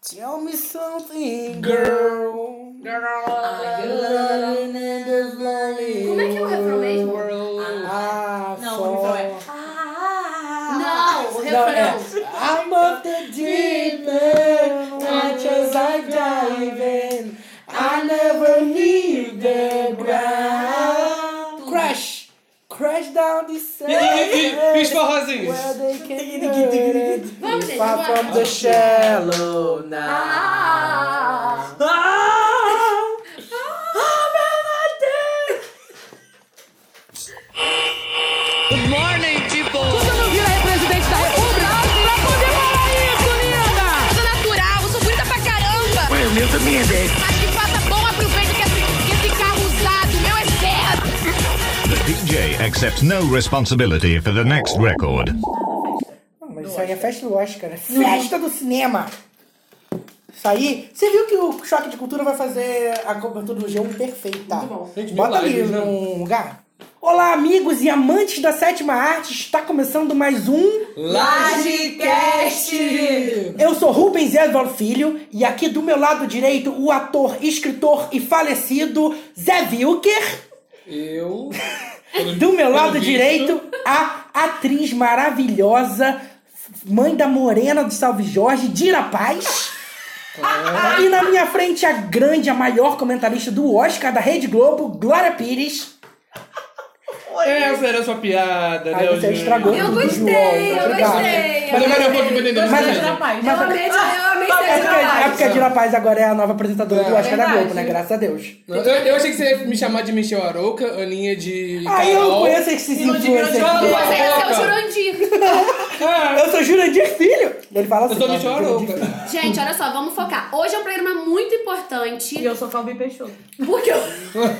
Tell me something, girl. Como é que é o refrão mesmo? Ah, Não, só- o refrão é. Não, o Não, é. refrão. I'm off the deep end, watch as I dive in. I never leave the ground. Crash! Crash down the E, e, e, e os sand. forrozinhos? Where they can hurt it. Vamos, gente, Far bora. from the shallow now. Ah! Ah! Você não vira presidente da República? Não poder falar isso, linda! Sou natural, eu sou bonita pra caramba! Ué, o meu também é 10. Mas que faça bom, aproveita que esse, que esse carro usado, meu é zero! The DJ accepts no responsibility for the next record. Não, mas isso aí é festa do Oscar, né? Festa do cinema! Isso aí. Você viu que o Choque de Cultura vai fazer a cobertura do G1 perfeita. Muito bom. Gente, mil Bota ali lives, né? num lugar. Olá, amigos e amantes da sétima arte. Está começando mais um. Lagecast! Eu sou Rubens Edval Filho e aqui do meu lado direito o ator, escritor e falecido Zé Wilker. Eu. Do meu Pelo lado visto. direito, a atriz maravilhosa, mãe da Morena do Salve Jorge, Dira Paz. É. E na minha frente, a grande, a maior comentarista do Oscar da Rede Globo, Glória Pires. Essa era a sua piada, né? Aí você Eugênio? estragou. Eu Do gostei, João, eu obrigado. gostei. Mas agora eu vou gostei. me entender. Mas- É, Você tira a paz. Eu amei, eu amei É ser porque, é essa porque a Dira Paz agora é a nova apresentadora do É, Oscar da verdade. Globo, né? Graças a Deus. Eu, eu achei que você ia me chamar de Michel Arouca, Aninha de. Aí eu Carol. conheço esses E não devia influencers. chamar que- do Você é o Arouca. Jurandir. Ah, Eu sou Jurandir Filho. Ele fala assim. Eu sou né? Michel Jurandir Arouca. Filho. Gente, olha só, vamos focar. Hoje é um programa muito E importante, eu sou Fabi Peixoto. porque,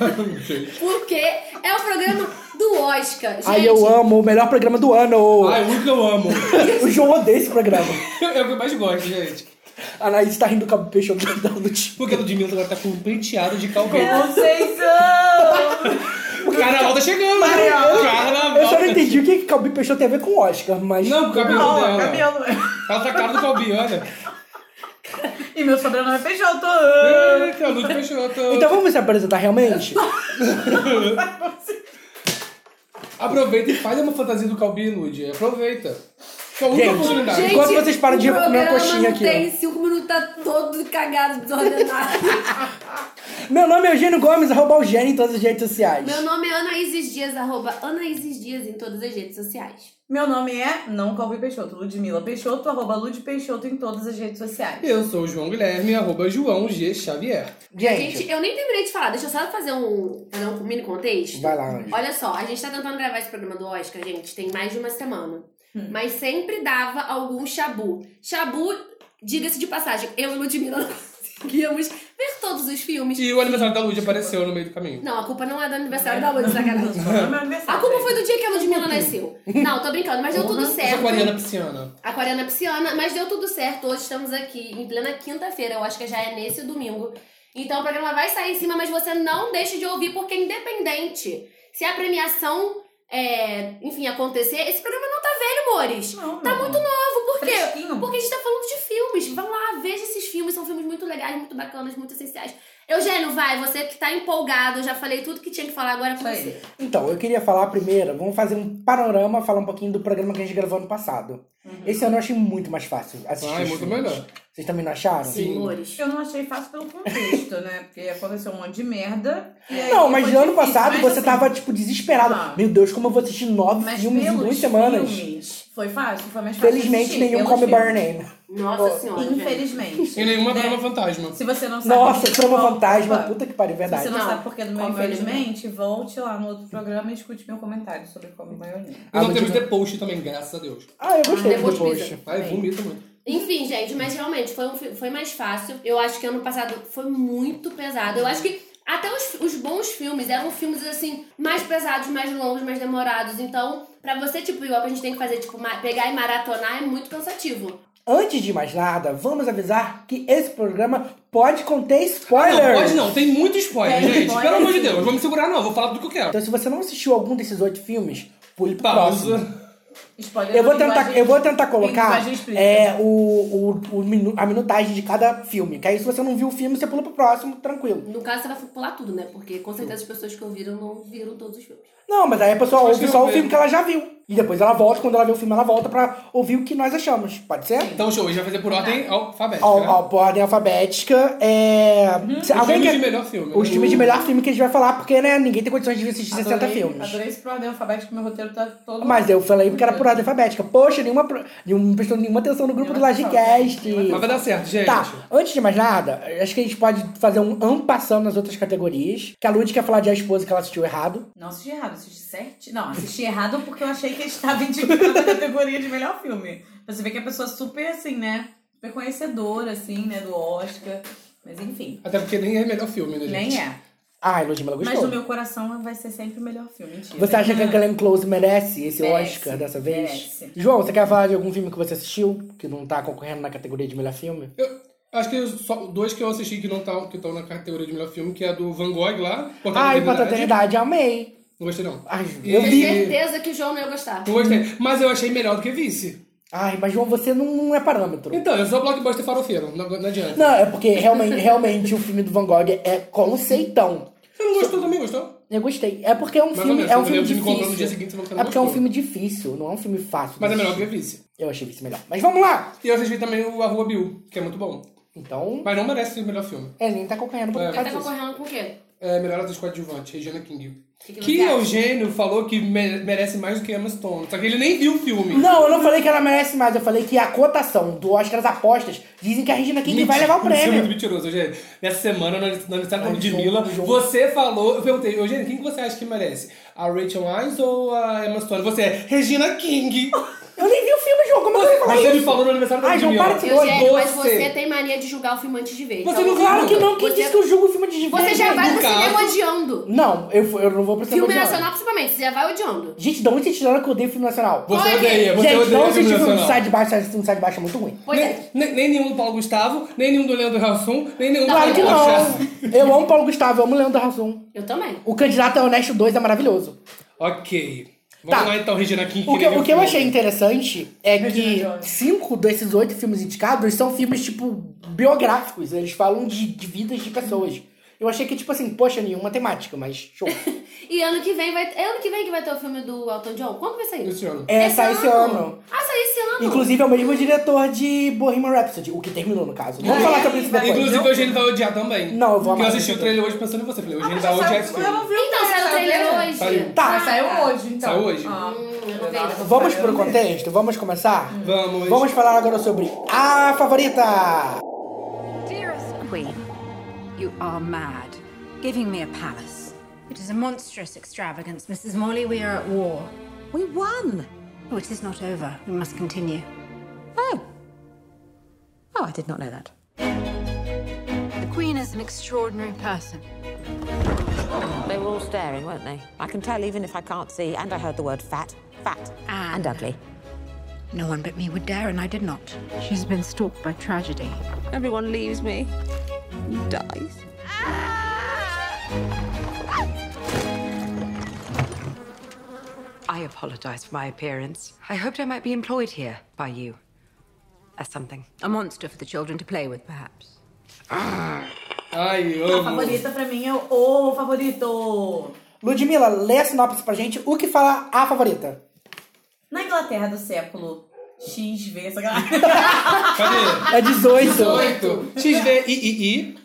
porque é o programa do Oscar. Gente, Ai, eu amo. O melhor programa do ano. Ai, o que eu amo. O João odeia esse programa. É o que eu mais gosto, gente. A Anaís tá rindo com a peixoto do tipo. Porque a Ludmilla agora tá com um penteado de calvete. Conceição! O carnaval tá chegando, né? Carnaval. O Carnaval. Eu só não entendi o que que Calbi Peixoto tem a ver com o Oscar, mas. Não, o cabelo Não, dela. é. cabelo. Ela tá a cara do Calbi, olha. E meu sobrenome é Peixoto. Eita, Luz Peixoto. Então vamos se apresentar realmente? Aproveita e faz uma fantasia do Calbi, Lud. Aproveita. Que é a única Gente, oportunidade. Gente, Enquanto vocês param de o comer uma programa coxinha não aqui, Tem cinco minutos, tá todo cagado, desordenado. Meu nome é Eugênio Gomes, arroba Eugênio em todas as redes sociais. Meu nome é Anaíses Dias, arroba Anaíses Dias em todas as redes sociais. Meu nome é, não Calvi Peixoto, Ludmila Peixoto, arroba Lud Peixoto em todas as redes sociais. Eu sou o João Guilherme, arroba João G. Xavier. Gente, Gente, eu nem terminei de falar, deixa eu só fazer um, fazer um mini contexto. vai lá, Anjo. Olha só, a gente tá tentando gravar esse programa do Oscar, gente, tem mais de uma semana. Mas sempre dava algum chabu. Chabu, diga-se de passagem, eu e Ludmilla não conseguíamos ver todos os filmes. E o aniversário da Lud apareceu no meio do caminho. Não, a culpa não é do aniversário da Lud, sacanagem. Meu nome é aniversário. A culpa Ah, foi do dia que a Ludmilla nasceu. Não, tô brincando, mas deu tudo Eu sou certo. aquariana pisciana. Aquariana Pisciana, mas deu tudo certo. Hoje estamos aqui em plena quinta-feira, eu acho que já é nesse domingo. Então o programa vai sair em cima, mas você não deixe de ouvir, porque independente se a premiação, é, enfim, acontecer, esse programa não tá velho, amores. Não, Tá não. muito novo, por quê? Fresquinho. Porque a gente tá falando de filmes. Vão lá, veja esses filmes, são filmes muito legais, muito bacanas, muito essenciais. Eugênio, vai, você que tá empolgado, eu já falei tudo que tinha que falar agora é com Isso aí. você. Então, eu queria falar primeiro, vamos fazer um panorama, falar um pouquinho do programa que a gente gravou ano passado. Uhum. Esse ano eu achei muito mais fácil assistir. Ah, é os muito filmes. melhor. Vocês também não acharam? Sim, amores. Eu não achei fácil pelo contexto, né? Porque aconteceu um monte de merda. e aí Não, mas foi no ano difícil, passado mas você assim, tava, tipo, desesperado. Ah. Meu Deus, como eu vou assistir nove Mas filmes em pelos duas semanas? filmes, foi fácil? Foi mais fácil Felizmente, assistir, nenhum pelos come filmes. Bar Name. Nossa senhora. Eugênio. Infelizmente. E nenhuma né? brama fantasma. Se você não sabe... Nossa, porque- Trama Opa. Fantasma, puta que pariu, é Se você verdade. não, Não, sabe porque do meu come infelizmente, volte lá no outro programa e escute meu comentário sobre como maionese. E Ah, não mas temos eu- The Post também, graças a Deus. Ah, eu gostei do Depois post. pisa. Ai, vomita muito. Enfim, gente, mas realmente foi, um fi- foi mais fácil. Eu acho que ano passado foi muito pesado. Eu acho que até os, os bons filmes eram filmes assim, mais pesados, mais longos, mais demorados. Então, pra você, tipo, igual que a gente tem que fazer, tipo, ma- pegar e maratonar é muito cansativo. Antes de mais nada, vamos avisar que esse programa pode conter Ah, Não, spoilers. pode não, tem muito spoiler, Tem gente. spoiler, Pelo amor de sim. Deus, vou me segurar não, vou falar tudo que eu quero. Então, se você não assistiu algum desses oito filmes, pule pro Pausa. próximo. Spoiler Eu do vou tentar, linguagem- eu vou tentar colocar linguagem explícita. é, o, o, o minu- a minutagem de cada filme. Que aí, se você não viu o filme, você pula pro próximo, tranquilo. No caso, você vai pular tudo, né? Porque com certeza as pessoas que ouviram não viram todos os filmes. Não, mas aí a pessoa Mas ouve eu só o vejo. filme que ela já viu. E depois ela volta, quando ela vê o filme, ela volta pra ouvir o que nós achamos. Pode ser? Então, show, a gente vai fazer por ordem alfabética. Tá. Ó, né? ó, por ordem alfabética. É. se Os alguém filmes quer- de melhor filme. Uh, Os filmes de melhor filme que a gente vai falar, porque, né, ninguém tem condições de assistir 60 Adorei- filmes. Adorei esse ordem alfabética, meu roteiro tá todo... Mas eu falei porque era por ordem alfabética. Poxa, nenhuma, pro- nenhuma, prestou nenhuma atenção no grupo do Nenhuma atenção, Lagecast. Mas vai dar certo, gente. Tá, antes de mais nada, acho que a gente pode fazer um ano passando nas outras categorias. Que a Lud quer falar de a esposa que ela assistiu errado. Não assisti errado, assisti certo. Não, assisti errado porque eu achei que estava indicando a categoria de melhor filme. Você vê que a pessoa é super, assim, né? Super conhecedora, assim, né? Do Oscar. Mas enfim, Até porque nem é melhor filme, né, gente? nem é. Ai, Ah, Ludmilla Mas gostou. no meu coração vai ser sempre o melhor filme, mentira. Você acha que a Glenn Close merece esse Merece, Oscar dessa vez? merece. João, você quer falar de algum filme que você assistiu? Que não tá concorrendo na categoria de melhor filme? Eu acho que só dois que eu assisti que não estão que estão na categoria de melhor filme, que é a do Van Gogh lá. Porta da Ai, Liberdade. paternidade, amei. Não gostei, não. Ai, E- eu Tenho é vi. certeza que o João não ia gostar. Não gostei. Mas eu achei melhor do que Vice. Ai, mas João, você não, não é parâmetro. Então, eu sou blockbuster farofeiro. Não, não adianta. Não, é porque realmente, realmente o filme do Van Gogh é conceitão. Você não gostou também, gostou? Eu gostei. É porque é um Mais ou filme, menos, é um eu filme lembro de me difícil. comprando no dia seguinte, você falou que não é porque é um gostou. filme difícil, não é um filme fácil. Mas é de melhor do que assistir. Vice. Eu achei isso melhor. Mas vamos lá! E eu assisti também o A Rua Bill, que é muito bom. Então, Mas não merece ser o melhor filme. é, nem tá acompanhando por É. causa Ele tá disso. concorrendo com o quê? É melhor atriz coadjuvante, Regina King. Que Que, que você acha? Eugênio falou que me- merece mais do que Emma Stone. Só que ele nem viu o filme. Não, eu não falei que ela merece mais, eu falei que a cotação do Oscar das apostas dizem que a Regina King vai levar o Isso é muito prêmio. mentiroso, Eugênio. Nessa semana, na na aniversário Ai, de Mila, João, João. você falou... Eu perguntei, Eugênio, quem que você acha que merece? A Rachel Wise ou a Emma Stone? Você é Regina King. Eu nem vi o filme, João, como é que eu ia falar Você isso? me falou no aniversário da Ai, João, Ludmilla. para de ser doido. Eugênio, mas Você. você tem mania de julgar o filme antes de ver. Você Então, não viu? Claro que não, quem Você- disse que eu julgo o filme de Você já vai No pro cinema caso- odiando. Não, eu, eu não vou pro cinema Filme de ano. nacional, principalmente. Você já vai odiando. Gente, de onde vocês tiraram que eu odeio filme nacional? Você Olha, odeia, você Gente, não odeia assisti filme filme do nacional. Sai de Baixo, assistir filme do Sai de Baixo é muito ruim. Pois é. Nem, nem- nem nenhum do Paulo Gustavo, nem nenhum do Leandro Hassum, nem nenhum Não, do Claro que Paulo Rocha. não. Eu amo Paulo Gustavo, eu amo Leandro Hassum. Eu também. O candidato é honesto 2 é maravilhoso. Ok. Vamos Tá. lá então, Regina King. O que, nem viu o que eu filme. achei interessante é Regina que George. cinco desses oito filmes indicados são filmes, tipo, biográficos. Eles falam de, de vidas de pessoas. Eu achei que, tipo assim, poxa, nenhuma temática, mas show. E ano que vem vai. É ano que vem que vai ter o filme do Elton John? Quando vai sair? Esse ano. É, sai esse ano. Ah, sai esse ano. Inclusive, é o mesmo diretor de Bohemian Rhapsody, o que terminou, no caso. Vamos É, Ai, falar sobre isso ai, depois. Inclusive, o Eugênio vai odiar também. Não, eu vou Porque amar eu assisti esse o trailer hoje é assim. pensando em você. Falei, o Eugênio Ah, Mas vai já odiar saiu- esse eu filme. não vi Então, saiu o traiu hoje. Saiu. Tá. Ah, saiu hoje, então. Saiu hoje. Ah, eu não vi ainda. nossa, Vamos pro eu não vi. contexto? Vamos começar? Vamos. Vamos falar agora sobre a favorita! Dearest Queen, you are mad. Giving me a palace. It is a monstrous extravagance, Mrs. Morley. We are at war. We won! Oh, it is not over. We must continue. Oh. Oh, I did not know that. The Queen is an extraordinary person. They were all staring, weren't they? I can tell even if I can't see, and I heard the word fat, fat, Ah. and ugly. No one but me would dare, and I did not. She's been stalked by tragedy. Everyone leaves me, dies. I apologize for my appearance. I hoped I might be employed here by you. As something. A monster for the children to play with, perhaps. Ai, eu A amo. favorita pra mim é o O favorito. Ludmilla, lê a sinopse pra gente. O que fala a favorita? Na Inglaterra do século XV, essa galera. Cadê? É 18. 18. XV, I, I, I.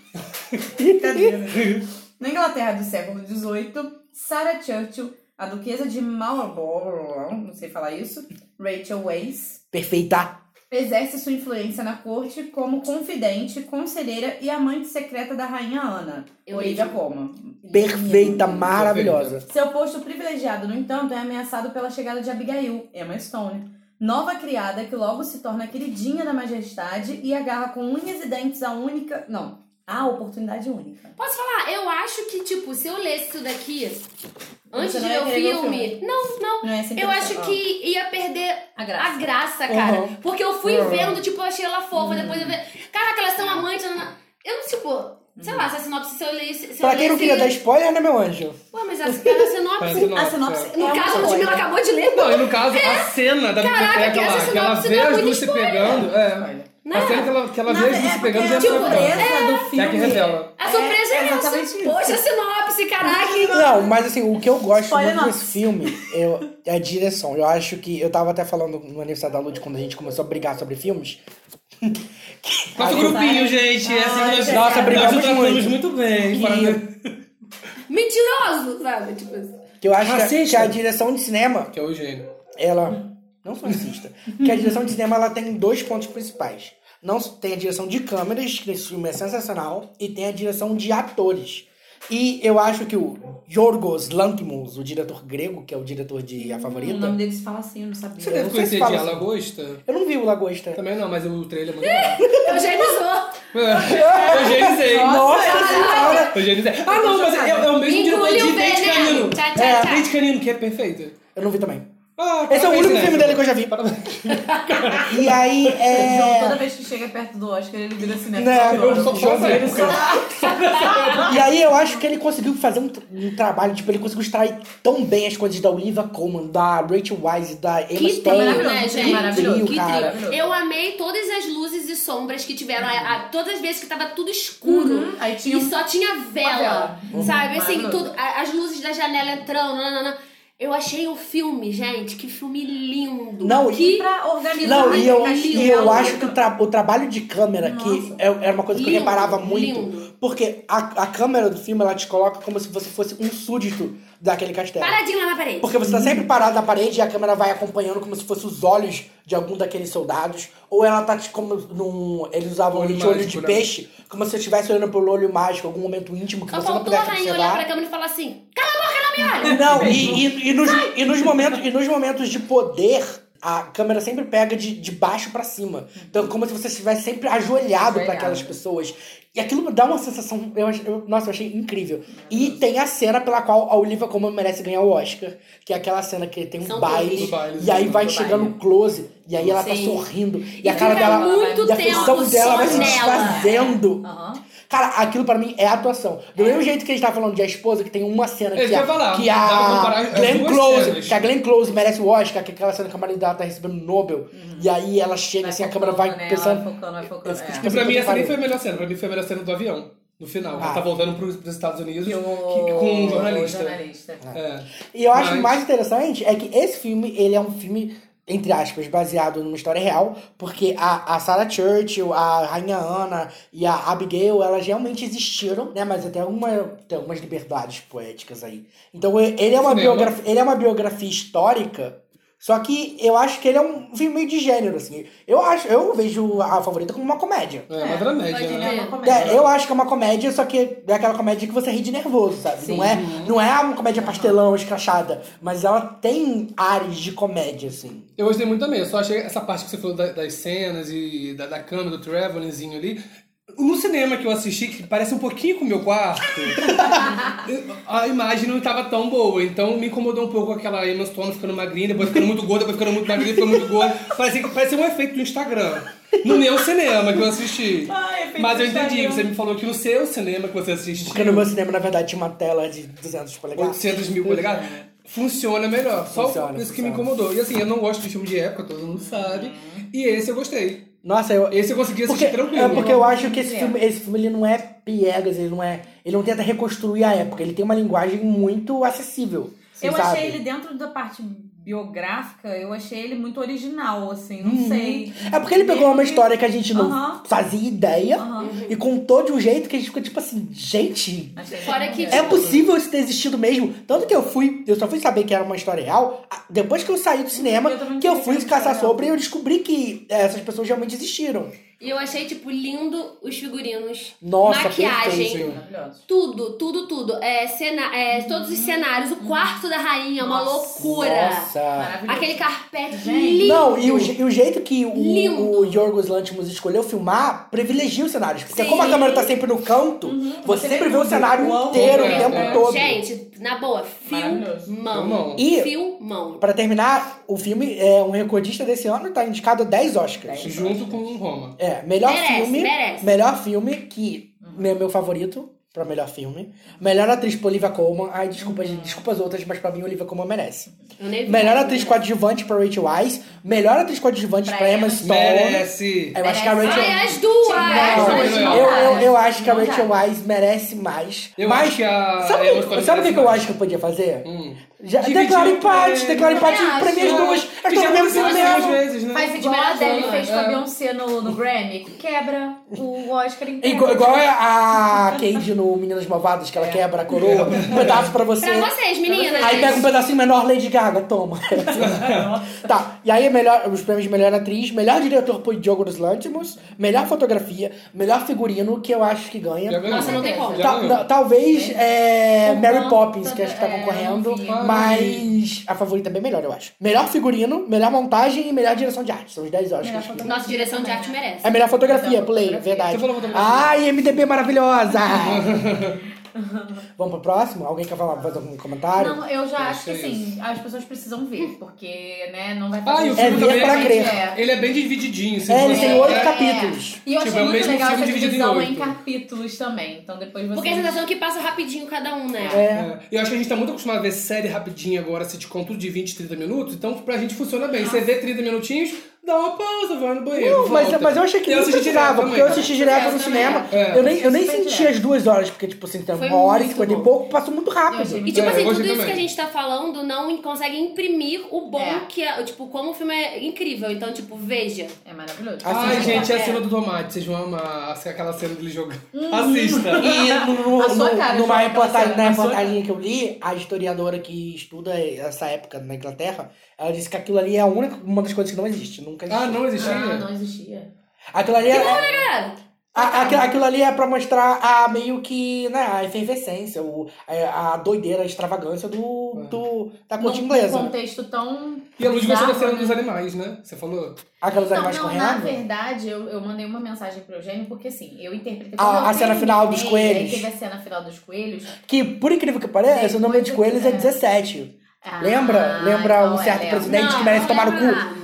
Na Inglaterra do século XVIII, Sarah Churchill, a duquesa de Marlborough, não sei falar isso, Rachel Weisz, Perfeita. exerce sua influência na corte como confidente, conselheira e amante secreta da rainha Ana, Eu Olivia mesmo. Colman. Perfeita, maravilhosa. Seu posto privilegiado, no entanto, é ameaçado pela chegada de Abigail, Emma Stone, nova criada que logo se torna a queridinha da majestade e agarra com unhas e dentes a única... Não, a oportunidade única. Posso falar? Eu acho que, tipo, se eu lesse isso daqui antes Você de não ver ia o querer ver o filme, filme. Não, não. Não é assim Eu acho ah. que ia perder A graça. Uhum. Uhum. cara. Porque eu fui vendo, tipo, eu achei ela fofa, depois eu vi. Caraca, elas são amantes. nana- Eu não, tipo, tipo, sei lá, se a sinopse se eu ler. Se eu Então, Pra quem não assim, lesse- queria dar spoiler, né, meu anjo? Ué, mas a, era a Mas sinopse. não- A sinopse No é uma caso, a coisa. Ludmilla acabou de ler. Não, e no caso, a cena da Caraca, que biblioteca essa lá, que ela sinopse vê dá as muito duas se spoiler. pegando. É. Não. A cena que ela, que ela Na- vê as duas é se pegando porque já a surpresa do É a que filme. revela. A surpresa é, É, essa. exatamente isso. Poxa, sinopse, caraca. Não, mas assim, o que eu gosto Spoiler muito não. desse filme é, é a direção. Eu acho que. Eu tava até falando no aniversário da Lud quando a gente começou a brigar sobre filmes. Nosso Aí- grupinho, gente. é assim que nós, Nossa, nós brigamos nos tratamos muito. muito bem. fora- Mentiroso, sabe? Tipo isso. Que eu acho que a- que, é Racista. a direção de cinema, Que é o Eugênio. ela. Não sou racista. que a direção de cinema ela tem dois pontos principais. Não s- tem a direção de câmeras, que esse filme é sensacional, e tem a direção de atores. E eu acho que o Yorgos Lanthimos, o diretor grego, que é o diretor de A Favorita. O nome dele se fala assim, eu não sabia. Você Eu deve não sei se conhecer fala de assim. Alagosta? Eu não vi o Lagosta. Também não, mas o trailer é muito bom. É, Eugenizou. Eugenizei. Nossa senhora! Eugenizei. Ah, não, mas é, é o mesmo diretor Engoliu de o Dente veneno. Canino. Tchau, É, tchau, tchau. Dente Canino, que é perfeito. Eu não vi também. Ah, Esse é o parabéns, único filme Nelson. dele que eu já vi. Parabéns. E aí, João, toda é... vez que chega perto do Oscar, ele vira assim, cinema. Né, Adoro. eu só- Só João essa Negro. época. E aí eu acho que ele conseguiu fazer um, um trabalho, tipo, ele conseguiu extrair tão bem as coisas da Oliva Coleman, da Rachel Wise, da Emma Que Stone. trio, né, Que gente? maravilhoso, que que cara. trio. Eu amei todas as luzes e sombras que tiveram. a- a- todas as vezes que tava tudo escuro. Uhum. Aí tinha E um- só tinha vela. vela. Uhum. Sabe? Assim, Maravilhoso. tudo, a- as luzes da janela entrando. nananana. Eu achei o filme, gente. Que filme lindo. Não, e- que... Pra organizar Não, e eu, a e linha, eu né? acho que o, tra- o trabalho de câmera, que é- era uma coisa que Lindo, eu reparava muito, lindo. porque a, a câmera do filme, ela te coloca como se você fosse um súdito daquele castelo. Paradinho lá na parede. Uhum. Porque você tá sempre parado na parede e a câmera vai acompanhando como se fosse os olhos de algum daqueles soldados. Ou ela tá te- como num. Eles usavam Olho de olho mágico, de né? peixe, como se você estivesse olhando pelo olho mágico, algum momento íntimo que Só você não faltou a pudesse rainha olhar pra observar. câmera e falar assim: Cala a boca, não me olha! Não, e, e, e nos, e, nos momentos, e nos momentos de poder, a câmera sempre pega de, de baixo pra cima. Então, como se você estivesse sempre ajoelhado pra Ajoelhado. aquelas pessoas. E aquilo dá uma sensação. Eu, ach- eu- nossa, eu achei incrível. E tem a cena pela qual a Olivia Colman merece ganhar o Oscar, que é aquela cena que tem um São baile, todos. Baile, e aí sim, vai do chegando baile. o close, e aí ela tá Sim. sorrindo, e, E a cara fica dela. muito e a tempo feição dela só vai se nela. desfazendo. Aham. Cara, aquilo pra mim é atuação. Do mesmo jeito que a gente tá falando de a esposa, que tem uma cena É que, isso que eu a, ia falar. que Dá pra comparar a as Glenn duas Close, cenas. que a Glenn Close merece o Oscar, que é aquela cena que a marido dela tá recebendo o Nobel. Uhum. E aí ela chega Vai assim, a focando câmera vai nela, pensando. Vai focando, vai focando. É. Esse- E pra mim essa nem Parei. foi a melhor cena. Pra mim foi a melhor cena do avião. No final. Ah. Ela tá voltando pros, pros Estados Unidos E que- o- com um jornalista. o jornalista. É. E eu acho Mas- o mais interessante é que esse filme, ele é um filme, entre aspas, baseado numa história real, porque a, a Sarah Churchill, a Rainha Ana e a Abigail, elas realmente existiram, né? Mas até uma, tem algumas liberdades poéticas aí. Então e- ele é uma, Cinema. biografia, ele é uma biografia histórica, só que eu acho que ele é um filme meio de gênero, assim. Eu, acho, eu vejo a favorita como uma comédia. É, mas era média, Pode né? ver. É, eu acho que é uma comédia, só que é aquela comédia que você ri de nervoso, sabe? Não é, não é uma comédia pastelão, escrachada, mas ela tem ares de comédia, assim. Eu gostei muito também. Eu só achei essa parte que você falou da- das cenas e da, da câmera, do travelingzinho ali. No cinema que eu assisti, que parece um pouquinho com o meu quarto, a imagem não estava tão boa. Então me incomodou um pouco aquela Emma Stone ficando magrinha, depois ficando muito gorda, depois ficando muito magrinha, ficando muito gorda. Parecia, que- parecia um efeito do Instagram. No meu cinema que eu assisti. Ai, Ah, efeito Mas do eu entendi Instagram. que você me falou que no seu cinema que você assistiu, Porque no meu cinema, na verdade, tinha uma tela de 200 polegadas. 800 mil polegadas, funciona melhor. Só Uhum. Funciona, isso que me funciona. incomodou. E assim, eu não gosto de filme de época, todo mundo sabe. E esse eu gostei. Nossa, eu... Esse eu consegui Porque, assistir tranquilo. é porque eu acho que esse É. filme, esse filme ele não é piegas, ele não é... Ele não tenta reconstruir a época, ele tem uma linguagem muito acessível, assim, Eu sabe? achei ele dentro da parte biográfica, eu achei ele muito original, assim, não sei. É porque ele pegou uma história que a gente não Aham. fazia ideia Aham. e contou de um jeito que a gente ficou tipo assim, gente, Achei Fora que- tipo, É possível isso ter existido mesmo. Tanto que eu fui, eu só fui saber que era uma história real a- depois que eu saí do cinema, Eu também não que eu sabia fui que era caçar real. sobre e eu descobri que é, essas pessoas realmente existiram. E eu achei, tipo, lindo os figurinos. Nossa, maquiagem. perfeito. maravilhoso. Tudo, tudo, tudo. É, cena, é, todos os cenários. O quarto da rainha, é uma Uhum. Nossa. loucura. Nossa. Maravilhoso. Aquele carpete Gente. lindo. Não, e o, je- e o jeito que Lindo. o, o Yorgos Lanthimos escolheu filmar privilegia os cenários. Porque Sim. como a câmera tá sempre no canto, você, Você sempre vê vê o tudo. cenário Uau. inteiro o É, tempo é. todo. Gente, na boa, Maravilhoso. filmão. Filmão. E- Filmão. Pra terminar, o filme é um recordista desse ano, tá indicado a 10 Oscars. Junto com Roma. É, melhor Merece, filme. merece. Melhor filme que Uhum. meu, meu favorito pra melhor filme. Melhor atriz pra Olivia Colman. Ai, desculpa, Uhum. gente, desculpa as outras, mas pra mim Olivia Colman merece. Eu nem vi. Melhor atriz coadjuvante pra Rachel Weisz. Melhor atriz coadjuvante pra Emma Stone. Merece. Eu acho que a Rachel... Ai, as duas! Não, Não, eu, não. eu, eu acho que a Não dá. Rachel Weisz merece mais. Eu mas acho que a Sabe Emma o Stone que- sabe o que, merece eu mais. acho que eu podia fazer? Hum. Já, Dividir declara o empate, prêmio. declara empate Também pra mim as acho. duas. Eu tô já no é mesmo aconteceu filme assim duas mesmo. vezes, né? Faz igual a Adele Zona, fez com a é. Beyoncé no, no Grammy. Quebra o Oscar inteiro. É Igual, igual a Cade no Meninas Malvadas, que ela quebra a coroa, um pedaço pra você. É. Pra vocês, meninas. Aí pega um pedacinho menor, Lady Gaga, toma. tá, e aí é melhor, os prêmios de melhor atriz, melhor diretor por Diogo dos Lantimos, melhor fotografia, melhor figurino, que eu acho que ganha. Já ganhou. Nossa, não tem como. Já Ta- ganhou. na- talvez é, Por Mary conta Poppins, que acho que tá da- é, concorrendo, eu vi. mas a favorita é bem melhor, eu acho. Melhor figurino, melhor montagem e melhor direção de arte. São os 10 Melhor Oscars. que- fotografia. Nossa direção de arte merece. É melhor fotografia, play, verdade. Você falou fotografia. Ai, MDB maravilhosa! Vamos pro próximo? Alguém quer falar, fazer algum comentário? Não, eu já acho que Achei assim, as pessoas precisam ver, porque, né, não vai Ah, e o É filme ver também pra bem- crer. Ele é bem divididinho. assim, É, ele você- tem oito é, capítulos. E eu Tipo, achei é o muito mesmo legal filme essa dividido em divisão em, oito. capítulos também. Então depois você. Porque a sensação é que passa rapidinho cada um, né? É. Eu acho que a gente tá muito acostumado a ver série rapidinho agora, sitcom tudo de 20, 30 minutos, então pra gente funciona bem. Você vê 30 minutinhos, dá uma pausa, vai no banheiro. Não, Uh, mas, volta. mas eu achei que Eu não assisti precisava, direto porque eu também. assisti direto no Eu também. cinema. É. Eu nem, eu nem Super senti direto. as duas horas, porque, tipo assim, tem Foi uma hora e muito cinquenta e bom. pouco, passou muito Eu achei rápido. muito E tipo É, assim, eu tudo gostei isso que também. a gente tá falando não consegue imprimir o bom É. que é, tipo, como o filme é incrível. Então, tipo, veja. É maravilhoso. Ai, Assista. gente, é a cena do tomate, vocês vão amar assim, aquela cena dele jogando. Assista. E no, no- A sua numa cara, João, aquela reportagem, cena. na A sua reportagem que eu li, a historiadora que estuda essa época na Inglaterra, ela disse que aquilo ali é a única, uma das coisas que não existe, nunca existe. Ah, não existia? Ah, não né? existia. Aquilo ali é, Cara, a- aquilo, aquilo ali é pra mostrar a meio que, né, a efervescência, o, é, a, a doideira, a extravagância É. do, do, da corte Num inglesa. né? contexto tão. E a Luz gostou da bizarro, cena né? dos animais, né? Você falou? Aquelas Não, animais não, na correndo. verdade, eu, eu mandei uma mensagem pro Eugênio, porque assim, eu interpretei. A- quando eu Ah, a cena terminei, final dos coelhos. Aí teve a cena final dos coelhos. Que, por incrível que pareça, o número de Depois- coelhos é é. 17. Ah, Lembra? Lembra então um é, certo lembra. presidente que merece tomar é no cu?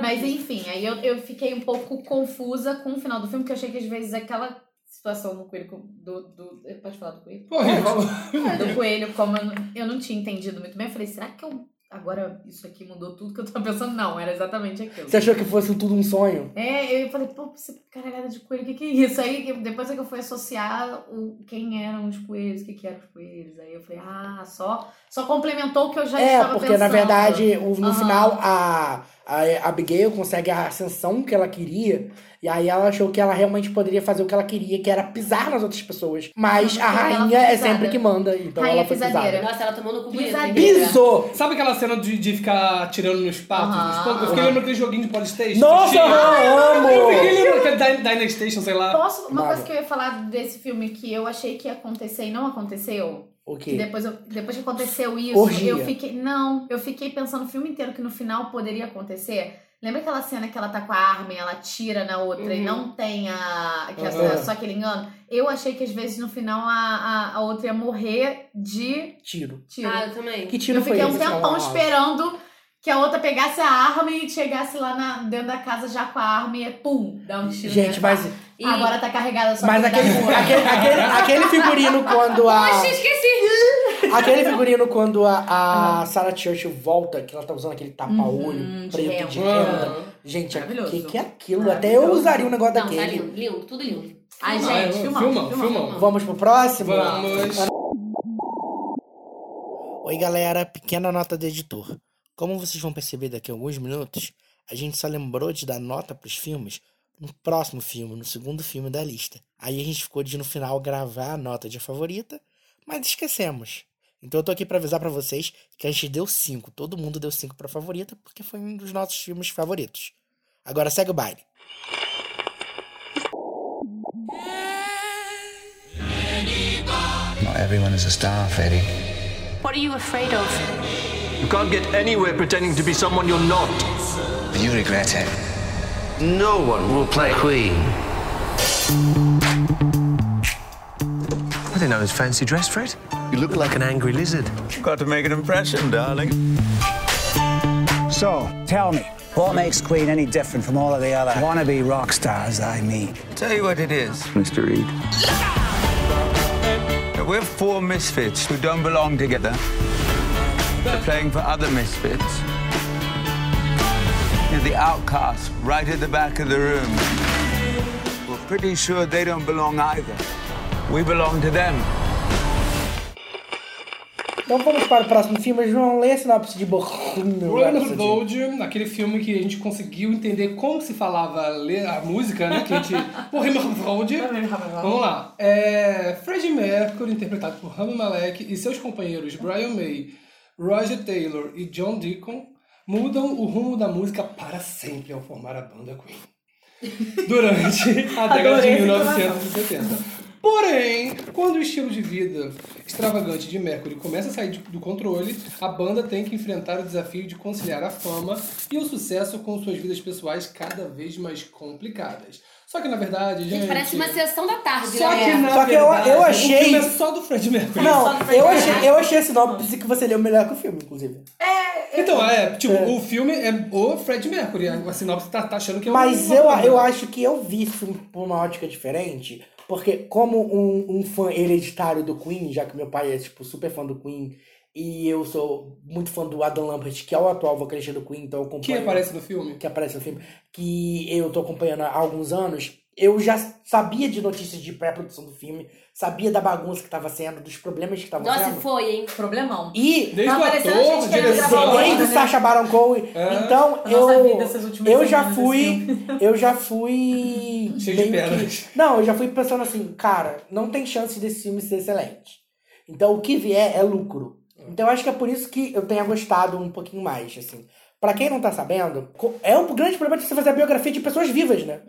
Mas enfim, aí eu, eu fiquei um pouco confusa com o final do filme, porque eu achei que às vezes aquela situação do coelho. com- Do, do, pode falar do coelho? Pô, ele falou. Do coelho, como eu, não- eu não tinha entendido muito bem, eu falei, será que eu. Agora isso aqui mudou tudo que eu tava pensando? Não, era exatamente aquilo. Você achou que fosse tudo um sonho? É, eu falei, pô, essa caralhada de coelho, o que, que é isso? Aí eu- depois é que eu fui associar o, quem eram os coelhos, o que, que eram os coelhos. Aí eu falei, ah, só, só complementou o que eu já É, estava porque pensando. na verdade, o- no Aham. final, a, a a Abigail consegue a ascensão que ela queria. E aí ela achou que ela realmente poderia fazer o que ela queria, que era pisar nas outras pessoas. Mas Uhum, a porque ela rainha foi é pisada. sempre que manda, então Rainha ela foi pisada. pisadeira. Nossa, ela tomou no cu bonito. hein? Pisou! Sabe aquela cena de, de ficar atirando nos patos, Aham. nos patos? Eu fiquei lembrando aquele joguinho de Polystation. Nossa, Tinha. eu amo! Eu fiquei lembrando que é Dy- Dynastation, sei lá. Posso, uma Nada. coisa que eu ia falar desse filme que eu achei que ia acontecer e não aconteceu? O Que quê? depois, eu- depois que aconteceu isso, Orgia. eu fiquei. Não, eu fiquei pensando o filme inteiro que no final poderia acontecer. Lembra aquela cena que ela tá com a arma e ela tira na outra e Uhum. não tem a. que é Aham. só aquele engano? Eu achei que às vezes no final a, a, a outra ia morrer de Tiro. tiro. Ah, eu também. Que tiro eu foi fiquei um esse? tempão esperando que a outra pegasse a arma e chegasse lá na, dentro da casa já com a arma e pum, dá um tiro. Gente, nela. mas, E- Agora tá carregada só tá. mas aquele, aquele, aquele, aquele figurino quando a. Poxa, esqueci! Aquele figurino quando a, a Sarah Churchill volta, que ela tá usando aquele tapa-olho Uhum, de preto renda. de renda. Mano. Gente, o Maravilhoso. que, que é aquilo? Até eu Maravilhoso. usaria um negócio Não, tá daquele. lindo, lindo, tudo lindo. Ah, Ai, eu- gente, filmão. filmão, filmão. Vamos pro próximo? Vamos. Oi, galera. Pequena nota do editor. Como vocês vão perceber daqui a alguns minutos, a gente só lembrou de dar nota pros filmes no próximo filme, no segundo filme da lista. Aí a gente ficou de no final gravar a nota de favorita, mas esquecemos. Então eu tô aqui pra avisar pra vocês que a gente deu 5. Todo mundo deu 5 pra favorita porque foi um dos nossos filmes favoritos. Agora segue o baile. Not everyone is a star, Freddie. What are you afraid of? You can't get anywhere pretending to be someone you're not. But you regret it. No one will play Queen. I don't know his fancy dress, Fred. You look like an angry lizard. Got to make an impression, darling. So, tell me, What makes Queen any different from all of the other wannabe rock stars I meet? Tell you what it is. Mr. Reed. We're four misfits who don't belong together. We're playing for other misfits. You're the outcasts right at the back of the room. We're pretty sure they don't belong either. We belong to them. Então vamos para o próximo filme. Eles vão ler a sinopse de Bohemian Ronald Rhapsody. Gold, naquele filme que a gente conseguiu entender como se falava a le- a música, né? Que a gente. Bohemian Rhapsody. Vamos lá. É, Freddie Mercury, interpretado por Rami Malek, e seus companheiros Brian May, Roger Taylor e John Deacon mudam o rumo da música para sempre ao formar a banda Queen. Durante a década de Adorei essa 1970. Porém, quando o estilo de vida extravagante de Mercury começa a sair de- do controle, a banda tem que enfrentar o desafio de conciliar a fama e o sucesso com suas vidas pessoais cada vez mais complicadas. Só que na verdade, gente. Gente, parece uma sessão da tarde, Só né? que, na Só que eu- verdade, eu O achei- filme é só do Fred Mercury. Não, eu achei, eu achei a sinopse que você leu melhor que o filme, inclusive. Então, é, tipo, o filme é o Fred Mercury. A a sinopse tá, tá achando que é Mas uma eu, banda. eu acho que eu vi isso por uma ótica diferente. Porque como um, um fã hereditário do Queen, já que meu pai é, tipo, super fã do Queen, e eu sou muito fã do Adam Lambert, que é o atual vocalista do Queen, então eu acompanho... Que aparece no filme. Que aparece no filme. Que eu tô acompanhando há alguns anos. Eu já sabia de notícias de pré-produção do filme, sabia da bagunça que tava sendo, dos problemas que estavam Nossa, sendo. e foi, hein? Problemão. E Desde Tá o aparecendo ator, gente querendo direção. gravar Desde agora, o né? Sacha Baron Cohen. É. Então, A nossa eu, vida, essas últimas eu já semanas, assim, assim, fui. Eu já fui. Cheio de meio pedras. que- não, eu já fui pensando assim, cara, não tem chance desse filme ser excelente. Então, o que vier é lucro. Então, eu acho que é por isso que eu tenha gostado um pouquinho mais, assim. Pra quem não tá sabendo, co- é um grande problema de você fazer a biografia de pessoas vivas, né?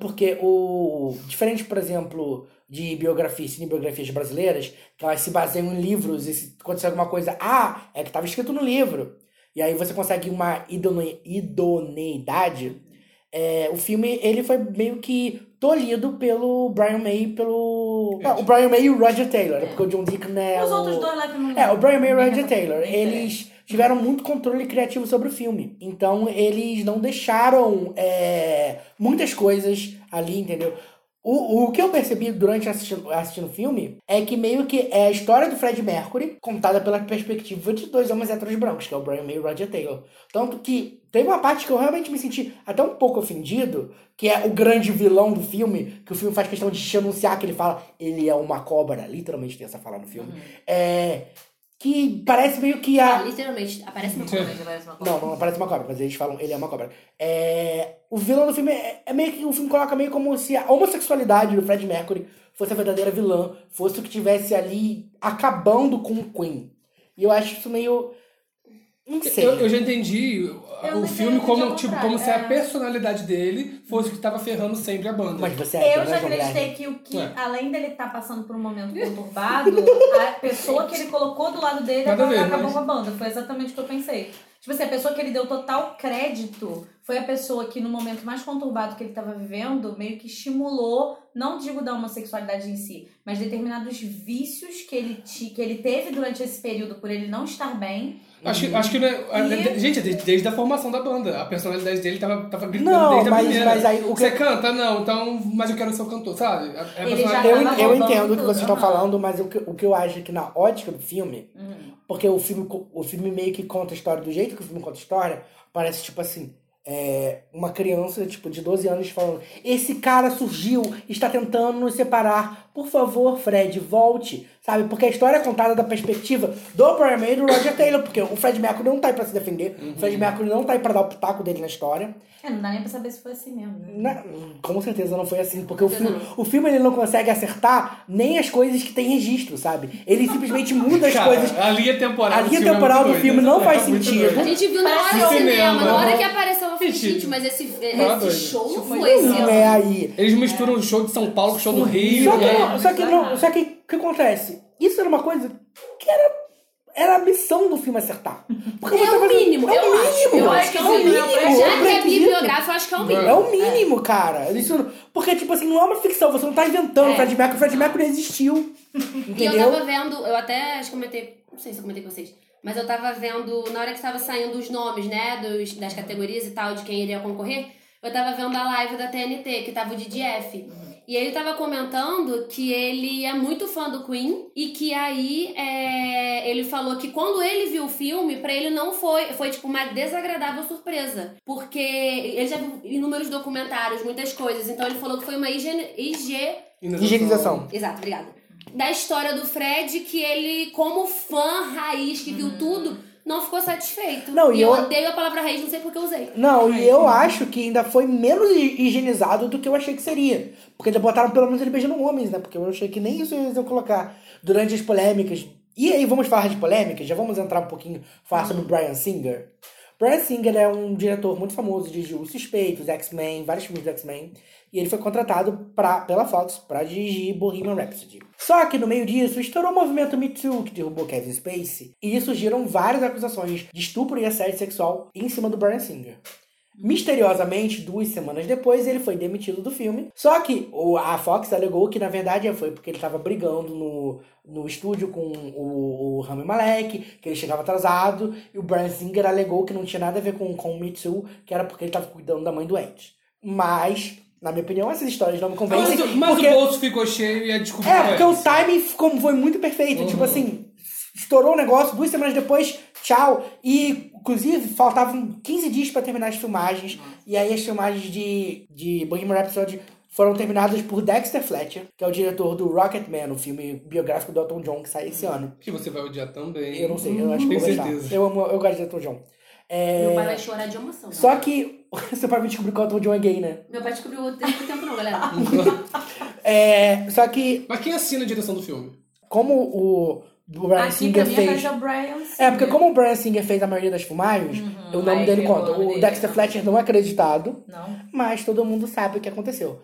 Porque o. Diferente, por exemplo, de biografias, cinebiografias brasileiras, que elas se baseiam em livros, e se acontecer alguma coisa, ah, é que estava escrito no livro. E aí você consegue uma idone- idoneidade. É, o filme ele foi meio que tolhido pelo Brian May e pelo. Não, o Brian May e o Roger Taylor, porque o John Deacon é. Os o- outros dois lá que não. é, o Brian May e o Roger Taylor, eles tiveram muito controle criativo sobre o filme. Então, eles não deixaram é, muitas coisas ali, entendeu? O, o que eu percebi durante assistindo, assistindo o filme é que meio que é a história do Fred Mercury contada pela perspectiva de dois homens héteros brancos, que é o Brian May e o Roger Taylor. Tanto que teve uma parte que eu realmente me senti até um pouco ofendido, que é o grande vilão do filme, que o filme faz questão de te anunciar que ele fala, ele é uma cobra, literalmente tem essa fala no filme. É, que parece meio que a. Ah, literalmente, aparece uma coisa. Não, não aparece uma cobra, mas eles falam, ele é uma cobra. É, o vilão do filme é, é meio que o filme coloca meio como se a homossexualidade do Fred Mercury fosse a verdadeira vilã, fosse o que tivesse ali acabando com o Queen. E eu acho isso meio. Não sei. Eu, eu já entendi o filme como, tipo, como se a é. personalidade dele fosse o que tava ferrando sempre a banda. Mas é você né, Eu já acreditei que o que, É. além dele estar passando por um momento conturbado, a pessoa que ele colocou do lado dele Nada a acabou, ver, acabou mas- com a banda. Foi exatamente o que eu pensei. Tipo assim, a pessoa que ele deu total crédito foi a pessoa que, no momento mais conturbado que ele estava vivendo, meio que estimulou, não digo da homossexualidade em si, mas determinados vícios que ele, ti- que ele teve durante esse período por ele não estar bem. Acho, que- acho que não é. a- E- Gente, desde, desde a formação da banda. A personalidade dele tava, tava gritando Não, desde a mas- primeira. mas aí o que- Você canta? Não, então. Mas eu quero ser o cantor, sabe? A- a Eu, personalidade- eu entendo o que vocês estão falando, mas o que, o que eu acho é que na ótica do filme, Porque o filme, co- o filme meio que conta a história do jeito que o filme conta a história. Parece, tipo assim, é, uma criança, tipo, de 12 anos falando Esse cara surgiu, está tentando nos separar. Por favor, Fred, volte. Sabe? Porque a história é contada da perspectiva do Brian May e do Roger Taylor. Porque o Fred Mercury não tá aí pra se defender. O Fred Mercury não tá aí pra dar o pitaco dele na história. É, não dá nem pra saber se foi assim mesmo, né? Na- com certeza não foi assim, porque o filme, o filme ele não consegue acertar nem as coisas que tem registro, sabe? Ele simplesmente muda as Cara, coisas. A linha temporal. A do linha filme é temporal muito do filme doida. não faz É muito sentido. doida. A gente viu na hora Parece do um cinema, cinema. na hora Aham. que apareceu, eu falei, gente, mas esse, doido. esse show foi assim, esse Não ano. é aí. Eles misturam o show de São Paulo com o show do Rio. Só que, né? não, só que, é. não, só que o que acontece? Isso era uma coisa que era, era a missão do filme acertar. Porque você É o faz- mínimo, é eu o acho. mínimo. Eu acho que é o mínimo. Já que é bibliográfico, eu acho que é o mínimo. É o mínimo, cara. Isso, porque, tipo assim, não é uma ficção, você não tá inventando É. o Fred Mercury, o Fred Mercury existiu. E eu Entendeu? tava vendo, eu até acho que comentei, não sei se eu comentei com vocês, Mas eu tava vendo, na hora que tava saindo os nomes, né, dos, das categorias e tal, de quem iria concorrer, eu tava vendo a live da TNT, que tava o DDF. E ele tava comentando que ele é muito fã do Queen e que aí é, ele falou que quando ele viu o filme, pra ele não foi, foi tipo uma desagradável surpresa. Porque ele já viu inúmeros documentários, muitas coisas. Então ele falou que foi uma higiene, IG Higienização. Exato, obrigada. Da história do Fred, que ele, como fã raiz, que viu tudo, não ficou satisfeito. Não, e e eu eu- odeio a palavra raiz, não sei porque eu usei. Não, e eu acho que ainda foi menos hi- higienizado do que eu achei que seria. Porque ainda botaram pelo menos ele beijando homens, né? Porque eu achei que nem isso eles iam colocar durante as polêmicas. E aí, vamos falar de polêmicas? Já vamos entrar um pouquinho, falar sobre o Brian Singer. Brian Singer é um diretor muito famoso, dirigiu Os Suspeitos, X-Men, vários filmes do X-Men. E ele foi contratado pra, pela Fox pra dirigir Bohemian Rhapsody. Só que no meio disso estourou o movimento Me Too, que derrubou Kevin Spacey. E surgiram várias acusações de estupro e assédio sexual em cima do Brian Singer. Misteriosamente, duas semanas depois, ele foi demitido do filme. Só que o- a Fox alegou que, na verdade, foi porque ele estava brigando no, no estúdio com o, o Rami Malek, que ele chegava atrasado, e o Brian Singer alegou que não tinha nada a ver com, com o Me Too, que era porque ele estava cuidando da mãe doente. Mas, na minha opinião, essas histórias não me convencem. Mas, o- mas porque- o bolso ficou cheio e a desculpa é, foi porque o timing ficou, foi muito perfeito. Uhum. Tipo assim, estourou o negócio, duas semanas depois, tchau. E, inclusive, faltavam 15 dias pra terminar as filmagens. E aí as filmagens de, de Bohemian Rhapsody foram terminadas por Dexter Fletcher, que é o diretor do Rocketman, o filme biográfico do Elton John que sai Uhum. esse ano. Que você vai odiar também. Eu não sei, eu acho que Tenho eu vou gostar. certeza. Eu amo, eu gosto de Elton John. É, Meu pai vai chorar de emoção. né? Só que seu pai me descobriu que o Elton John é gay, né? Meu pai descobriu o tempo, o tempo não, galera. É, só que, Mas quem assina a direção do filme? como o Brian Aqui pra Singer mim fez. é o Brian Singer. É, porque como o Brian Singer fez a maioria das filmagens, o nome Uhum. aí dele pegou conta. o nome O dele. Dexter Fletcher não é acreditado, Não. mas todo mundo sabe o que aconteceu.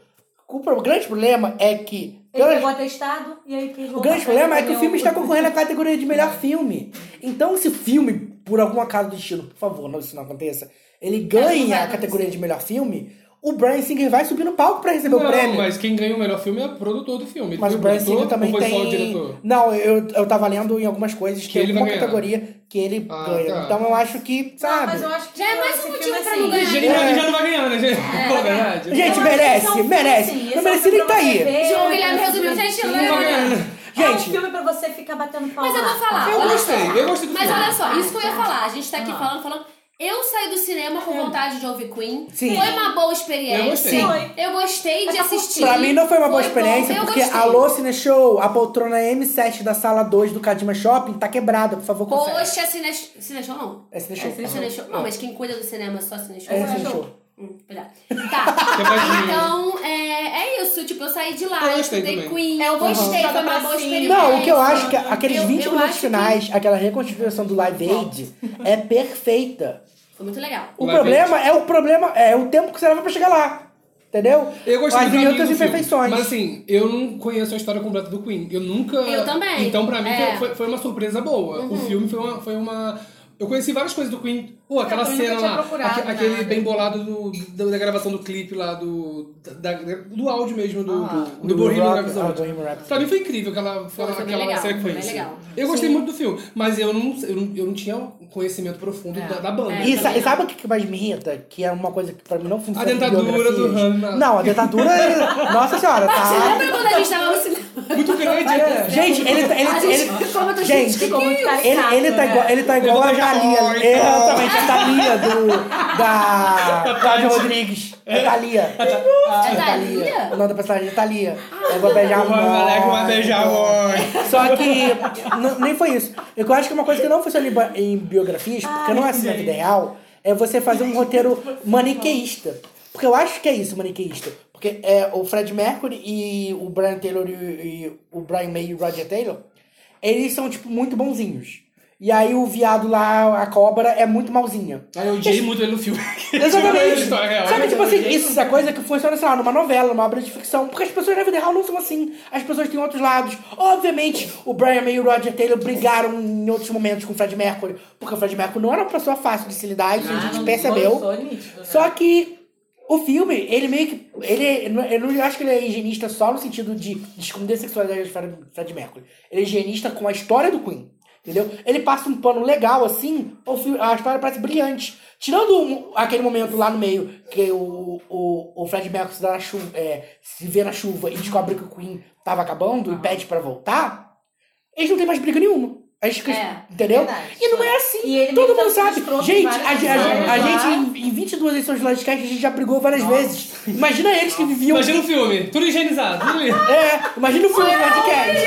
O pro- grande problema é que. Ele pelas- pegou atestado e aí quis o grande problema é que o um filme está concorrendo à categoria de melhor filme. Então, se o filme, por algum acaso do estilo, por favor, não, isso não aconteça, ele ganha a categoria de melhor filme, o Brian Singer vai subir no palco para receber o não, prêmio. mas quem ganha o melhor filme é o produtor do filme. Ele Mas o foi Brian produtor Singer também ou foi só o tem. diretor? Não, eu, eu tava lendo em algumas coisas que, Que ele tem uma vai ganhar. categoria que ele Ah, ganha. tá. Então eu acho que, sabe. Ah, Mas eu acho que Já é mais esse um filme, motivo pra assim, não ganhar. Gente, É. já não vai ganhar, né, gente? É, Pô, verdade. Gente, Eu merece, acho que esse é um merece. filme, assim, não esse é um merece nem filme tá pra aí. você ver, João Guilherme é um resumiu, filme gente, pra não vai você- É um Gente, filme pra você ficar batendo palma. Mas eu vou falar. Eu olha gostei, só. eu gostei do Mas filme. olha só, isso que eu ia falar. A gente tá aqui falando, falando. Eu saí do cinema com vontade de ouvir Queen. É. Sim. Foi uma boa experiência. Eu gostei. Sim. Eu gostei de assistir. pra mim não foi uma boa bom, experiência, eu porque gostei. a Lô Cine Show, a poltrona M7 da sala 2 do Cadima Shopping, tá quebrada, por favor, confere. Poxa, Cine... Cine Show não? É Cine Show. É Cine Show. Não, mas quem cuida do cinema é só Cine Show. É Cine Show. Hum, obrigada. Tá. então, é, é isso. Tipo, eu saí de lá, um. Eu eu gostei estudei também. Queen. Eu gostei, Foi uma pra boa cima. experiência. Não, o que eu acho que aqueles Eu- 20 eu minutos acho que finais, aquela reconstituição do Live Aid, é perfeita. Foi muito legal. O Live problema é o problema, é o tempo que você leva pra chegar lá. Entendeu? Eu gostei Mas do tem caminho outras do filme. imperfeições. Mas assim, eu não conheço a história completa do Queen. Eu nunca. Eu também. Então, pra mim, É. Uhum. foi, foi uma surpresa boa. O filme foi uma, foi uma. Eu conheci várias coisas do Queen. É, Pô, aquela eu nunca cena tinha lá. procurado aque- Aquele nada. bem bolado do, do- da gravação do clipe lá, do. Da, da- do áudio mesmo, do, do, do Do Bohemian rock, Rhapsody. ah, do Bohemian Rhapsody. Pra mim foi incrível aquela, Ah. Foi, foi bem aquela legal, foi bem sequência. legal. Eu gostei muito do filme, mas eu não, eu não, eu não tinha um conhecimento profundo É. da, da banda. E, sa- também e sabe o que que mais me irrita? Que é uma coisa que pra mim não funciona. A em dentadura biografias. do Rami Malek. Não, a dentadura. é- Nossa senhora, Você tá. lembra quando a gente tava no cinema? Muito grande, né? Gente, ele tá. A Ele, gente ele, ficou muito gente, ficou muito ele, ele tá igual, ele tá igual a Jalia. Ai, Exatamente, cara. a Thalia do. Da. Cláudia Rodrigues. É Thalia. Ah, É Thalia? O nome da personagem é Thalia. Eu vou beijar O Rami Malek né, vai beijar o. Só que n- nem foi isso. Eu acho que uma coisa que não funciona em ba- em biografias, porque não é assim na vida real, é você fazer um roteiro maniqueísta. Porque eu acho que é isso, maniqueísta. Porque é, o Fred Mercury e o Brian Taylor e, e o Brian May e o Roger Taylor, eles são, tipo, muito bonzinhos. E aí o viado lá, a cobra, é muito malzinha. Aí eu odiei muito ele no filme. Tipo, Exatamente. é História real. Só que, tipo assim, isso é coisa que funciona, sei lá, numa novela, numa obra de ficção. Porque as pessoas na vida real não são assim. As pessoas têm outros lados. Obviamente, o Brian May e o Roger Taylor brigaram em outros momentos com o Fred Mercury. Porque o Fred Mercury não era uma pessoa fácil de se lidar, isso a gente percebeu. Só que o filme, ele meio que. Ele, eu não acho que ele é higienista só no sentido de esconder a sexualidade de Fred Fred Mercury. Ele é higienista com a história do Queen. Entendeu? Ele passa um pano legal, assim, o fi- a história parece brilhante. Tirando um- aquele momento lá no meio que o, o, o Fred Mercury se, dá na chuva, é, se vê na chuva e descobre que o Queen tava acabando e pede pra voltar, eles não têm mais briga nenhuma. As, É, entendeu? e não é assim. Todo mundo tá sabe. Gente, a, várias a- a- a vezes, né? gente, em, em 22 edições do Livecast, a gente já brigou várias vezes. Imagina eles que viviam. Imagina o filme, tudo higienizado, tudo lindo. É, imagina o filme do Livecast.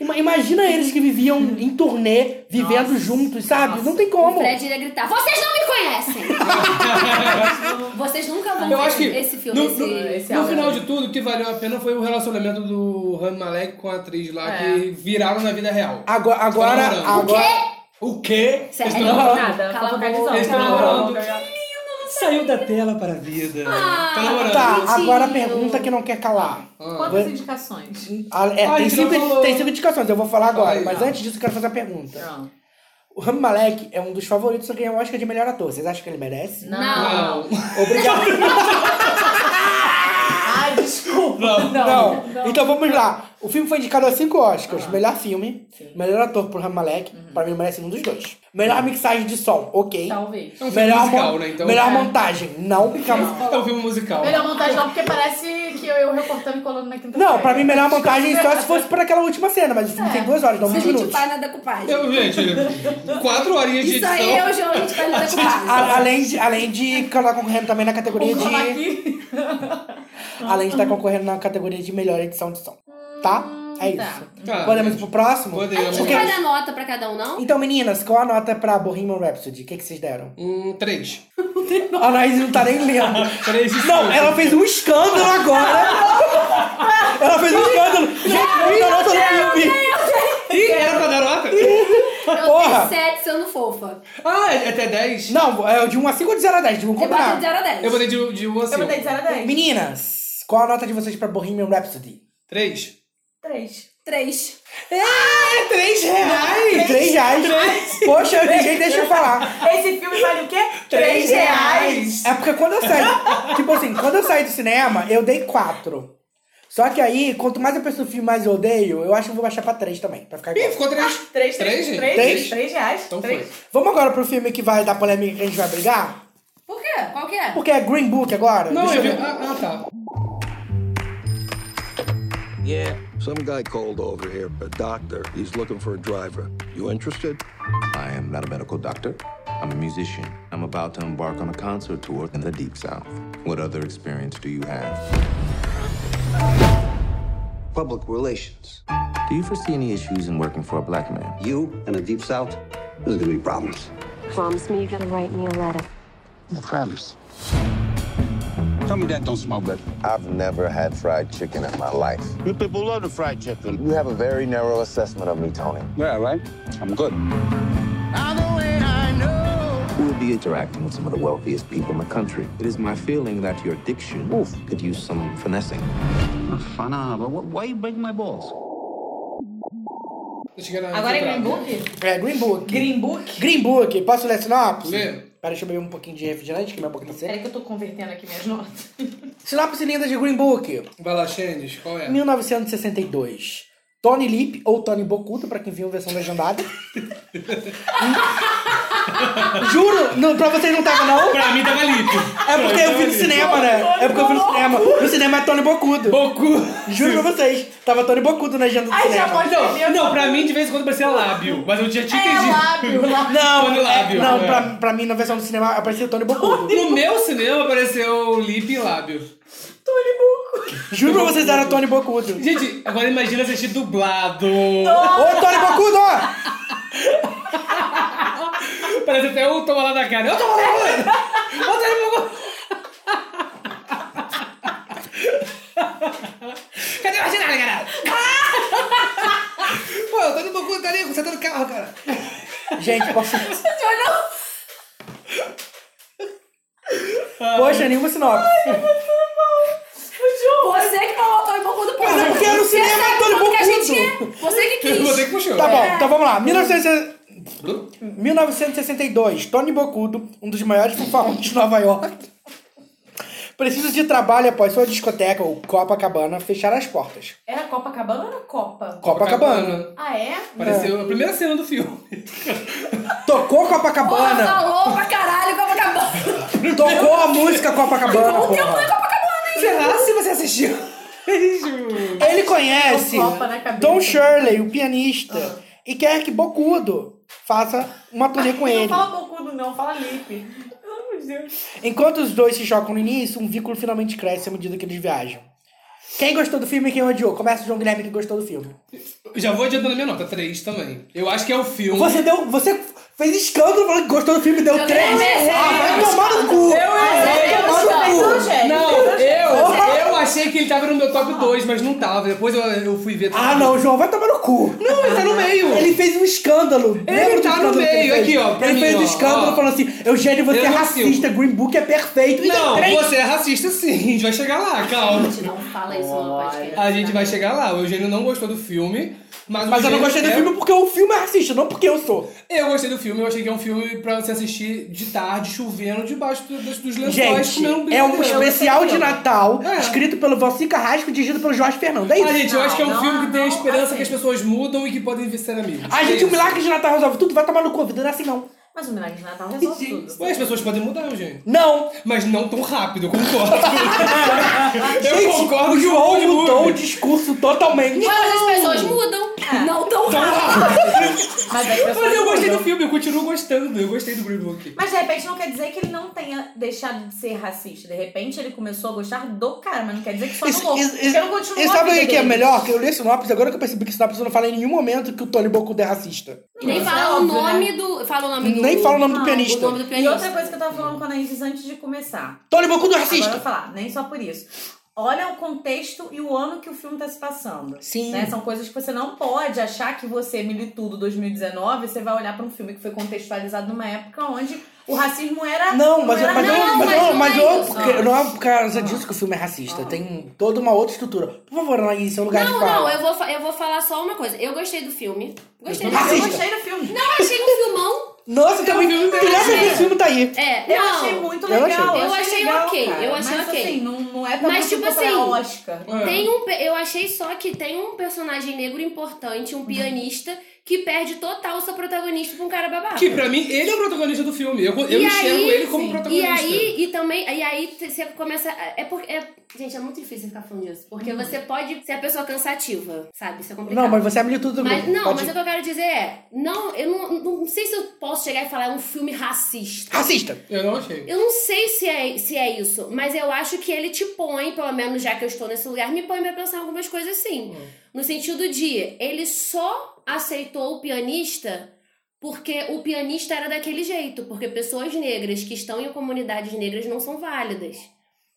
Ima- Imagina eles que viviam em turnê, vivendo juntos, sabe? Não tem como. O Fred iria gritar: Vocês não me conhecem! Vocês nunca vão Eu ver acho que esse filme, no, esse, no- esse no áudio. final de tudo, o que valeu a pena foi o relacionamento do Rami Malek com a atriz lá, É. que viraram na vida real. Agora, agora, agora- O quê? Sério? Eles estão namorando. Nada, cala a boca. Eles estão Cala a namorando. boca. Saiu da tela para a vida. Estão namorando. tá, agora a pergunta que não quer calar. Quantas indicações? Ah, é, Ah, tem, a Ah. gente não cinco, falou. tem cinco indicações, eu vou falar agora. Ai, mas não. antes disso, eu quero fazer a pergunta. O Rami Malek é um dos favoritos a ganhar o Oscar é de melhor ator. Vocês acham que ele merece? Não. Obrigado. Ai, desculpa. Não. Então vamos lá. O filme foi indicado a cinco Oscars. Melhor filme, melhor ator pro Rami Malek. Pra mim merece um dos dois. Melhor mixagem de som, ok. Talvez. É um filme melhor musical, mon- né, então? melhor É. montagem, não. É um filme musical. Melhor montagem não, porque parece que eu, eu reportando e colando na quinta Não, série. pra mim melhor montagem só se fosse por aquela última cena. Mas o filme tem duas horas, então Se a 20 gente minutos. vai na decupagem. Eu, gente, quatro horinhas de Isso aí edição. é o jogo, a gente vai na decupagem. A- além, de, além de estar concorrendo também na categoria Com chroma de. além de estar concorrendo na categoria de melhor edição de som. Tá? É isso. Tá. Podemos ir pro próximo? A gente não Porque- vai dar nota pra cada um, não? Então, meninas, qual a nota pra Bohemian Rhapsody? O que, que vocês deram? Um 3. A Anaís não tá nem lendo. Três de Não, cinco. ela fez um escândalo agora. ela fez um escândalo. Gente, muita nota no filme. Ih, era pra dar nota? Eu Porra. tenho 7 sendo fofa. Ah, é até 10? Não, é de 1 a 5 ou de 0 a 10? Vamos Eu botei combinar. de 0 a 10. Eu botei de, de 1 a 5. botei de 0 a 10. Meninas, qual a nota de vocês pra Bohemian Rhapsody? 3. Três. 3. Ah, 3 reais! Três. 3 reais! Três. Poxa, eu ninguém deixa eu falar. Esse filme vale o quê? Três É porque quando eu saí. tipo assim, quando eu saí do cinema, eu dei 4. Só que aí, quanto mais eu penso no filme, mais eu odeio, eu acho que eu vou baixar pra 3 também. Pra ficar igual. Ih, ficou 3. Ah, Três, Três, três, gente? três, Três? três, três reais. Então três. foi. Vamos agora pro filme que vai dar polêmica que a gente vai brigar? Por quê? Qual que é? Porque é Green Book agora? Não, Deixa eu vi. eu ver. Ah, ah, tá. Yeah. Some guy called over here, a doctor. He's looking for a driver. You interested? I am not a medical doctor. I'm a musician. I'm about to embark on a concert tour in the Deep South. What other experience do you have? Public relations. Do you foresee any issues in working for a black man? You and the Deep South, there's gonna be problems. Promise me you're gonna write me a letter. No problems. Tell me that don't smell good. I've never had fried chicken in my life. You people love the fried chicken. You have a very narrow assessment of me, Tony. Yeah, right? I'm good. We'll be interacting with some of the wealthiest people in the country. It is my feeling that your diction could use some finessing. Why you break my balls? Agora é Green Então Book? É, Green Book. Green Book? Green Book. Posso ler a sinopse? Lê. Pera, deixa eu beber um pouquinho de refrigerante, que minha boca tá seca. Peraí que eu tô convertendo aqui minhas notas. Sinopse linda de Green Book. Vai lá, Xendes, qual é? 1962. Tony Lip ou Tony Bocuto, pra quem viu a versão legendada. Juro, não, pra vocês não tava, não? Pra mim tava Lip. É porque eu vi no cinema, né? É porque eu vi no cinema. No cinema é Tony Bocudo. Bocudo. Juro pra vocês. Tava Tony Bocudo na agenda do Ai, já cinema. pode É Não, não, pra mim de vez em quando parecia lábio, mas eu já tinha entendido. Não, Tony lábio. não é. pra, pra mim na versão do cinema aparecia o Tony Bocudo. No meu cinema apareceu Lip e lábio. Juro pra vocês, era Tony Bocudo. Gente, agora imagina assistir dublado. Ô, Tony Bocudo! Parece até o Toma lá da cara. Eu toma lá da cara! Ô, Tony Bocudo! Cadê o Marginal, cara? Pô, eu tô no Bocudo, cadê? Você tá no carro, cara. Gente, posso... Poxa, nenhuma sinopse. é Você tá que falou Tony Bocudo por Mas é porque era o cinema do Tony Que a Bocudo. gente... Você que quis. Você que puxou. Tá bom, É. então vamos lá. 1960 1962, Tony Bocudo, um dos maiores fanfarrões de Nova York, Precisa de trabalho após sua discoteca ou Copacabana fechar as portas. Era Copacabana ou era Copa? Tá Copacabana. Ah, é? Pareceu a primeira cena do filme. Tocou Copacabana. Falou pra caralho, Copacabana. Tocou a música Copacabana. Bom tempo porra. é Copacabana, hein? Será se você assistiu? Ele conhece Com copa Um na cabeça. Ah. Don Shirley, o pianista, e quer que Bocudo faça uma turnê com ele. Não fala bocudo, não. Fala lipe. Pelo amor de Deus. Enquanto os dois se chocam no início, um vínculo finalmente cresce à medida que eles viajam. Quem gostou do filme e quem odiou? Começa o João Guilherme que gostou do filme. Já vou adiantando a minha nota, 3 também. Eu acho que é o filme. Você deu. Você fez escândalo falando que gostou do filme e deu três. errei. Ah, vai tomar no cu! errei. Vai tomar Eu no cu. chutei, gente. Não, Opa. eu, eu achei que ele tava no meu top 2, mas não tava. Depois eu, eu fui ver. Ah, não, João, vai tomar no cu! Não, ele tá no meio. Ele fez um escândalo. Ele Lembra do tá no escândalo que meio, ele fez? aqui, ó, pra Ele mim, fez um ó, escândalo ó. falando assim: Eugênio, você Eu é não racista, Green Book é perfeito. E deu Não, três. você é racista sim, a gente vai chegar lá, calma. Gente, não fala isso no podcast. né? A gente vai chegar lá. O Eugênio não gostou do filme, mas. o Mas eu não Eugênio gostei do é- filme porque o filme é racista, não porque eu sou. Eu gostei do filme, eu achei que é um filme pra você assistir de tarde, chovendo, debaixo do- dos, dos lençóis, Gente, comendo é um brigadeiro. especial de Natal, É. escrito pelo Valci Carrasco e dirigido pelo Jorge Fernando. É isso. Ah, gente, eu acho que é um não, filme que tem a não, esperança assim. que as pessoas mudam e que podem ser amigos. A É gente, isso. o milagre de Natal resolve tudo, vai tomar no cu, a vida não é assim não. Mas o milagre de Natal resolve tudo. Ué, as pessoas podem mudar, gente. Não! Mas não tão rápido, eu concordo. eu Gente, concordo o que João mundo mudou o muda. discurso totalmente. Mas as pessoas mudam. Não tão Tão rápido. rápido. Mas, aí as pessoas Mas um eu gostei né? mudam. do filme, eu continuo gostando. Eu gostei do Green Book. Mas de repente não quer dizer que ele não tenha deixado de ser racista. De repente ele começou a gostar do cara, mas não quer dizer que só Isso- no isso- louco. Porque não continua E a sabe vida o que é dele. melhor? Que eu li a sinopse agora que eu percebi que a sinopse não fala em nenhum momento que o Tony Bocudo é racista. E nem Mas é fala o óbvio, nome do. Fala o nome do. Ah, Nem fala o nome do Não, pianista. O nome do E pianista. outra coisa que eu tava falando com a Anaís antes de começar. Tony Bocudo é Agora eu vou racista. falar, nem só por isso. Olha o contexto e o ano que o filme tá se passando. Sim. Né? São coisas que você não pode achar que você, Militudo 2019, você vai olhar pra um filme que foi contextualizado numa época onde o racismo era. Não, mas, era mas, nada. eu, não, mas, mas eu, não mas é eu- isso. porque não é por causa disso que o filme é racista. Tem toda uma outra estrutura. Por favor, Anaís, seu lugar de Não, fala. não, eu vou, fa- eu vou falar só uma coisa. Eu gostei do filme. Gostei do Eu Racista. filme. gostei do filme. Não achei um filmão. Nossa, também. vi um Tu lembra que esse filme tá aí? É, Eu não. achei muito Eu achei. legal. Eu achei legal, ok, cara. eu achei Mas, ok. Assim, não, não é tão Mas, tipo pra assim, Oscar. Tem um, pe- eu achei só que tem um personagem negro importante, um pianista, que perde total o seu protagonista pra um cara babado. Que pra mim, ele é o protagonista do filme. Eu, eu E enxergo aí, ele como sim. protagonista. E aí, e também, e aí t- você começa. a- É porque. é- gente, é muito difícil ficar falando disso. Uhum. Porque você pode ser a pessoa cansativa, sabe? Isso é complicado. Não, mas você é a militude do Mas, grupo. não, Pode- mas o que eu quero dizer é. Não, eu não, não sei se eu posso chegar e falar é um filme racista. Racista. Eu não achei. Eu não sei se é, se é isso, mas eu acho que ele te põe, pelo menos já que eu estou nesse lugar, me põe pra pensar algumas coisas assim. No sentido de, ele só aceitou o pianista porque o pianista era daquele jeito, porque pessoas negras que estão em comunidades negras não são válidas.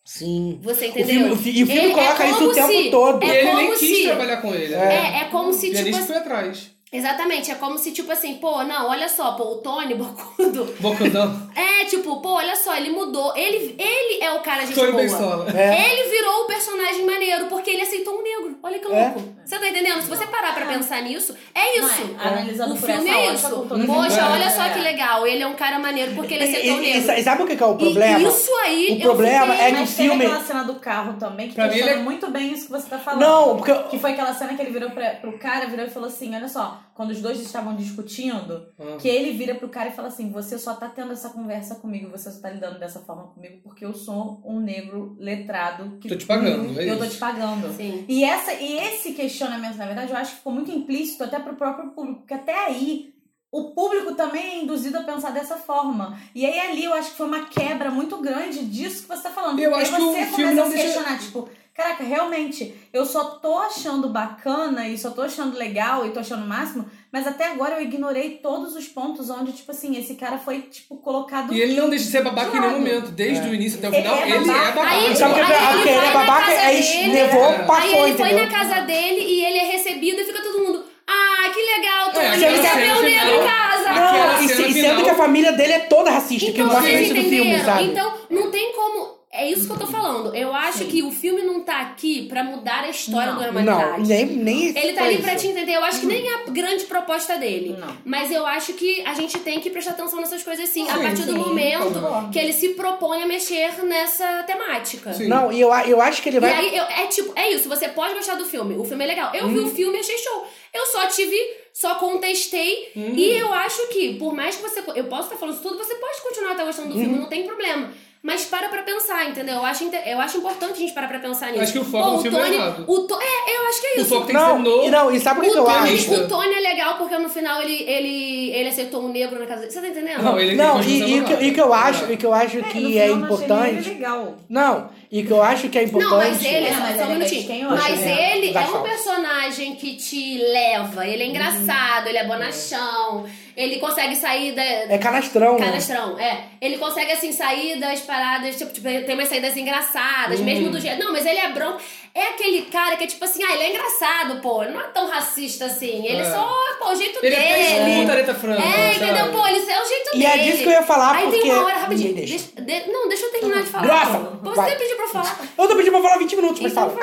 Sim. Você O filme, entendeu? o fi- e o filme Ele- é coloca isso o como tempo se- todo. E É ele nem como quis se- trabalha com ele. né? É, é como se, Ele tipo nem assim, foi atrás. Exatamente, é como se, tipo assim, pô, não, olha só, pô, o Tony Bocudo. Bocudão. É, tipo, pô, olha só, ele mudou. Ele, ele é o cara gente Tony boa. Bensola. É. Ele virou o personagem maneiro porque ele aceitou um negro. Olha que É. louco. Você tá entendendo? Se você parar pra pensar nisso, é Não é? isso. Analisando o por filme essa é ótica, isso. com todo Poxa, mundo. olha só É. que legal. Ele é um cara maneiro porque ele E, aceitou o e- e negro. sa- sabe o que que é o problema? E isso aí. O eu problema fiquei- é que o Mas teve filme. aquela cena do carro também que Pra mim, funciona ele é- muito bem isso que você tá falando. Não, porque. Que foi aquela cena que ele virou pra, pro cara, virou e falou assim: olha só, quando os dois estavam discutindo, Ah. que ele vira pro cara e fala assim: você só tá tendo essa conversa comigo, você só tá lidando dessa forma comigo, porque eu sou um negro letrado que Tô te pagando, é eu tô isso. te pagando. Sim. E, essa, e esse questionamento, na verdade, eu acho que ficou muito implícito até pro próprio público, porque até aí o público também é induzido a pensar dessa forma. E aí ali eu acho que foi uma quebra muito grande disso que você tá falando. Eu Porque acho aí que o você filme começa não a se deixa- questionar, tipo, caraca, realmente, eu só tô achando bacana e só tô achando legal e tô achando o máximo, mas até agora eu ignorei todos os pontos onde, tipo assim, esse cara foi, tipo, colocado. E ele não deixa de ser babaca em nenhum momento. Desde o início até o Ele final, é ele é babaca. babaca. Aí, tipo, Sabe o que é aí pra- porque ele ele é vai na babaca, casa é isso, dele, levou, é. passou, Aí ele foi entendeu? na casa dele e ele é recebido e fica todo mundo. Ah, que legal, Tony, É, você aquela recebeu um cena negro em final. casa. Aquela Não, e, cena se- e final- sendo que a família dele é toda racista, que Então, mostra vocês isso do filme, entenderam? sabe? Então, não tem como. É isso que eu tô falando. Eu acho que o filme não tá aqui pra mudar a história Não. da humanidade. Não, nem- nem Ele tá foi ali pra isso. te entender. Eu acho que nem é a grande proposta dele. Mas eu acho que a gente tem que prestar atenção nessas coisas sim, a Sim, partir do sim, momento concordo. que ele se propõe a mexer nessa temática. Não, e eu, a- eu acho que ele E vai. aí, eu- é tipo, é isso, você pode gostar do filme. O filme é legal. Eu vi Uhum. Hum. o filme e achei show. Eu só tive, só contestei. Uhum. E eu acho que, por mais que você. Eu posso estar falando isso tudo, você pode continuar até gostando do Uhum. filme, não tem problema. Mas para pra pensar, entendeu? Eu acho, inte- eu acho importante a gente parar pra pensar nisso. Acho que o foco Pô, no filme é Tony- errado. O to... É, eu acho que é O isso. foco tem que ser Não, no- e não, e sabe o que O que eu Tony- Tipo, acho? O Tony é legal porque no final ele, ele, ele aceitou um negro na casa dele. Você tá entendendo? Não, e, e, o que, e o que eu acho, e o que eu acho que é importante. legal. Não, e o que eu acho que é importante. Não, mas ele, É, mas ele só um é minutinho. quem hoje, Mas né? ele Vai é um falar. personagem que te leva. Uhum. Ele é engraçado, ele é bonachão, ele consegue sair da. É canastrão, né? Canastrão, é. Ele consegue, assim, sair das paradas, tipo, tipo, tem umas saídas engraçadas, Uhum. mesmo do jeito. Não, mas ele é bronco. É aquele cara que é tipo assim, ah, ele é engraçado, pô. Ele não é tão racista assim. Ele É. só, pô, o jeito Ele é dele. fresco, Aretha Franklin, É, sabe? entendeu? Pô, ele é o jeito E dele. é disso que eu ia falar, Aí porque- tem uma hora, rapidinho. Ninguém deixa. deixa- de- não, deixa eu terminar de falar. Grossa! pô. Você Vai. pediu pra eu falar. Então Eu tô pedindo pra falar 20 minutos, mas fala.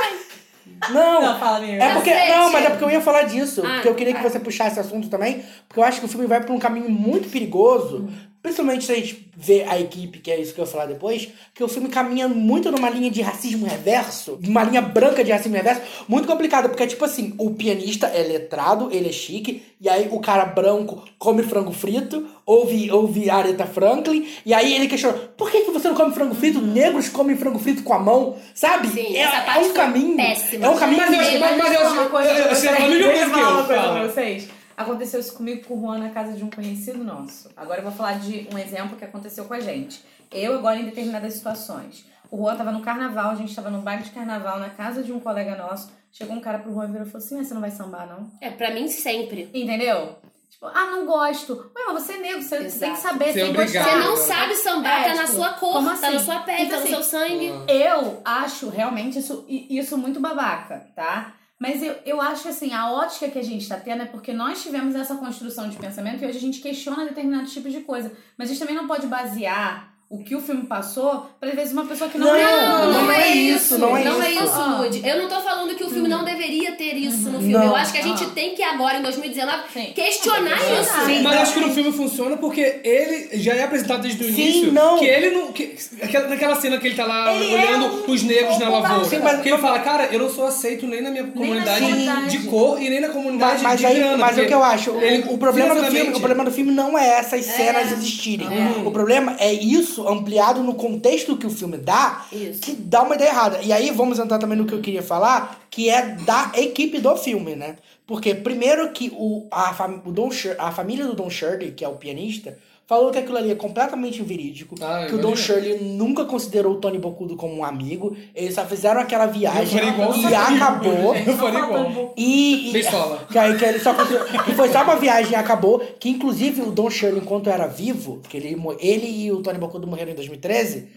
Não, Não, fala, amiga. é porque, Cacete. não, mas é porque eu ia falar disso. Ah, porque eu queria que você puxasse esse assunto também. Porque eu acho que o filme vai pra um caminho muito perigoso. Principalmente se a gente vê a equipe, que é isso que eu ia falar depois. Que o filme caminha muito numa linha de racismo reverso. Uma linha branca de racismo reverso. Muito complicada, porque é tipo assim: o pianista é letrado, ele é chique. E aí o cara branco come frango frito. Ouve, ouve Aretha Franklin. E aí ele questiona: por que, que você não come frango frito? Negros comem frango frito com a mão, sabe? é, essa é parte um caminho. péssima. É um caminho Mas eu acho- mas- mas eu acho- uma coisa eu- eu- pra eu- você. eu- eu- Melhor eu- coisa que falar eu, uma coisa fala. pra vocês. Aconteceu isso comigo com o Juan na casa de um conhecido nosso. Agora eu vou falar de um exemplo que aconteceu com a gente. Eu agora em determinadas situações. O Juan tava no carnaval, a gente tava num baile de carnaval na casa de um colega nosso. Chegou um cara pro Juan e virou e falou assim: "Mas você não vai sambar, não? É, pra mim sempre. Entendeu? Tipo, ah, não gosto. Ué, mas você é negro, você você tem que saber, Você você é tem que gostar. obrigado. Você não sabe sambar, tá na sua cor, como tá na sua pele, tá no seu sangue. Eu acho realmente isso, i- isso muito babaca, tá? Mas eu, eu acho que assim, a ótica que a gente tá tendo é porque nós tivemos essa construção de pensamento e hoje a gente questiona determinados tipos de coisa. Mas a gente também não pode basear o que o filme passou pra às vezes uma pessoa que não, Não, Ah, é. não, é isso, não é não isso. Ó, Woody. Eu não tô falando que o filme não deveria ter isso no filme. Não. Eu acho que a gente Ah. tem que agora, em 2019, questionar Sim, isso. mas acho que no filme funciona porque ele já é apresentado desde o Sim, início não. que ele não. que- aquela- naquela cena que ele tá lá Ele olhando é um- os negros um na lavoura. babaca. Sim, mas- que ele fala, cara, eu não sou aceito nem na minha comunidade comunidade. de cor e nem na comunidade Mas, mas de aí- grana. mas é o porque que eu acho, ele- o, o problema do filme, financeiramente- o problema do filme não é essas cenas existirem. O problema é isso ampliado no contexto que o filme dá, que dá uma ideia errada. E aí vamos entrar também no que eu queria falar, que é da equipe do filme, né? Porque primeiro que o, a, fam- o Don Shir- a família do Don Shirley, que é o pianista, falou que aquilo ali é completamente verídico, que o Don Ah, imagino. Shirley nunca considerou o Tony Bocudo como um amigo, eles só fizeram aquela Eu viagem faria igual. e acabou. Eu faria um igual. E, e Pistola. que, aí- que ele só conseguiu- que foi só uma viagem e acabou. Que inclusive o Don Shirley, enquanto era vivo, que ele, mo- ele e o Tony Bocudo morreram em 2013,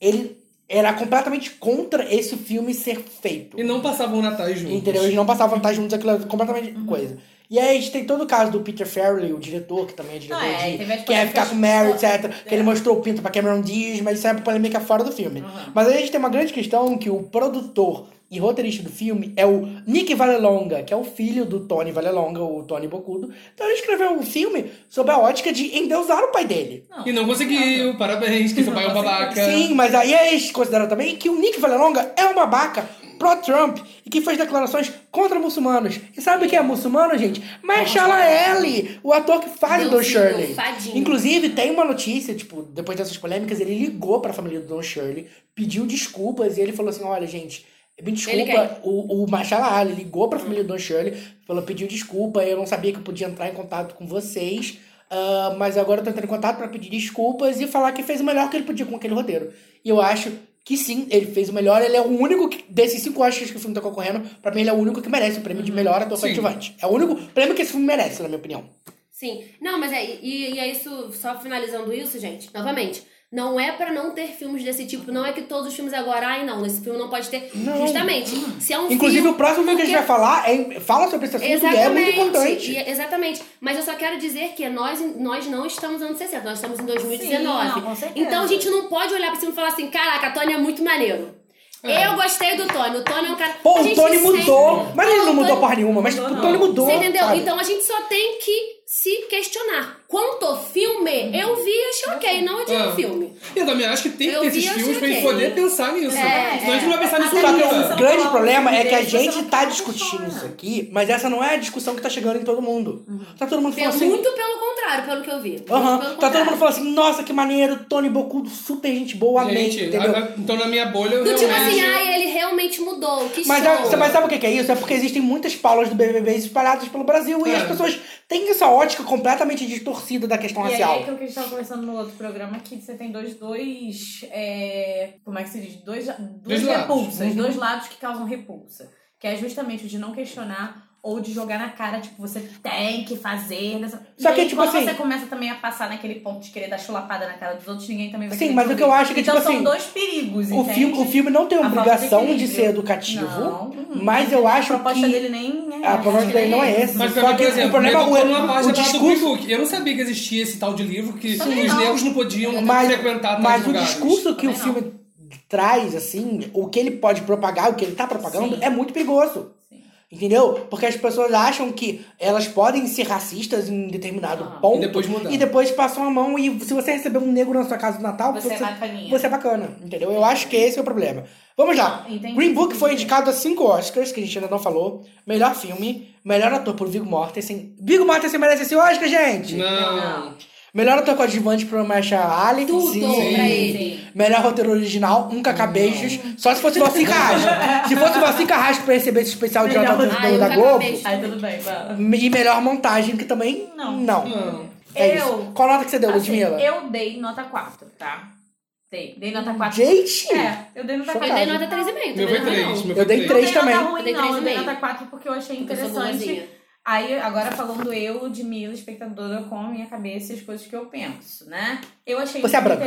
ele era completamente contra esse filme ser feito. E não passavam o Natal juntos. Entendeu? Eles não passavam vantagem juntos, aquilo era completamente Uhum. coisa. E aí a gente tem todo o caso do Peter Farrelly, o diretor, que também é diretor Ah, é, e teve de as Quer Ficar polêmicas- É. com Mary, etc. Que ele mostrou o pinto pra Cameron Diaz, mas isso é uma polêmica fora do filme. Uhum. Mas aí a gente tem uma grande questão que o produtor e roteirista do filme é o Nick Vallelonga, que é o filho do Tony Vallelonga, o Tony Bocudo. Então ele escreveu um filme sob a ótica de endeusar o pai dele. E não conseguiu, parabéns, que seu pai é um babaca. Sim, mas aí eles consideram também que o Nick Vallelonga é um babaca pró-Trump e que fez declarações contra muçulmanos. E sabe o que é muçulmano, gente? Mahershala Ali, o ator que faz o Don Deusinho, Shirley. fadinho. Inclusive, tem uma notícia, tipo, depois dessas polêmicas, ele ligou pra família do Don Shirley, pediu desculpas e ele falou assim, olha, gente... Me Ele quem? desculpa, o, o Mahershala Ali ligou pra família do Don Shirley, falou, pediu desculpa, eu não sabia que eu podia entrar em contato com vocês, ah, mas agora eu tô entrando em contato pra pedir desculpas e falar que fez o melhor que ele podia com aquele roteiro. E eu acho que sim, ele fez o melhor, ele é o único que- desses cinco Oscars que o filme tá concorrendo, pra mim ele é o único que merece o prêmio de melhor ator Uhum. Sim. coadjuvante. É o único prêmio que esse filme merece, na minha opinião. Sim. Não, mas é. E, e é isso, só finalizando isso, gente, novamente. Não é pra não ter filmes desse tipo. Não é que todos os filmes agora, ai não, esse filme não pode ter. Justamente. Se é um Inclusive, filme, o próximo filme que a gente vai porque- falar é, fala sobre esse assunto e é muito importante. e- exatamente. Mas eu só quero dizer que é nós, nós não estamos nos anos 60, nós estamos em 2019. Sim, não, com certeza. então a gente não pode olhar pra cima e falar assim: caraca, Tony é muito maneiro. É. Eu gostei do Tony. O Tony é um cara. Pô, A o gente Tony sempre- mudou. Mas ele não mudou porra nenhuma, mas o Tony mudou. Você entendeu? sabe? Então a gente só tem que se questionar. Quanto ao Uhum. filme, eu vi e achei ok, não eu digo É. filme. E eu também acho que tem que Eu ter vi, esses eu filmes pra achei gente ok. poder pensar nisso. É, Senão a gente não vai pensar nisso Sabe que nunca. o grande problema é que a gente tá discutindo isso aqui, mas essa não é a discussão que tá chegando em todo mundo. Uhum. Tá todo mundo Pelo- falando assim. Muito pelo contrário, pelo que eu vi. Muito Aham. pelo Tá todo contrário. mundo falando assim, nossa, que maneiro, Tony Bocudo, super gente boa, amei, Gente, entendeu? a- a- então na minha bolha eu Do tipo realmente... assim, ai, ele realmente mudou, que Mas, show. é- mas sabe o que que é isso? É porque existem muitas paulas do BBB espalhadas pelo Brasil e É. as pessoas têm essa ótica completamente distorcida da questão E aí Um racial. é aquilo que a gente tava conversando no outro programa, que você tem dois, dois é, como é que se diz? Dois, duas Dois lados. repulsas, Uhum. dois lados que causam repulsa. Que é justamente o de não questionar ou de jogar na cara, tipo, você tem que fazer. Nessa... Só E que, aí, tipo quando assim- você começa também a passar naquele ponto de querer dar chulapada na cara dos outros, ninguém também vai Sim, querer mas o que fazer. eu acho é que, então, tipo assim, são dois perigos, O entende? filme, o filme não tem A falta de obrigação de equilíbrio. ser educativo, Não. Hum. mas eu acho que... A proposta dele nem é A proposta essa, dele não é né? essa. Mas, Só também, que por exemplo, o problema eu é o- numa parte o da parada discurso- do Quick Book. Eu não sabia que existia esse tal de livro que Também os não. negros não podiam frequentar tais Mas o lugares. discurso que o filme traz, assim, o que ele pode propagar, o que ele tá propagando, é muito perigoso. Entendeu? Porque as pessoas acham que elas podem ser racistas em determinado Ah. ponto. E depois mudar. E depois passam a mão e se você receber um negro na sua casa do Natal, Você é bacaninha. você é bacana. Entendeu? Eu acho que esse é o problema. Vamos lá. Ah, Entendi. Green Book foi indicado a cinco Oscars, que a gente ainda não falou. Melhor filme, melhor ator por Viggo Mortensen. Viggo Mortensen merece esse Oscar, gente? Não. Melhor ator coadjuvante pro Masha Ali. Tudo pra ele. Melhor roteiro original, um cacabeixos. Só se fosse Valcica Raspa. se fosse Valcica Raspa pra receber esse especial de Melhor Natal roteiro. da, da Globo. Aí tudo bem, fala. E melhor montagem, que também não. É Eu- isso. Qual nota que você deu, Assim, Ludmilla? Hum, eu dei nota 4, tá? Dei. Dei nota 4. Gente! É, eu dei nota 4. Chocado. Eu dei nota 3,5, Meu foi três, meu foi Eu dei três. três também. Não, Eu dei eu dei nota ruim, não. Eu dei 3,5. nota 4 porque eu achei Porque eu sou boazinha. interessante. Aí, agora falando eu, de Mila, espectadora, com a minha cabeça e as coisas que eu penso, né? Eu achei Você é muito branca,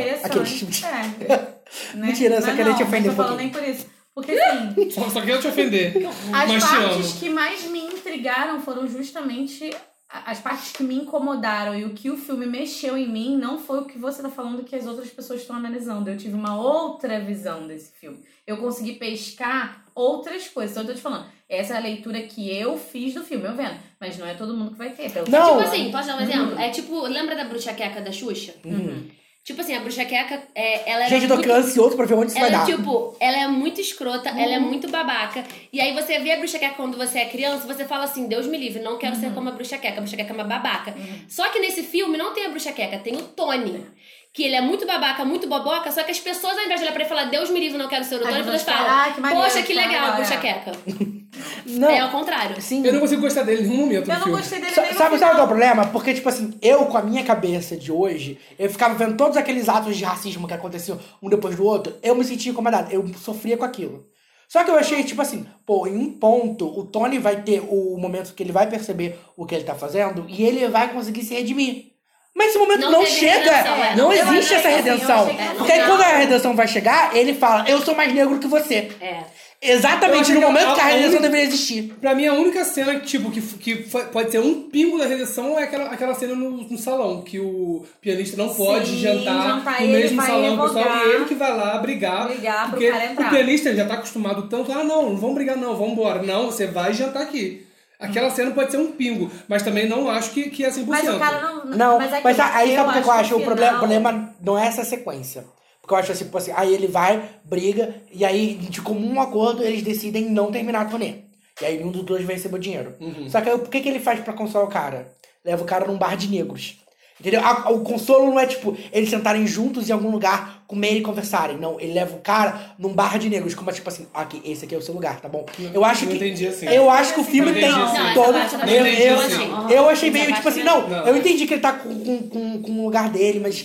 aqueles. interessante. É. né? Mentira, eu só Mas queria te não, ofender um Não tô falando pouquinho. nem por isso. Porque assim, Só, só queria te ofender. as mas te partes amo. que mais me intrigaram foram justamente a- as partes que me incomodaram e o que o filme mexeu em mim não foi o que você tá falando que as outras pessoas estão analisando. Eu tive uma outra visão desse filme. Eu consegui pescar outras coisas. Então eu tô te falando, essa é a leitura que eu fiz do filme, eu vendo. Mas não é todo mundo que vai ter. Pelo Não. Tipo assim, posso dar um exemplo? É tipo, lembra da bruxa queca da Xuxa? Uhum. Tipo assim, a bruxa queca, é, ela era Gente, eu tô muito- ficando ansioso pra ver onde isso ela vai é, dar. tipo, ela é muito escrota, ela Uhum. é muito babaca. E aí você vê a bruxa queca quando você é criança, você fala assim, Deus me livre, não quero Uhum. ser como a bruxa queca, a bruxa queca é uma babaca. Só que nesse filme não tem a bruxa queca, tem o Tony. Que ele é muito babaca, muito boboca, só que as pessoas, ao invés de olhar pra ele e falar, Deus me livre, não quero ser o Aí Tony, você todas fala, falam, "Ah, que maneiro, poxa, que tá legal, a legal, bruxa é." queca. Não. É ao contrário. Sim. Eu não consigo gostar dele em nenhum momento do filme. dele Sa- Sabe, sabe qual é o problema? Porque, tipo assim, eu com a minha cabeça de hoje, eu ficava vendo todos aqueles atos de racismo que aconteciam um depois do outro, eu me sentia incomodado, eu sofria com aquilo. Só que eu achei, tipo assim, pô, em um ponto, o Tony vai ter o momento que ele vai perceber o que ele tá fazendo e ele vai conseguir se redimir. Mas esse momento Não não, teve chega! redenção, é. Não Eu existe achei- essa assim, eu redenção. achei que não Porque aí teve. quando a redenção vai chegar, ele fala, eu sou mais negro que você. É. Eu Exatamente acho no que momento que a redenção única- deveria existir. Pra mim, a única cena tipo, que, que fa- pode ser um pingo da redenção é aquela, aquela cena no, no salão, que o pianista não pode Sim, jantar jantar, no ele mesmo vai salão revogar. pessoal e ele que vai lá brigar. Brigar pro porque cara entrar. o pianista já tá acostumado tanto, ah, não, não vamos brigar, não, vamos embora. Não, você vai jantar aqui. Aquela cena pode ser um pingo, mas também não acho que, que é 100%. Mas o cara não. Não, mas, é aquilo, aí sabe o que eu acho? O no problema, o final- problema não é essa sequência. Porque eu acho assim, tipo assim, aí ele vai, briga, e aí, de comum acordo, eles decidem não terminar a turnê. E aí um dos dois vai receber o dinheiro. Uhum. Só que aí, o que, que ele faz pra consolar o cara? Leva o cara num bar de negros. Entendeu? A- o consolo não é tipo eles sentarem juntos em algum lugar, comerem e conversarem. Não, ele leva o cara num bar de negros. Como é tipo assim, aqui, esse aqui é o seu lugar, tá bom? Eu acho não que. entendi assim. Eu acho que o filme Não tem entendi assim. todo. tipo, Não, essa parte Eu, eu também eu, não entendi assim. eu achei meio Essa tipo assim, parte não, também não. eu entendi que ele tá com, com, com, com o lugar dele, mas.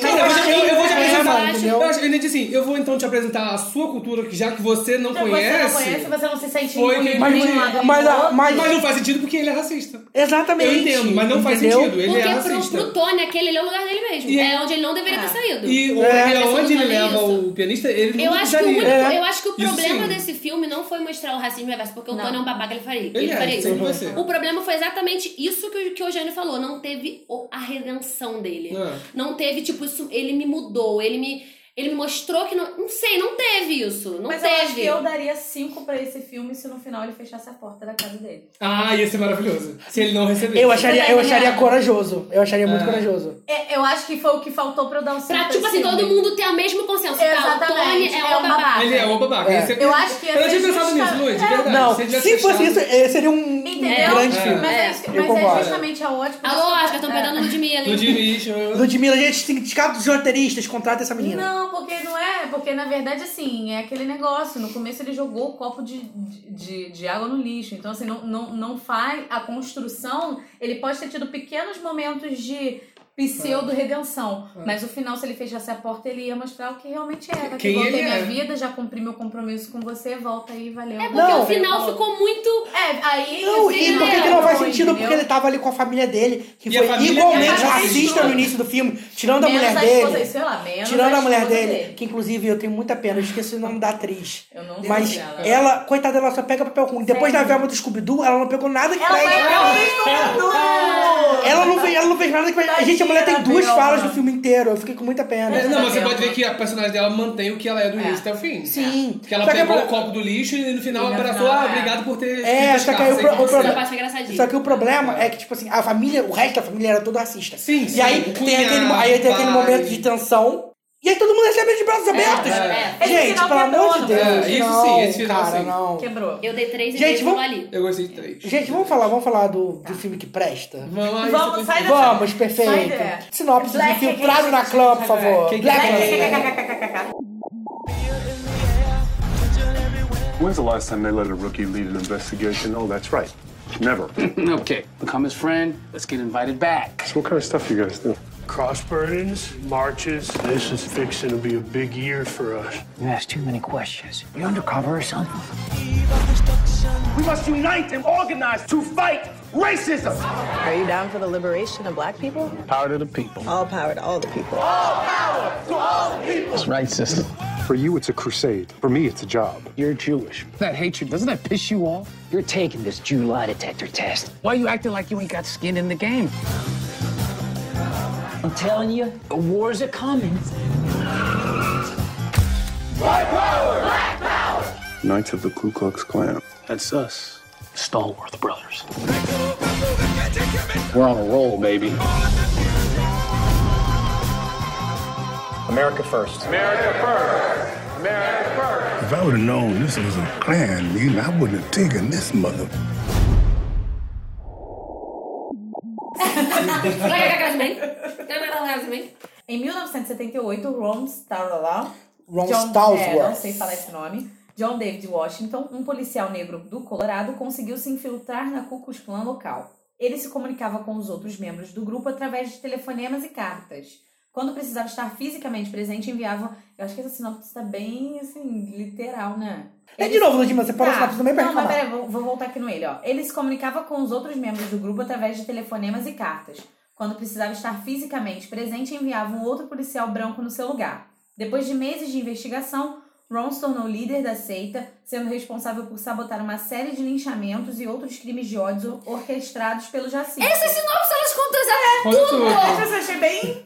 Cara, eu vou te- eu, eu vou te É, apresentar. mano, entendeu? eu acho que eu entendi assim, eu vou então te apresentar a sua cultura, que já que você não Então, conhece. Você um não conhece, você não se sente Foi incluído quem em pediu. nenhum lado. Mas nenhum a- outro. mas- Mas não faz sentido porque ele é racista. Exatamente. Eu entendo, mas não faz Entendeu? sentido. Ele Porque é pro, racista. pro Tony, aquele ali é o lugar dele mesmo. E- é onde ele não deveria ter saído. E o- É. e aonde ele Pensando leva nisso. o pianista, ele Eu não acho, que o precisaria. único- eu acho que o Isso problema sim. desse filme não foi mostrar o racismo reverso, porque o Tony é um babaca, ele faria, ele Ele é, faria isso. sempre vai ser. O problema foi exatamente isso que, o- que o Eugênio falou: não teve o- a redenção dele. É. Não teve, tipo, isso, ele me mudou, ele me. Ele me mostrou que não. Não sei, não teve isso. Não Mas eu teve. acho que eu daria cinco pra esse filme se no final ele fechasse a porta da casa dele. Ah, ia ser maravilhoso. Se ele não receber. Eu acharia, eu acharia corajoso. Eu acharia muito É. corajoso. É, eu acho que foi o que faltou pra eu dar um cinco Pra, pra tipo esse assim, todo filme. mundo ter o mesmo consenso. Tá, o Tony Exatamente, é, é o um babaca. babaca. Ele é o babaca. É. Esse- Eu acho que ia Eu não ser tinha pensado justa- nisso, Luiz, de É. verdade. Não, Se ele tivesse se fosse isso, fechado- eh, seria um Entendeu? grande filme. Mas é, isso que- Eu mas é concordo. justamente a ótima. Alô, Oscar, estão pegando Ludmilla, hein? Ludmilla, gente, sindicato dos roteiristas, contrata essa menina. Não, porque não é. Porque na verdade, assim, é aquele negócio. No começo ele jogou o copo de, de, de água no lixo. Então, assim, não, não, não faz. A construção, ele pode ter tido pequenos momentos de pseudo-redenção. É. Mas no final, se ele fechasse a porta, ele ia mostrar o que realmente era. Quem que voltei ele é." minha era. vida, já cumpri meu compromisso com você, volta aí, valeu. É porque o final ficou muito. É, aí. Não, assim, e porque é, que não faz foi, sentido, entendeu? porque ele tava ali com a família dele, que E a foi família igualmente dele é racista racista. no início do filme, tirando a Menos mulher a esposa, dele. sei lá, menos tirando a a mulher esposa dele, dele. que inclusive eu tenho muita pena, eu esqueci o nome da atriz. Eu não Mas sei dela. ela, coitada, ela só pega papel ruim. Depois da Sério? verba do Scooby-Doo, ela não pegou nada que Ela preste. foi pra um mundo! Ela não fez, ela não fez nada que preste. Gente, a mulher tem Tadinha, duas Bel, falas mano. do filme inteiro. Eu fiquei com muita pena. É, não, mas você pode ver que a personagem dela mantém o que ela é do início até o fim. É. Sim. Que ela Só que pegou eu- o copo do lixo e no E final no abraçou. final, ah, é. obrigado por ter. É, escrito só as que aí o, cartas, pro- sei o que você- problema. parte engraçadinha. Só que o problema é. que, tipo assim, a família, o resto da família era todo racista. Sim, E sim. aí, O tem, aquele, cunhado, aí tem aquele pai. momento de tensão. E aí todo mundo recebe de braços abertos. é. Gente, Esse final pelo amor de quebrou, Deus. É, isso não, sim, esse final cara, sim. Não. Quebrou. Eu dei três e Gente, três vamos- ali. Eu gostei de três. Gente, vamos falar, vamos falar do, do filme que presta? Vamos, é aí, Vamos, você sai tem- dessa- Vamos, Sai perfeito. daí. Sinopse do é. Black infiltrado na clã, por favor. Quem que Black é? When's the last time they let a rookie lead an investigation? Oh, that's right. Never. okay, become his friend. Let's get invited back. So what kind of stuff you guys do? Cross burdens, marches. This is fixing to be a big year for us. You asked too many questions. You undercover or something? We must unite and organize to fight racism. Are you down for the liberation of black people? Power to the people. All power to all the people. All power to all people. That's right, sister. For you, it's a crusade. For me, it's a job. You're Jewish. That hatred, doesn't that piss you off? You're taking this Jew lie detector test. Why are you acting like you ain't got skin É in the game? I'm telling you, the wars are coming. Knights of the Ku Klux Klan. That's us, Stallworth Brothers. We're on a roll, baby. America first. America first. America first. If I would have known this was a clan meeting, I wouldn't have taken this mother. Vai cagar casa também? Vai cagar casa também? Em 1978, Ron Starla, Ron John, Stallworth. é, não sei falar esse nome, John David Washington, um policial negro do Colorado, conseguiu se infiltrar na Ku Klux Klan local. Ele se comunicava com os outros membros do grupo através de telefonemas e cartas. Quando precisava estar fisicamente presente, enviava. Eu acho que essa sinopse tá bem, assim, literal, né? É de novo, Ludmilla, você parou Tá. a sinopse também pra Não, mas reclamar. peraí, vou, vou voltar aqui no ele, ó. Ele se comunicava com os outros membros do grupo através de telefonemas e cartas. Quando precisava estar fisicamente presente, enviava um outro policial branco no seu lugar. Depois de meses de investigação, Ron se tornou líder da seita, sendo responsável por sabotar uma série de linchamentos e outros crimes de ódio orquestrados pelo Jacinto. Essas sinopses, elas contam exatamente Conta tudo! tudo. Mas eu achei bem...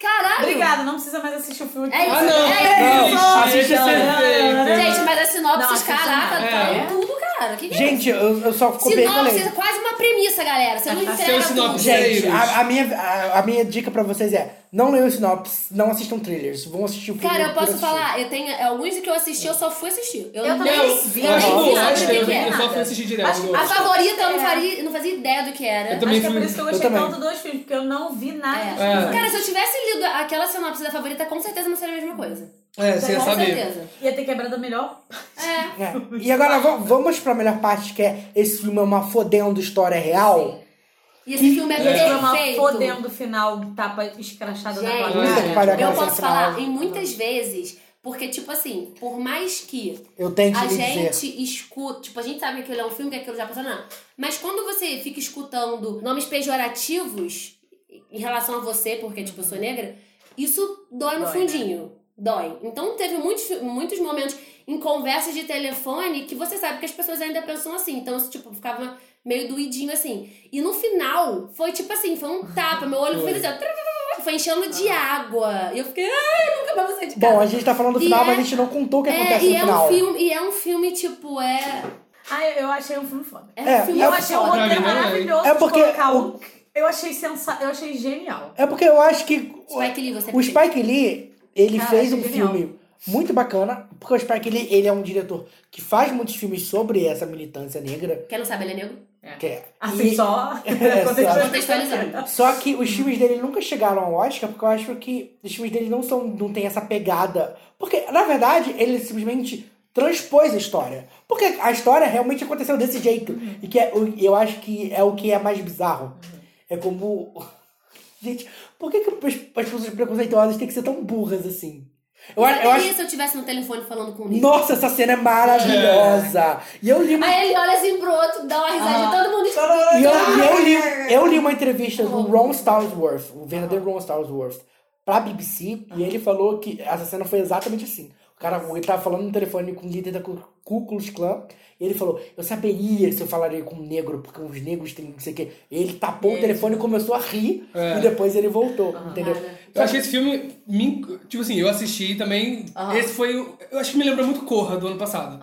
Caralho! Obrigada, não precisa mais assistir o filme. É isso, Ah, não. é isso. Não, assiste a série. Gente, mas as Não, sinopses, assiste caraca, nada. tá É. tudo, cara. Que que é Gente, isso? eu, eu só copiei e Sinopse colei. é quase uma premissa, galera. Você não entrega tudo. Gente, a, a minha, a, a minha dica pra vocês é: não leiam sinopse, não assistam thrillers. Vão assistir o filme. Cara, eu por posso assistir. falar, eu tenho é, alguns que eu assisti, eu só fui assistir. Eu, Eu não também nem vi, eu eu nem acho que eu vi sobre o acho que que, que eu é. vi, eu só fui assistir direto, Acho- eu a acho. favorita eu não É. faria, não fazia ideia do que era. Eu também Acho que é por fui- isso que eu eu gostei também. tanto dos filmes, porque eu não vi nada. É. disso. Cara, se eu tivesse lido aquela sinopse da favorita, com certeza não seria a mesma coisa. É, você ia com saber. certeza. É. Ia ter quebrado a melhor. É. E agora va- vamos pra melhor parte que é esse filme é uma fodendo história real. E esse filme é perfeito. fodendo final, tapa escrachada na Gente, placa. eu posso falar em muitas vezes, porque, tipo assim, por mais que Eu tenho que a lhe gente dizer. escuta. Tipo, a gente sabe que aquilo é um filme, que aquilo já passou, não. Mas quando você fica escutando nomes pejorativos em relação a você, porque, tipo, eu Uhum. sou negra, isso dói no né? Dói, fundinho. Dói. Então teve muitos, muitos momentos em conversas de telefone que você sabe que as pessoas ainda pensam assim. Então, isso, tipo, ficava meio doidinho assim. E no final, foi tipo assim, foi um tapa. Meu olho Foi. foi, Ah. fez assim, ó, trrr, foi enchendo de água. E eu fiquei, ai, nunca mais vou sair de casa. Bom, a gente tá falando do E final, é- mas a gente não contou o que é, acontece e no é final. Um filme, e é um filme, tipo, é. Ah, eu achei um filme foda. É, um filme eu achei um foda. roteiro Pra mim, é. maravilhoso. É porque de colocar o- Eu achei sensa... eu achei genial. É porque eu acho que Spike Lee, é você o Spike Lee, ele Cara, fez achei um genial. filme muito bacana, porque o Spike Lee, ele é um diretor que faz muitos filmes sobre essa militância negra. Quem não sabe, ele é negro? É. Que é, Assim, só- só- Contextualizando. Só que os filmes dele nunca chegaram ao Oscar, porque eu acho que os filmes dele não são, não tem essa pegada. Porque, na verdade, ele simplesmente transpôs a história. Porque a história realmente aconteceu desse jeito. E que é, o- eu acho que é o que é mais bizarro. É como. Gente, por que, que as, as pessoas preconceituosas têm que ser tão burras assim? Eu, a- eu saberia acho. se eu tivesse no telefone falando com o Nico. Nossa, essa cena é maravilhosa! E eu li uma Aí ele olha assim pro outro, dá uma risada Ah. e todo mundo E eu, e eu li, eu li uma entrevista do Ron Starsworth, o verdadeiro Ron Starsworth, pra BBC, e ele falou que essa cena foi exatamente assim. O cara, ele tava falando no telefone com o líder da Ku Ku Klux Klan, e ele falou, eu saberia se eu falaria com um negro, porque os negros têm não sei o quê. Ele tapou o telefone e começou a rir, É. e depois ele voltou, entendeu? Eu achei esse filme. me- Tipo assim, eu assisti também. Esse foi. o- Eu acho que me lembra muito Corra do ano passado.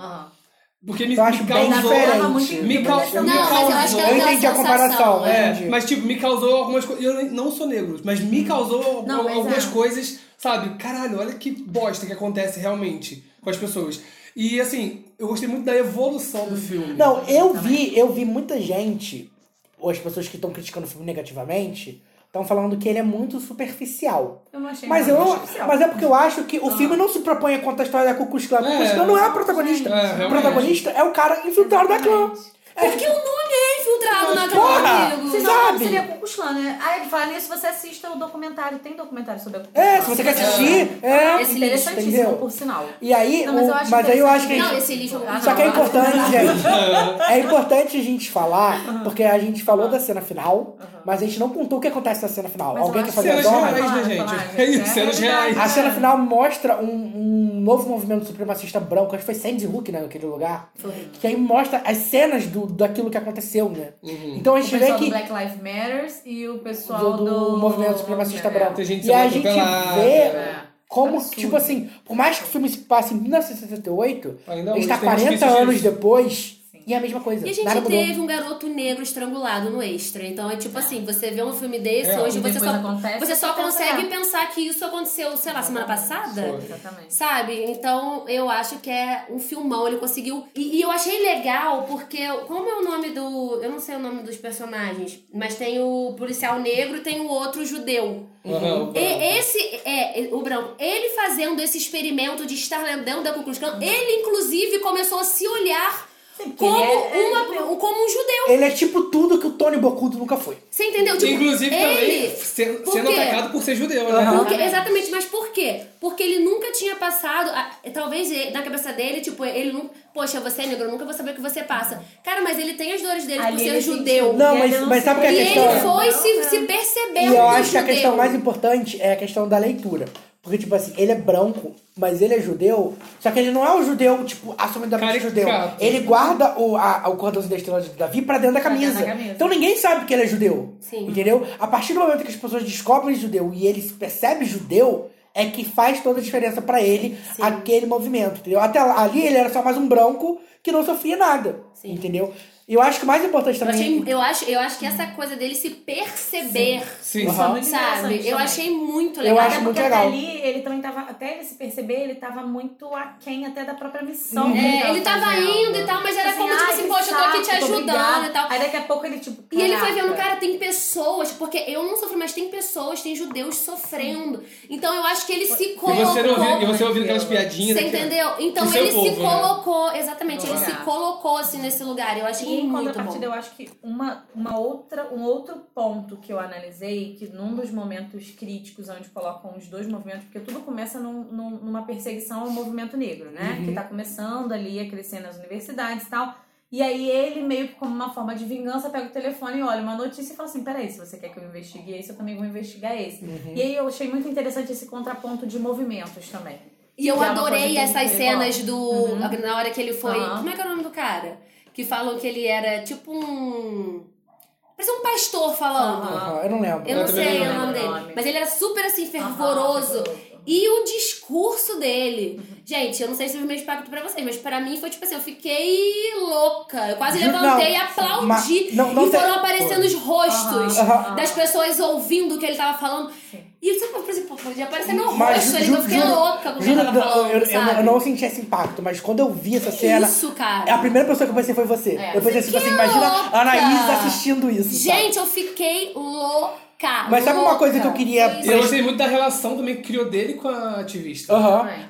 Porque me, Eu acho me bem causou. diferente. Me, cau- Não, me mas eu causou. acho que ela um- Eu é deu a entendi a sensação, comparação, eu É, entendi. mas tipo, me causou algumas coisas. Eu nem- não sou negro, mas me causou al- Não, mas algumas é. coisas, sabe? Caralho, olha que bosta que acontece realmente com as pessoas. E assim, eu gostei muito da evolução do filme. Não, eu vi, eu vi muita gente, ou as pessoas que estão criticando o filme negativamente, estão falando que ele é muito superficial. Eu não achei Mas, nada eu, especial. mas é porque eu acho que o filme não se propõe a contar a história da Ku Klux Klan. A Ku Klux Ah. É. Klan não é a protagonista. É, o protagonista é o cara infiltrado da clã. É, Porque o nome é infiltrado na Porra! clã, amigo. Vocês Não, Sabe? seria Cucus Clan, né? Aí ele fala nisso, você assista o documentário. Tem documentário sobre a Cucus É, se você quer assistir, é. Esse Interessantíssimo, interessantíssimo, entendeu? por sinal. E aí, Não, mas o- eu acho mas aí eu acho que. a Não, gente- esse lixo. Ah, Só que é não. importante, gente. É importante a gente falar, porque a gente falou da cena final, mas a gente não contou o que acontece na cena final. Mas é. eu Alguém quer acho fazer a cenas dona? reais, né, gente? É isso, cenas reais. A cena final mostra um, um novo movimento supremacista branco, acho que foi Sandy Hook, né, naquele lugar. Que aí mostra as cenas do, daquilo que aconteceu, né? Uhum. Então a gente o vê pessoal que. do Black Lives Matters e o pessoal do, do... do movimento supremacista branco. Tem gente e a sendo gente atropelada, vê é. como, tipo assim, por mais que o filme se passe em 1968, ele Ainda hoje está tem 40 resquícios tá anos disso. depois e é a mesma coisa. E a gente Nada mudou. teve um garoto negro estrangulado no extra. Então é tipo assim, você vê um filme desse É, hoje, e você depois só, acontece, você só você pensa, consegue "Ah". pensar que isso aconteceu, sei lá, semana passada. Exatamente. Sabe? Então eu acho que é um filmão, ele conseguiu. E, e eu achei legal, porque como é o nome do. Eu não sei o nome dos personagens, mas tem o policial negro e tem o outro judeu. Uhum, o branco. E- esse é e- o branco. Ele fazendo esse experimento de estar lembrando da Ku Klux Klan, ele inclusive começou a se olhar como, ele é- uma, como um judeu. Ele é tipo tudo que o Tony Bocudo nunca foi. Você entendeu? Tipo, Inclusive ele... também se- Por sendo quê? atacado por ser judeu, né? Porque- exatamente, mas por quê? Porque ele nunca tinha passado. a- talvez ele- na cabeça dele, tipo, ele não. Poxa, você é negro, eu nunca vou saber o que você passa. Cara, mas ele tem as dores dele Ali por ser ele é judeu. sentiu. Não, mas- Ele não mas sabe o que é a E questão? ele foi se, se percebendo. E eu acho que a judeu. questão mais importante é a questão da leitura. Porque, tipo assim, ele é branco, mas ele é judeu. Só que ele não é um judeu, tipo, assumidamente judeu. Ele guarda o, a- o cordãozinho da estrela de Davi pra dentro da camisa. dentro da camisa. Então ninguém sabe que ele é judeu. Sim. Entendeu? A partir do momento que as pessoas descobrem judeu e ele se percebe judeu, é que faz toda a diferença pra ele aquele movimento, entendeu? Até lá- ali ele era só mais um branco que não sofria nada. Entendeu? E eu acho que o mais importante Eu, também. achei- eu acho, eu acho que essa coisa dele se perceber, Sim. Isso é muito sabe? interessante Eu também. achei muito Eu legal. acho Até muito porque legal. Até ali, ele também tava... Até ele se perceber, ele tava muito aquém até da própria missão. Uhum. que É, ele tava fazendo. indo e tal, mas era como, tipo "Ai, assim, que poxa, eu tô aqui te saco, tô ajudando obrigado." e tal. Aí daqui a pouco ele, tipo, E ele foi vendo, "Caraca." cara, tem pessoas, porque eu não sofro, mas tem pessoas, tem judeus sofrendo. Então eu acho que ele se E colocou. você, não ouviu, e você ouvindo aquelas piadinhas. Você daquela- entendeu? Então é do seu ele se povo, né? colocou, exatamente, ele se colocou assim nesse lugar. Eu achei E em muito bom. contrapartida, eu acho que uma, uma outra, um outro ponto que eu analisei, que num dos momentos críticos onde colocam os dois movimentos, porque tudo começa num- num- numa perseguição ao movimento negro, né? Uhum. Que tá começando ali a crescer nas universidades e tal. E aí ele, meio que como uma forma de vingança, pega o telefone e olha uma notícia e fala assim: peraí, se você quer que eu investigue esse, eu também vou investigar esse. Uhum. E aí eu achei muito interessante esse contraponto de movimentos também. E eu Que é uma coisa adorei que essas ele cenas gosta. do. Uhum. Na hora que ele foi. Aham. Como é que é o nome do cara? Que falam que ele era tipo um. Parecia um pastor falando. Aham, eu não lembro. Eu Eu não também sei não o nome lembro o dele. Mas ele era super assim, fervoroso. E o discurso dele. Uhum. Gente, eu não sei se foi o mesmo impacto pra vocês, mas pra mim foi tipo assim, eu fiquei louca. Eu quase levantei e Não, aplaudi. mas- não, não e tem- foram aparecendo os rostos é Aham, aham. das pessoas ouvindo o que ele tava falando. E eu sempre pensei, pô, podia aparecer meu Mas ju- rosto ali, ju- então eu fiquei juro- louca com o que juro ele tava que eu- falando, eu, eu sabe? não- eu não senti esse impacto, mas quando eu vi essa cena. isso, cara? A primeira pessoa que eu pensei foi você. É. Eu pensei tipo Que assim, imagina louca! a Anaís assistindo isso. sabe? Gente, eu fiquei louca. Mas sabe uma coisa que eu queria. Eu gostei muito da relação também que criou dele com a ativista.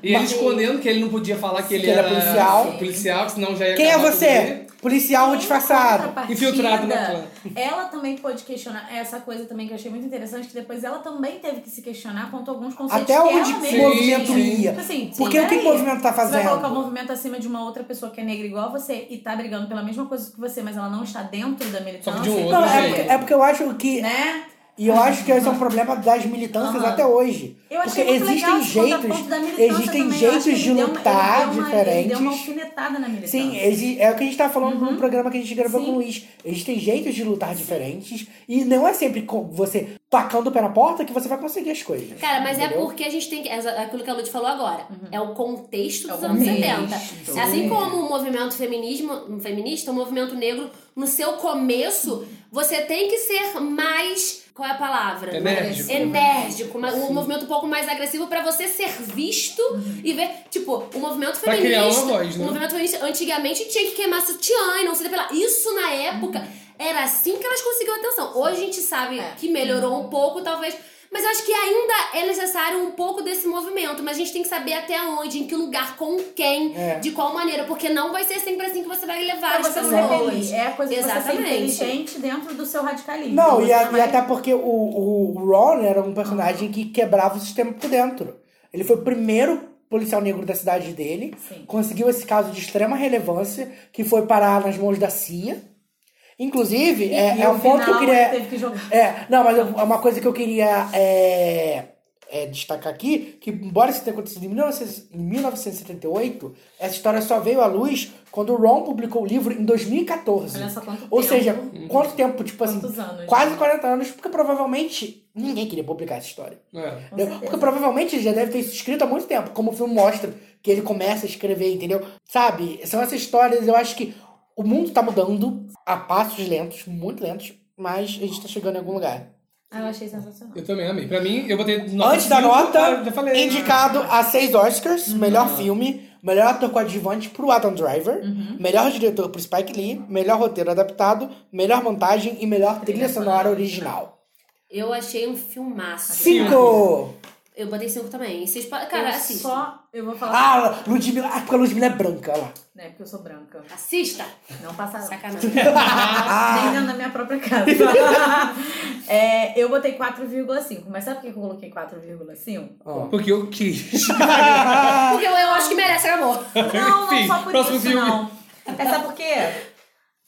E ele Mas- escondendo que ele não podia falar que ele, Que ele é era policial. policial, que senão já ia Quem é acabar tudo você? dele. Policial tá disfarçado. Infiltrado na clã. Partida, Ela também pôde questionar essa coisa também que eu achei muito interessante, que depois ela também teve que se questionar quanto a alguns conceitos Até que onde ela o mesma movimento tinha. ia. Tipo assim, Porque o que peraí, o movimento tá Você fazendo? vai colocar o movimento acima de uma outra pessoa que é negra igual a você e tá brigando pela mesma coisa que você, mas ela não está dentro da militância. Não, é porque, é porque eu acho que. Né? E eu acho que esse é um problema das militâncias Aham. até hoje. Eu Porque achei muito existem legal esse jeitos. contraponto da militância Existem também. Eu acho que jeitos de ele deu uma- lutar ele deu uma- então. diferentes. Ele deu uma alfinetada na militância. Sim, exi- é o que a gente tá falando Uhum. no programa que a gente gravou com o Luiz. Existem jeitos de lutar diferentes e não é sempre com você tacando o pé na porta que você vai conseguir as coisas. Cara, mas é entendeu? porque a gente tem que. é Aquilo que a Lud falou agora. É o contexto dos Uhum. o anos contexto, 70. Assim sim. como o movimento feminismo, feminista, o movimento negro, no seu começo, você tem que ser mais. Qual é a palavra? Enérgico. Enérgico. mas Um movimento um pouco mais agressivo pra você ser visto Uhum. e ver. Tipo, o movimento Pra feminista. criar uma voz, né? O movimento feminista antigamente tinha que queimar sutiã e não se depilar. Isso na época era assim que elas conseguiam atenção. Hoje a gente sabe É. que melhorou um pouco, talvez. Mas eu acho que ainda é necessário um pouco desse movimento. Mas a gente tem que saber até onde, em que lugar, com quem, É. de qual maneira. Porque não vai ser sempre assim que você vai Pra levar as você se pessoas. rebelir. É a coisa de você ser Exatamente. inteligente dentro do seu radicalismo. Não, e, Você a- não é e vai- até porque o, o Ron era um personagem que quebrava o sistema por dentro. Ele foi o primeiro policial negro da cidade dele, conseguiu esse caso de extrema relevância, que foi parar nas mãos da CIA. Inclusive, E- é, e é o um ponto que eu final, queria. teve que jogar. É, não, mas eu- uma coisa que eu queria é, é, destacar aqui, que embora isso tenha acontecido em 1900 em 1978, essa história só veio à luz quando o Ron publicou o livro em 2014. Olha só quanto Ou tempo. seja, quanto tempo, tipo assim, anos, quase 40 anos, porque provavelmente ninguém queria publicar essa história. É. Entendeu? Porque provavelmente ele já deve ter se escrito há muito tempo, como o filme mostra, que ele começa a escrever, entendeu? Sabe, são essas histórias, eu acho que o mundo tá mudando a passos lentos, muito lentos, mas a gente tá chegando em algum lugar. Ah, eu achei sensacional. Eu também amei. Pra mim, eu botei Antes da cinco, nota, eu já falei. né? Uhum. indicado a seis Oscars, melhor filme, melhor ator coadjuvante pro Adam Driver, Uhum. melhor diretor pro Spike Lee, melhor roteiro adaptado, melhor montagem e melhor trilha sonora original. Eu achei um filmaço. Cinco! Eu botei cinco também. E vocês podem. Cara, assim- Eu assista. só. Eu vou falar. Ah, Ludmilla, ah, porque a Ludmilla é branca, olha lá. Né, porque eu sou branca. Assista! Não passa Ah! Sacanagem. Nem Ah, dentro da minha própria casa. É, eu botei 4,5. Mas sabe por que eu coloquei 4,5? Porque eu quis. Porque eu, eu acho que merece, acabou. Não, não Enfim, só por próximo isso, filme. não. É sabe por quê?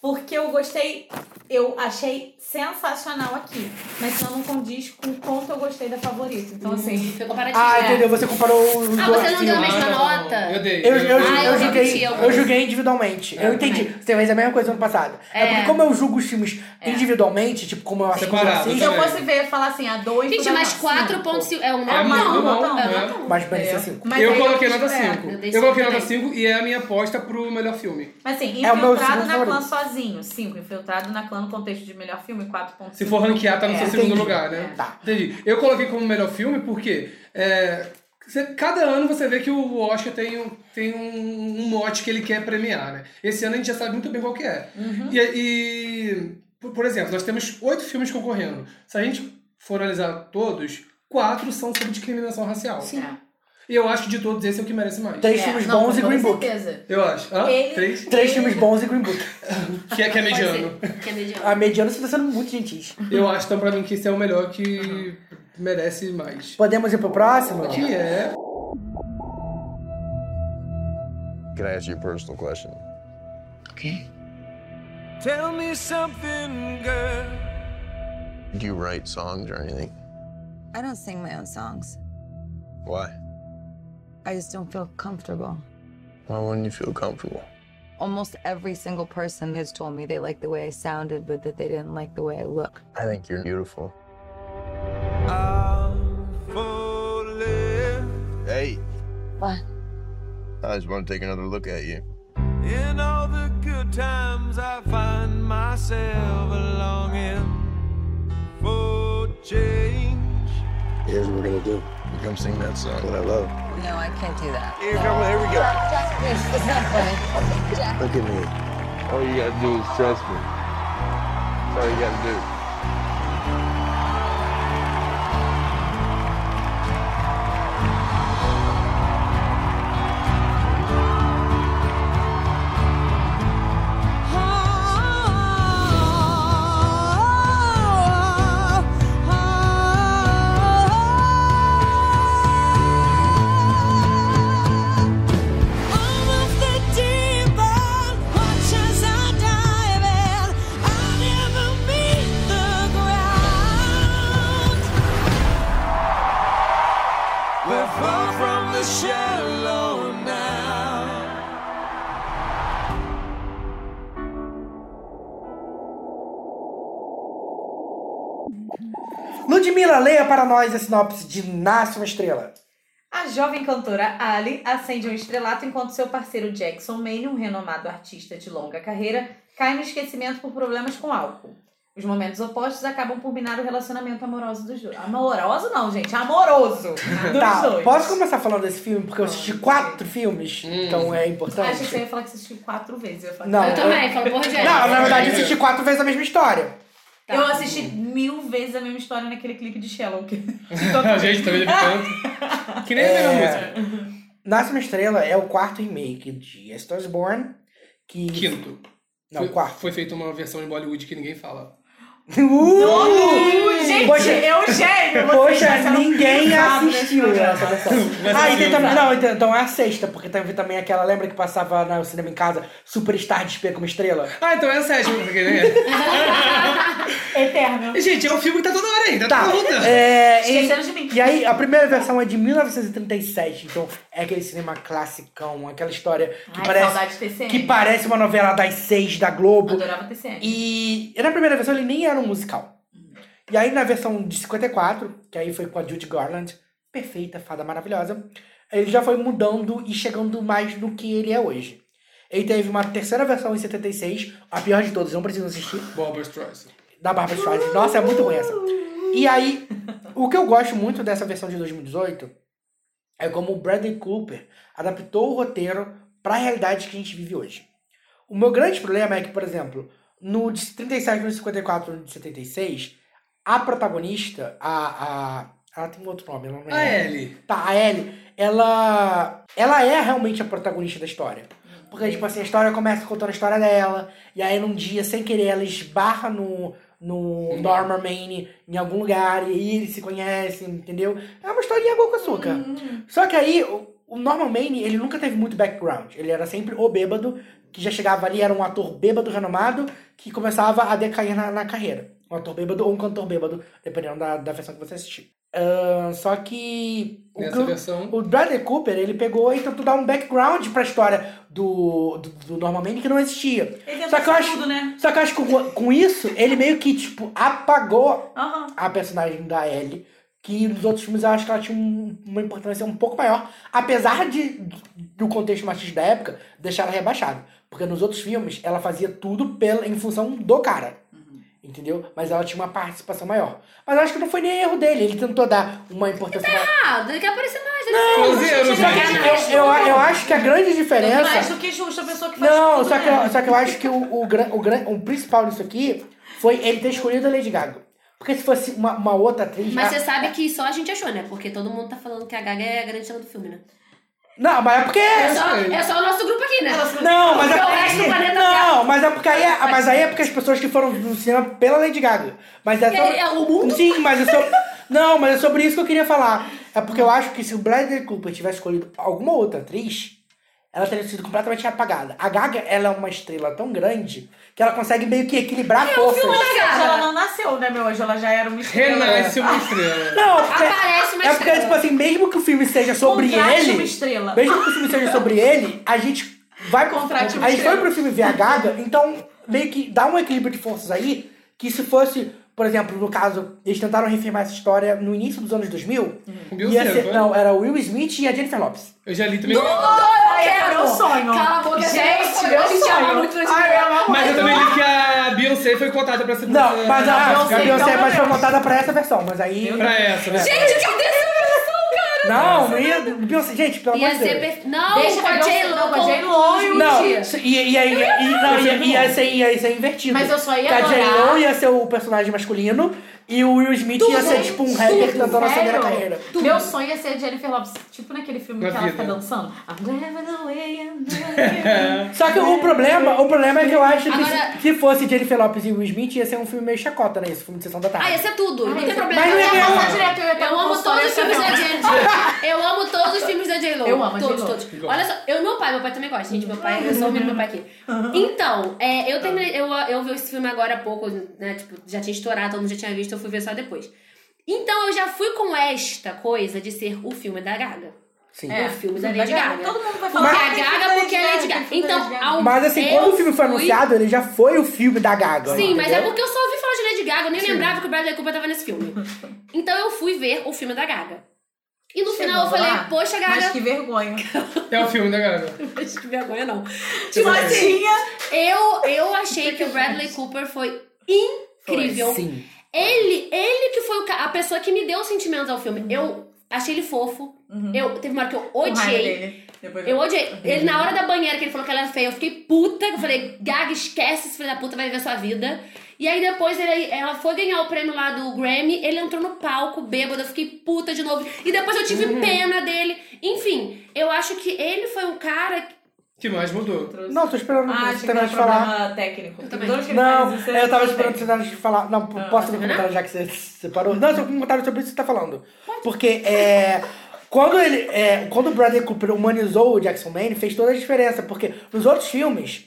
Porque eu gostei, eu achei sensacional aqui. Mas senão não condiz com o quanto eu gostei da favorita. Uhum. Então, assim. Foi comparativo. Ah, entendeu? Você comparou os Ah, dois você não deu a filmes. mesma nota? Eu dei. Eu, eu, Ah, eu eu julguei, repeti eu, algumas. julguei individualmente. eu entendi. Você fez a mesma coisa no ano passado. É, É. porque como eu julgo os filmes individualmente, tipo, como eu acho que eu Separado, assisto- Se eu fosse ver, falar assim, a 2 Gente, mas 4,5 é uma muito nota? bom, É uma né? nota. Mas merecia cinco. Mas eu aí eu é. coloquei quis nota esperar. 5. Eu Eu, dei coloquei cinco nota 5 e é a minha aposta pro melhor filme. Mas assim, É o meu infiltrado segundo na clã favorito. sozinho. 5. Infiltrado na clã no contexto de melhor filme, 4,5. Se for ranquear, tá no É, seu segundo lugar, né? Tá. Entendi. Eu coloquei como melhor filme porque é, você- cada ano você vê que o Oscar tem, um, tem um, um mote que ele quer premiar, né? Esse ano a gente já sabe muito bem qual que é. E, e, por, por exemplo, nós temos oito filmes É. concorrendo. Se a gente for analisar todos, quatro são sobre discriminação racial. Sim. E eu acho que de todos esse é o que merece mais. Três filmes bons e Green Book. Eu acho. Hã? Três? Três filmes bons e Green Book. Que é, que é mediano. Que é mediano. A mediana está sendo muito gentis. Eu acho, então, pra mim, que esse é o melhor que merece mais. Podemos ir pro próximo? Que é... Can I ask you a personal question? Okay. Tell me something, girl. Do you write songs or anything? I don't sing my own songs. Why? I just don't feel comfortable. Why wouldn't you feel comfortable? Almost every single person has told me they liked the way I sounded, but that they didn't like the way I look. I think you're beautiful. Hey, What? I just want to take another look at you. In all the good times, I find myself longing for change. Here's what we're gonna do. You come sing that song that I love. No, I can't do that. Here, come, here we go. Jack, please, it's not funny. Jack. Look at me. All you gotta do is trust me. That's all you gotta do. We're far from the shallow now. Ludmilla, leia para nós a sinopse de Nasce uma Estrela. A jovem cantora Ali acende um estrelato enquanto seu parceiro Jackson Maine, um renomado artista de longa carreira, cai no esquecimento por problemas com álcool. Os momentos opostos acabam por minar o relacionamento amoroso dos dois. Amoroso não, gente. Amoroso dos tá, dois. posso começar falando desse filme? Porque eu assisti quatro filmes, então é importante. Acho que você ia falar que assistiu quatro vezes. Eu, ia falar Não, que- Eu também, falo por diante. Não, na verdade, eu assisti quatro vezes a mesma história. Tá. Eu assisti mil vezes a mesma história naquele clipe de Shallow. que- A gente também deve tanto. Que nem a mesma É. música. Nasce uma Estrela é o quarto remake de A Star is Born. Que... Quinto. Não, foi, quarto. Foi feita uma versão em Bollywood que ninguém fala. Uh! gente, eu gênio, vocês Poxa, passaram ninguém rápido nesse assistiu programa. essa versão. Mas Ah, e tem assistiu. também, não, então- então é a sexta, porque teve também aquela, lembra que passava no cinema em casa, Superstar Despeio como Estrela? Ah, então é a sétima. porque, né? Eterno. Gente, é um filme que tá toda hora ainda. Tá. toda hora. É, e, Esqueceram de mim. e aí, a primeira versão é de 1937, então é aquele cinema classicão, aquela história que Ai, saudade de parece TCM. que parece uma novela das seis da Globo. Adorava TCM. E, e na primeira versão ele nem era um musical. E aí na versão de 54, que aí foi com a Judy Garland, perfeita, fada maravilhosa, ele já foi mudando e chegando mais no que ele é hoje. Ele teve uma terceira versão em 76, a pior de todas, não precisam assistir. Barbra Streisand. Da Barbra Streisand. Nossa, é muito ruim essa. E aí, o que eu gosto muito dessa versão de 2018 é como o Bradley Cooper adaptou o roteiro para a realidade que a gente vive hoje. O meu grande problema é que, por exemplo, no de 37, no de 54 no de 76, a protagonista, a. a ela tem um outro nome, ela não é. A Ellie. Tá, a Ellie, ela. Ela é realmente a protagonista da história. Porque, tipo assim, a história começa contando a história dela, e aí num dia, sem querer, ela esbarra no, no Norman Maine em algum lugar, e aí eles se conhecem, entendeu? É uma historinha água com açúcar. Só que aí, o- o Norman Maine, ele nunca teve muito background. Ele era sempre o bêbado, que já chegava ali, era um ator bêbado renomado, que começava a decair na, na carreira. Um ator bêbado ou um cantor bêbado, dependendo da, da versão que você assistir. Ahn, só que... o Nessa que eu- versão. o Bradley Cooper, ele pegou e tentou dar um background pra história do, do, do Norman Manning que não existia. Ele Só que, eu tentou acho, tudo, né? só que eu acho que com- com isso, ele meio que, tipo, apagou Aham. a personagem da Ellie. Que nos outros filmes eu acho que ela tinha um- uma importância um pouco maior. Apesar de, do contexto machista da época, deixar ela rebaixada. Porque nos outros filmes, ela fazia tudo pela, em função do cara. Uhum. Entendeu? Mas ela tinha uma participação maior. Mas eu acho que não foi nem erro dele. Ele tentou dar uma importância maior. Errado, ele quer aparecer mais. ele Não, quer- eu, ele quer mais. eu, eu acho que a grande Mais diferença. do que justo a pessoa que faz Não, tudo, só que, né? eu, só que eu acho que o, o, gran- o, gran- o principal disso aqui foi ele ter escolhido a Lady Gaga. Porque se fosse uma, uma outra atriz. Mas a- você sabe que só a gente achou, né? Porque todo mundo tá falando que a Gaga é a grande estrela do filme, né? Não, mas é porque. É só, é só o nosso grupo aqui, né? Não, mas Porque é o resto do porque. planeta Não, mas é porque aí é, mas aí é porque as pessoas que foram no cinema pela Lady Gaga. Mas é só. É, é, o mundo- Sim, mas é sobre. Não, mas é sobre isso que eu queria falar. É porque eu acho que se o Bradley Cooper tivesse escolhido alguma outra atriz, ela teria sido completamente apagada. A Gaga, ela é uma estrela tão grande que ela consegue meio que equilibrar É o forças. filme da Gaga. Ela não nasceu, né, meu anjo? Ela já era uma estrela. Renasce uma é estrela. Não, porque, Aparece uma é porque, estrela. tipo assim, mesmo que o filme seja sobre Contrate ele. uma estrela. Mesmo que o filme seja sobre ele, a gente vai pro Contrate uma A gente foi estrela. pro filme ver a Gaga, então meio que dá um equilíbrio de forças aí, que se fosse, por exemplo, no caso, eles tentaram refirmar essa história no início dos anos 2000. Bill ia Cera, ser- foi? não, era o Will Smith e a Jennifer Lopes. Eu já li também. Ai, é meu sonho. Cala a boca, gente, gente, meu a gente ama sonho. muito Transformers. Ai, eu amo Mas eu muito. também li que a Beyoncé foi contada pra ser. Não, mas a, Ah, Beyoncé, a então, Beyoncé meu mas foi Deus. montada pra essa versão, mas aí. Pra essa, né? Gente, que decepção, cara! Não, não ia. Beyoncé, gente, pelo amor Ia de Deus. ser perfe... Não, Deixa com a a Beyoncé- J-Lo. não, com a J-Lo e o Não. Não, Mentira. isso- e, e, aí- e, não, ia, ia ser, ia ser é invertido. Mas eu só ia Que a adorar. J.Lo ia ser o personagem masculino e o Will Smith ia ser tipo um rapper tentando acender a carreira. Meu sonho é ser Jennifer Lopes, tipo naquele filme Na que ela vida. fica dançando. I'm never the way I'm Só que o problema, o problema é que eu acho que Agora- se, se fosse Jennifer Lopes e Will Smith ia ser um filme meio chacota, né? Esse filme de sessão da tarde. Ah, ia ser tudo. não Ai, tem ia ser- problema. Mas não ia eu, ganhar amo, nada. Eu eu amo posso todos os olhar filmes essa da merda. J-Lo. Eu amo todos os filmes da J-Lo. Eu amo a Todos, J.Lo. todos. Olha só, eu, meu pai, meu pai também gosta, gente. Meu pai, eu sou o menino do meu pai aqui. Então, é, eu terminei, eu, eu vi esse filme agora há pouco, né? Tipo, já tinha estourado, todo mundo já tinha visto, eu fui ver só depois. Então, eu já fui com esta coisa de ser o filme da Gaga. Sim. O filme da Lady Gaga. Todo mundo vai Porque falar. a "Ai, filme Gaga, da porque a Lady Gaga. filme da Lady Então, ao- Mas assim, eu quando o filme foi fui- anunciado, ele já foi o filme da Gaga. Sim, mas é entendeu? porque eu só ouvi falar de Lady Gaga, eu nem lembrava que o Bradley Cooper tava nesse filme. Então eu fui ver o filme da Gaga. E no Chegou final eu falei, lá, poxa, Gaga. Mas que vergonha. É o filme da Gaga. Mas que vergonha, não. Tipo assim, Eu, eu achei que o Bradley Cooper foi incrível. Sim. Ele, ele que foi o ca- a pessoa que me deu sentimentos ao filme. Eu achei ele fofo. Eu, teve uma hora que eu com raiva odiei. dele. Depois Eu odiei. Ele, na hora da banheira que ele falou que ela era feia, eu fiquei puta. Eu falei, Gaga, esquece esse filho da puta, vai viver sua vida. E aí depois ele- ela foi ganhar o prêmio lá do Grammy, ele entrou no palco bêbado, eu fiquei puta de novo. E depois eu tive Uhum. pena dele. Enfim, eu acho que ele foi um cara. que- Que mais mudou? Não, tô esperando Ah, você achei que terminar era de falar. problema técnico. Eu também. Não, é, eu tava esperando você terminar de falar. Não, posso fazer um comentário já que você separou? Não, só um comentário sobre isso que você tá falando. Porque é. Quando ele. é, quando o Bradley Cooper humanizou o Jackson Maine, fez toda a diferença. Porque nos outros filmes,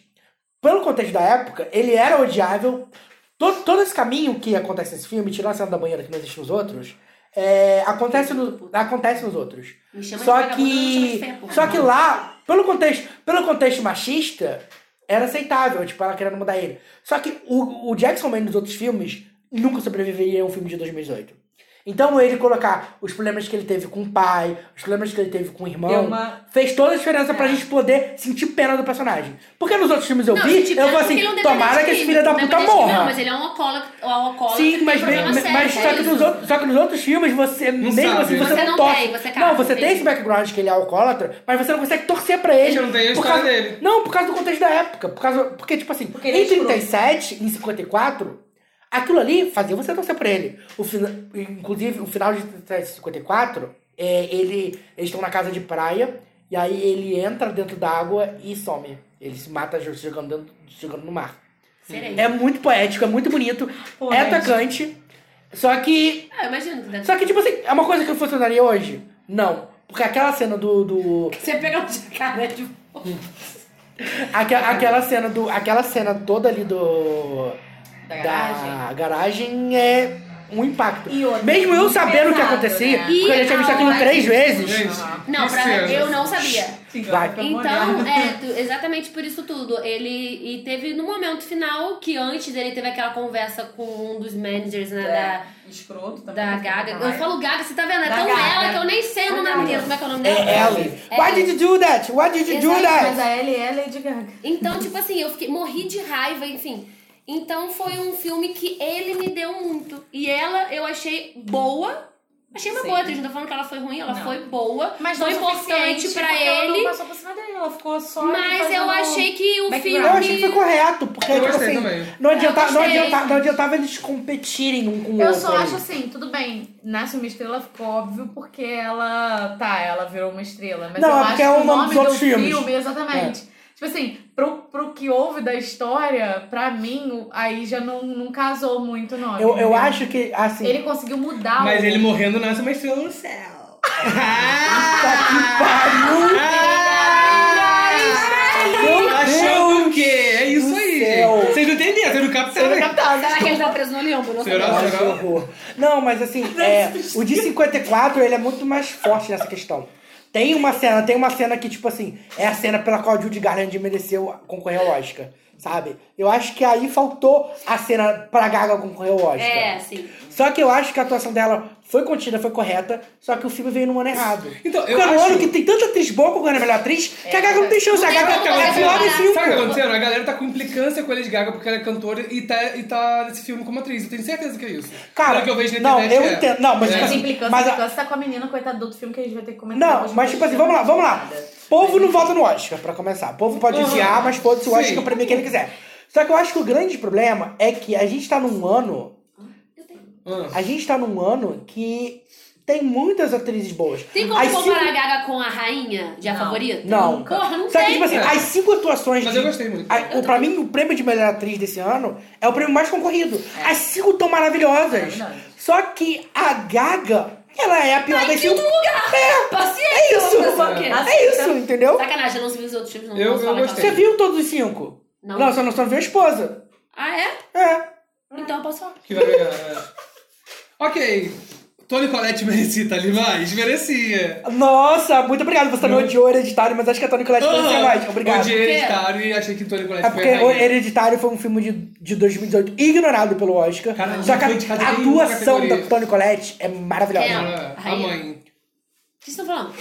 pelo contexto da época, ele era odiável. Todo, todo esse caminho que acontece nesse filme, tirando a cena da banheira que não existe nos outros, é, acontece, no- acontece nos outros. Me chama de Só vagabundo, não me chama de que. feia, porra. Só que lá, pelo contexto, pelo contexto machista, era aceitável, tipo, ela querendo mudar ele. Só que o, o Jackson Maine nos outros filmes nunca sobreviveria a um filme de 2018. Então ele colocar os problemas que ele teve com o pai, os problemas que ele teve com o irmão, Deu uma- fez toda a diferença pra gente poder sentir pena do personagem. Porque nos outros filmes eu É. Não, vi, gente, eu porque vou assim, ele é um tomara dependente que esse químico, filho da um puta dependente químico. Não, morra. mas ele é um alcoólatra. Um alcoólatra Sim, que mas, tem problema mas- sério, mas é só, que isso. nos outros, só que nos outros filmes você mesmo sabe, assim, né? você, Você não torce. tem, você cata, não, você tem sim. esse background que ele é alcoólatra, mas você não consegue torcer pra ele. Ele não tem a por história causa- dele. Não, por causa do contexto da época. Por causa, porque, tipo assim, ele é em escroto. 37, em 54, aquilo ali fazia você torcer por ele. O fina- inclusive, o final de 37 e 54, é, ele, eles estão na casa de praia, e aí ele entra dentro da água e some. Ele se mata se jogando, dentro, se jogando no mar. Serei. É muito poético, é muito bonito, é atacante. Só que. Ah, eu imagino que deve Só que, tipo assim, é uma coisa que funcionaria hoje? Não. Porque aquela cena do. do Você pega um jacaré de volta. aque- aquela cena do. Aquela cena toda ali do. Da garagem. garagem é um impacto. E outra, Mesmo eu muito sabendo o que pesado, acontecia, né? é porque eu já tinha visto aquilo E a três hora vezes. Não, pra, eu não sabia. Vai. Tá Então, é, né? tu- exatamente por isso tudo. Ele. E teve no momento final que antes ele teve aquela conversa com um dos managers, é, né? Da, Escroto também. da Gaga. Eu falo Gaga, você tá vendo? É Da tão Gaga. ela que eu nem sei o nome Da da menina. Gaga. Como é que é o nome dela? É Ellie. Why did you do that? Why did you do Mas that? a L é Lady Gaga. Então, tipo assim, eu fiquei, morri de raiva, enfim. Então foi um filme que ele me deu muito. E ela eu achei boa, Achei uma boa atriz, não tô falando que ela foi ruim, ela Não. foi boa, Mas não foi o importante suficiente, pra porque ela ele. Não passou por cima dele, ela ficou só. ali Mas eu fazendo achei que o background. filme. Eu achei que foi correto, porque Eu tipo gostei assim, também. não Eu adiantava, não, gostei. adiantava, não adiantava eles competirem um com o outro. Eu só ali. acho assim, tudo bem, nasce uma estrela, ficou óbvio, porque ela. Tá, ela virou uma estrela. Mas Não, eu é acho porque que é o um nome nome dos do outros filme, filmes. É. exatamente. Tipo assim, pro, pro que houve da história, pra mim, o- aí já não, não casou muito o nome. Eu, eu entendeu? acho que, assim. Ele conseguiu mudar Mas o. ele morrendo nasce uma estrela no céu. Ah! Meu Achando o quê? É isso do aí, céu. gente. Vocês não entenderam, vocês não captaram. né? Será que ele tá preso no limbo? Não sei. Será? Nossa, que horror. Não, mas assim, é, o de 54 ele é muito mais forte nessa questão. Tem uma cena, tem uma cena que, tipo assim, é a cena pela qual Judy Garland mereceu concorrer ao Oscar, sabe? Eu acho que aí faltou a cena pra Gaga concorrer ao Oscar. É, sim. Só que eu acho que a atuação dela foi contida, foi correta, só que o filme veio num ano errado. Então, eu Porque no acho- ano que tem tanta atriz boa concorrendo a melhor atriz, que a Gaga não tem chance. A Sabe o que Gaga tá é pior em acontecendo? Sabe o que tá cinco. acontecendo? A galera tá com implicância com a Lady Gaga porque ela é cantora e tá, e tá nesse filme como atriz. Eu tenho certeza que é isso. Cara, Pelo que eu vejo na não, internet, eu é. entendo. Não, mas, É. tipo assim, Implicância, mas a- implicância tá com a menina, coitada do outro filme, que a gente vai ter que comentar. Não, depois, mas tipo assim, vamos lá, vamos lá. Povo não vota no Oscar, pra começar. Povo pode Uhum. odiar, mas foda-se o Sim. Oscar pra mim quem ele quiser. Só que eu acho que o grande problema é que a gente tá num ano. Ah. A gente tá num ano que tem muitas atrizes boas. Tem como As comparar cinco- a Gaga com a rainha de a favorita? Não. Porra, não Só que, tem. tipo assim, as cinco atuações. Mas de- eu gostei muito. a- o, pra mim, o prêmio de melhor atriz desse ano é o prêmio mais concorrido. É. As cinco estão maravilhosas. Só que a Gaga, ela é a pior Tá em das cinco. quinto lugar. tá- É, Paciência, é isso. vamos fazer o quê? É isso, entendeu? Sacanagem, eu não vi os outros filmes, não Eu- posso eu falar que Você ela- viu todos os cinco? Não. Não, só não, só não viu a esposa. Ah, é? É. Então eu posso falar. Que vai pegar, é. Ok. Tony Colette merecia tá ali mais? Merecia. Nossa, muito obrigado. Você também odiou hereditário, mas acho que a Tony Collette merecia mais. assim, Obrigado. Ah, Odiei hereditário e achei que Tony Colette É porque o Hereditário foi um filme de, de 2018 ignorado pelo Oscar. Cara, só que não foi de a, categoria, a atuação categoria. da Tony Colette é maravilhosa. Quem é? Ah, a mãe. O que vocês estão falando?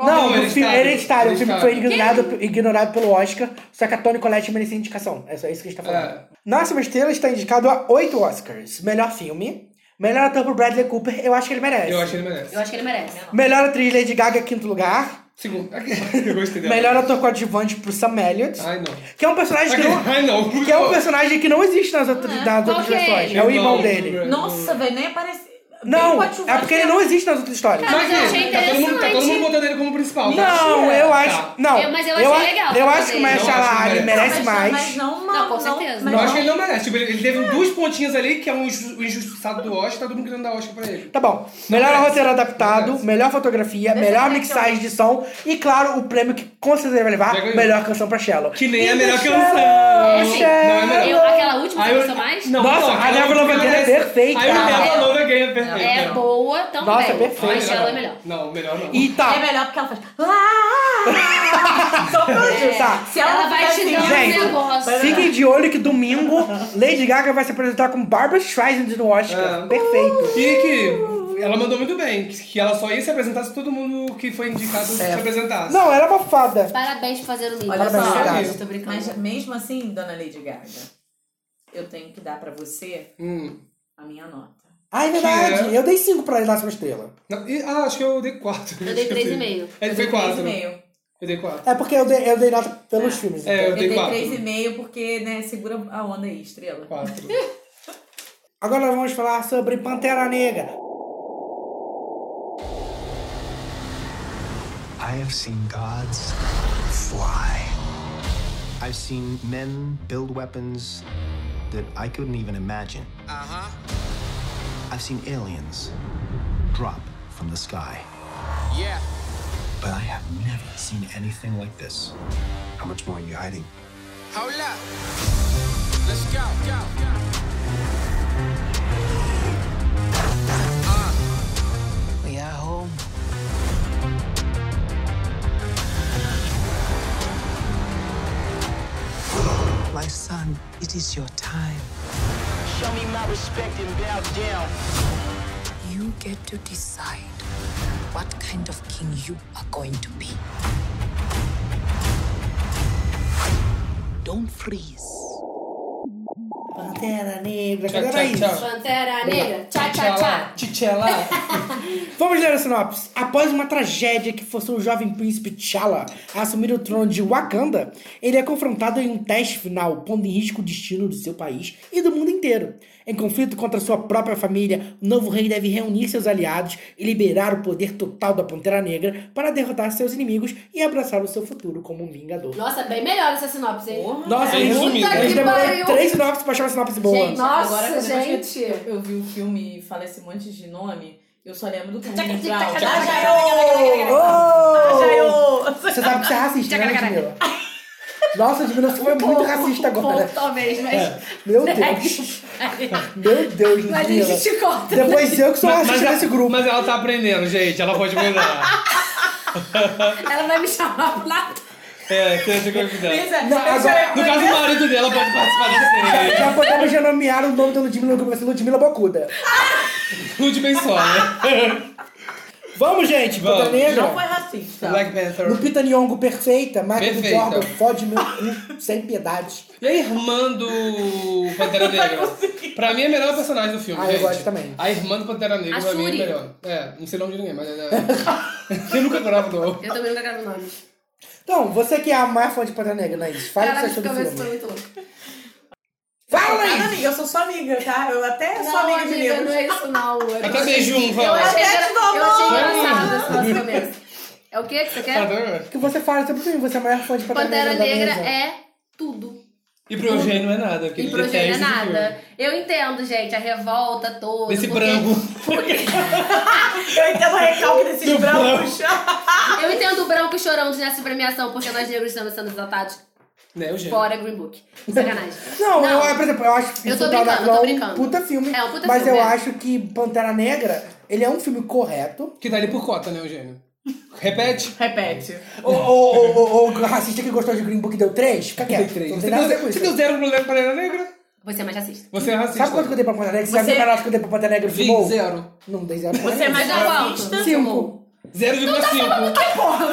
Não, é o filme Hereditário, o filme que foi Hereditário. ignorado, ignorado pelo Oscar, só que a Toni Collette merecia indicação. É só isso que a gente tá falando. Nossa, uma estrela está indicado a oito Oscars. Melhor filme, melhor ator pro Bradley Cooper, eu acho que ele merece. Eu acho que ele merece. Eu acho que ele merece. Melhor atriz Lady Gaga, quinto lugar. Segundo. Eu gostei dela. Melhor ator coadjuvante pro Sam Elliott. Ai, não. Que é um personagem que não, Ai, não. que é um personagem que não existe nas outras, nas outras que é versões. ele? É o irmão Irmão. dele. Nossa, velho, nem apareceu. Não, é porque né? ele não existe nas outras histórias. Mas eu achei tá todo, mundo, tá todo mundo interessante. é. botando ele como principal. tá? Não, Tá. eu acho. Não, Eu- mas eu achei a- legal Eu pra acho que o fazer. Mahershala Não, é. acho que Ali merece. merece Mas mais. não, uma, Não, com certeza. mas Eu não. acho que ele não merece. Tipo, ele, ele teve duas pontinhas ali que é um inju- o injustiçado do Oscar, tá todo mundo querendo dar Oscar pra ele. Tá bom. Melhor merece. roteiro adaptado, melhor fotografia, melhor Decepcionante. mixagem de som e, claro, o prêmio que com certeza vai levar, Já ganhou. melhor canção pra Shallow. Que nem a E melhor do canção. Shallow, É assim, Shallow. não é melhor. Eu, aquela última Aí que eu- gostou mais? Não, Nossa, não, a aquela Débora última Lovato é merece. perfeita. Aí o É. Débora Lovato é perfeita. É boa também. Nossa, perfeito. Mas ela é melhor. Não, melhor não. E É tá. melhor porque ela faz. "Ah!" Só pelo jeito. Tá. Se ela, Ela não vai fizer te assim, dar um Gente, negócio. Fiquem de olho que domingo Lady Gaga vai se apresentar com Barbara Streisand no Oscar. É. Perfeito. E que ela mandou muito bem, que que ela só ia se apresentar se todo mundo que foi indicado se apresentasse. Não, ela é uma fada. Parabéns por fazer o livro. Olha Parabéns, só, Gaga. mas- Tô brincando. mas mesmo assim, dona Lady Gaga, eu tenho que dar pra você Hum. a minha nota. Ah, é verdade. Que é? Eu dei cinco pra Nasce uma Estrela. Não, e- ah, acho que eu dei quatro. Eu dei três e meio. Ele foi Eu dei três É quatro. e meio. Eu dei quatro. É porque eu dei, eu dei nota pelos filmes. É, então. eu Eu dei dei quatro. 3,5 porque, né, segura a onda aí, estrela. Quatro. Agora nós vamos falar sobre Pantera Negra. I have seen gods fly. I've seen men build weapons that I couldn't even imagine. Uh huh. I've seen aliens drop from the sky. Yeah. But I have never seen anything like this. How much more are you hiding? Hold up. Let's go. go, go. We are home. My son, it is your time. Show me my respect and bow down. You get to decide what kind of king you are going to be. Don't freeze. Pantera Negra. Tchau, Era tchau, isso. tchau. Pantera Negra. Tchá, tchá, tchá. T'Challa. Vamos ler a sinopse. Após uma tragédia que forçou o jovem príncipe T'Challa a assumir o trono de Wakanda, ele é confrontado em um teste final, pondo em risco o destino do seu país e do mundo inteiro. Em conflito contra sua própria família, o novo rei deve reunir seus aliados e liberar o poder total da Pantera Negra para derrotar seus inimigos e abraçar o seu futuro como um vingador. Nossa, é bem melhor essa sinopse, hein? É Nossa, eles, eles demoraram três sinopses pra achar uma sinopse boa. Gente, Nossa, agora depois gente. que eu, eu vi o filme e falei esse monte de nome, eu só lembro do filme Tchaca, central. tchaca, tchaca, Oh! Ajaio! Você sabe que você é racista, né, Ludmilla? Nossa, Ludmilla, você foi muito racista agora. Talvez, mas. É. Meu Deus. Meu Deus, Mas a Ludmilla. gente te corta. Depois eu que sou Mas- mas racista ela- nesse grupo. Mas ela tá aprendendo, gente. Ela pode melhorar. Ela vai me chamar lá. é, que eu tenho que cuidar. Não, agora- No caso, o marido dela pode participar da Já série. podemos já nomear o nome da Ludmilla no grupo, vai ser Ludmilla Bocuda. Tudo bem só, né? Vamos, gente, Pantera Vamos. Negra. Não foi racista. Black Panther. Lupita Nyong'o perfeita, Michael B. Perfeita. Jordan fode meu cu sem piedade. E a irmã do Pantera Negra? pra mim é a melhor personagem do filme. Ah, eu gente. gosto também. A irmã do Pantera Negra A pra mim é Shuri. melhor. É, não sei o nome de ninguém, mas. É... eu nunca gravo, não. Eu também nunca gravo nome. Então, você que é a maior fã de Pantera Negra, Naís, fala o que você Caralho, achou esse do começo foi filme. muito louco. Fala, Nada, Naís! amiga, eu sou sua amiga, tá? Eu É até sou Não, amiga, de amiga, livros. não é isso, não. Eu Até beijo um, Eu fala. achei, Até de eu novo. achei engraçado esse nosso começo. É o que que você Tá quer? vendo? Que você fala sobre o filme, você é a maior fã de Pantera, Pantera Negra da mesa. é tudo. E pro Eugênio não é nada, porque E ele pro Eugênio é detesta esse filme. nada. Eu entendo, gente, a revolta toda. Desse porque- branco. Eu entendo o recalque desses Do brancos. Eu entendo o branco chorando nessa premiação, porque nós negros estamos sendo exaltados. Né, Eugênio? Fora Green Book. Sacanagem. Não, Eu, por exemplo, eu acho que Eu tô Sultana da brincando, eu tô Clã é um brincando. puta filme. É um puta mas filme, eu é. acho que Pantera Negra, ele é um filme correto. Que dá ele por cota, né, Eugênio? Repete. Repete. Ou ou- ou- ou o racista que gostou de Green Book deu três? Fica quieto. É, Não Você tem nada a ver com deu, isso. você deu zero pro Le- Pantera Negra? Você é mais racista. Você é racista. Sabe quanto que eu dei pra Pantera Negra? Sabe Você- o menor que eu dei pra Pantera Negra? no Vi, Filmou? zero. Não dei zero. pra Você é Pantera mais Mas qual? Negra. racista? Cinco. 0,5. Que porra?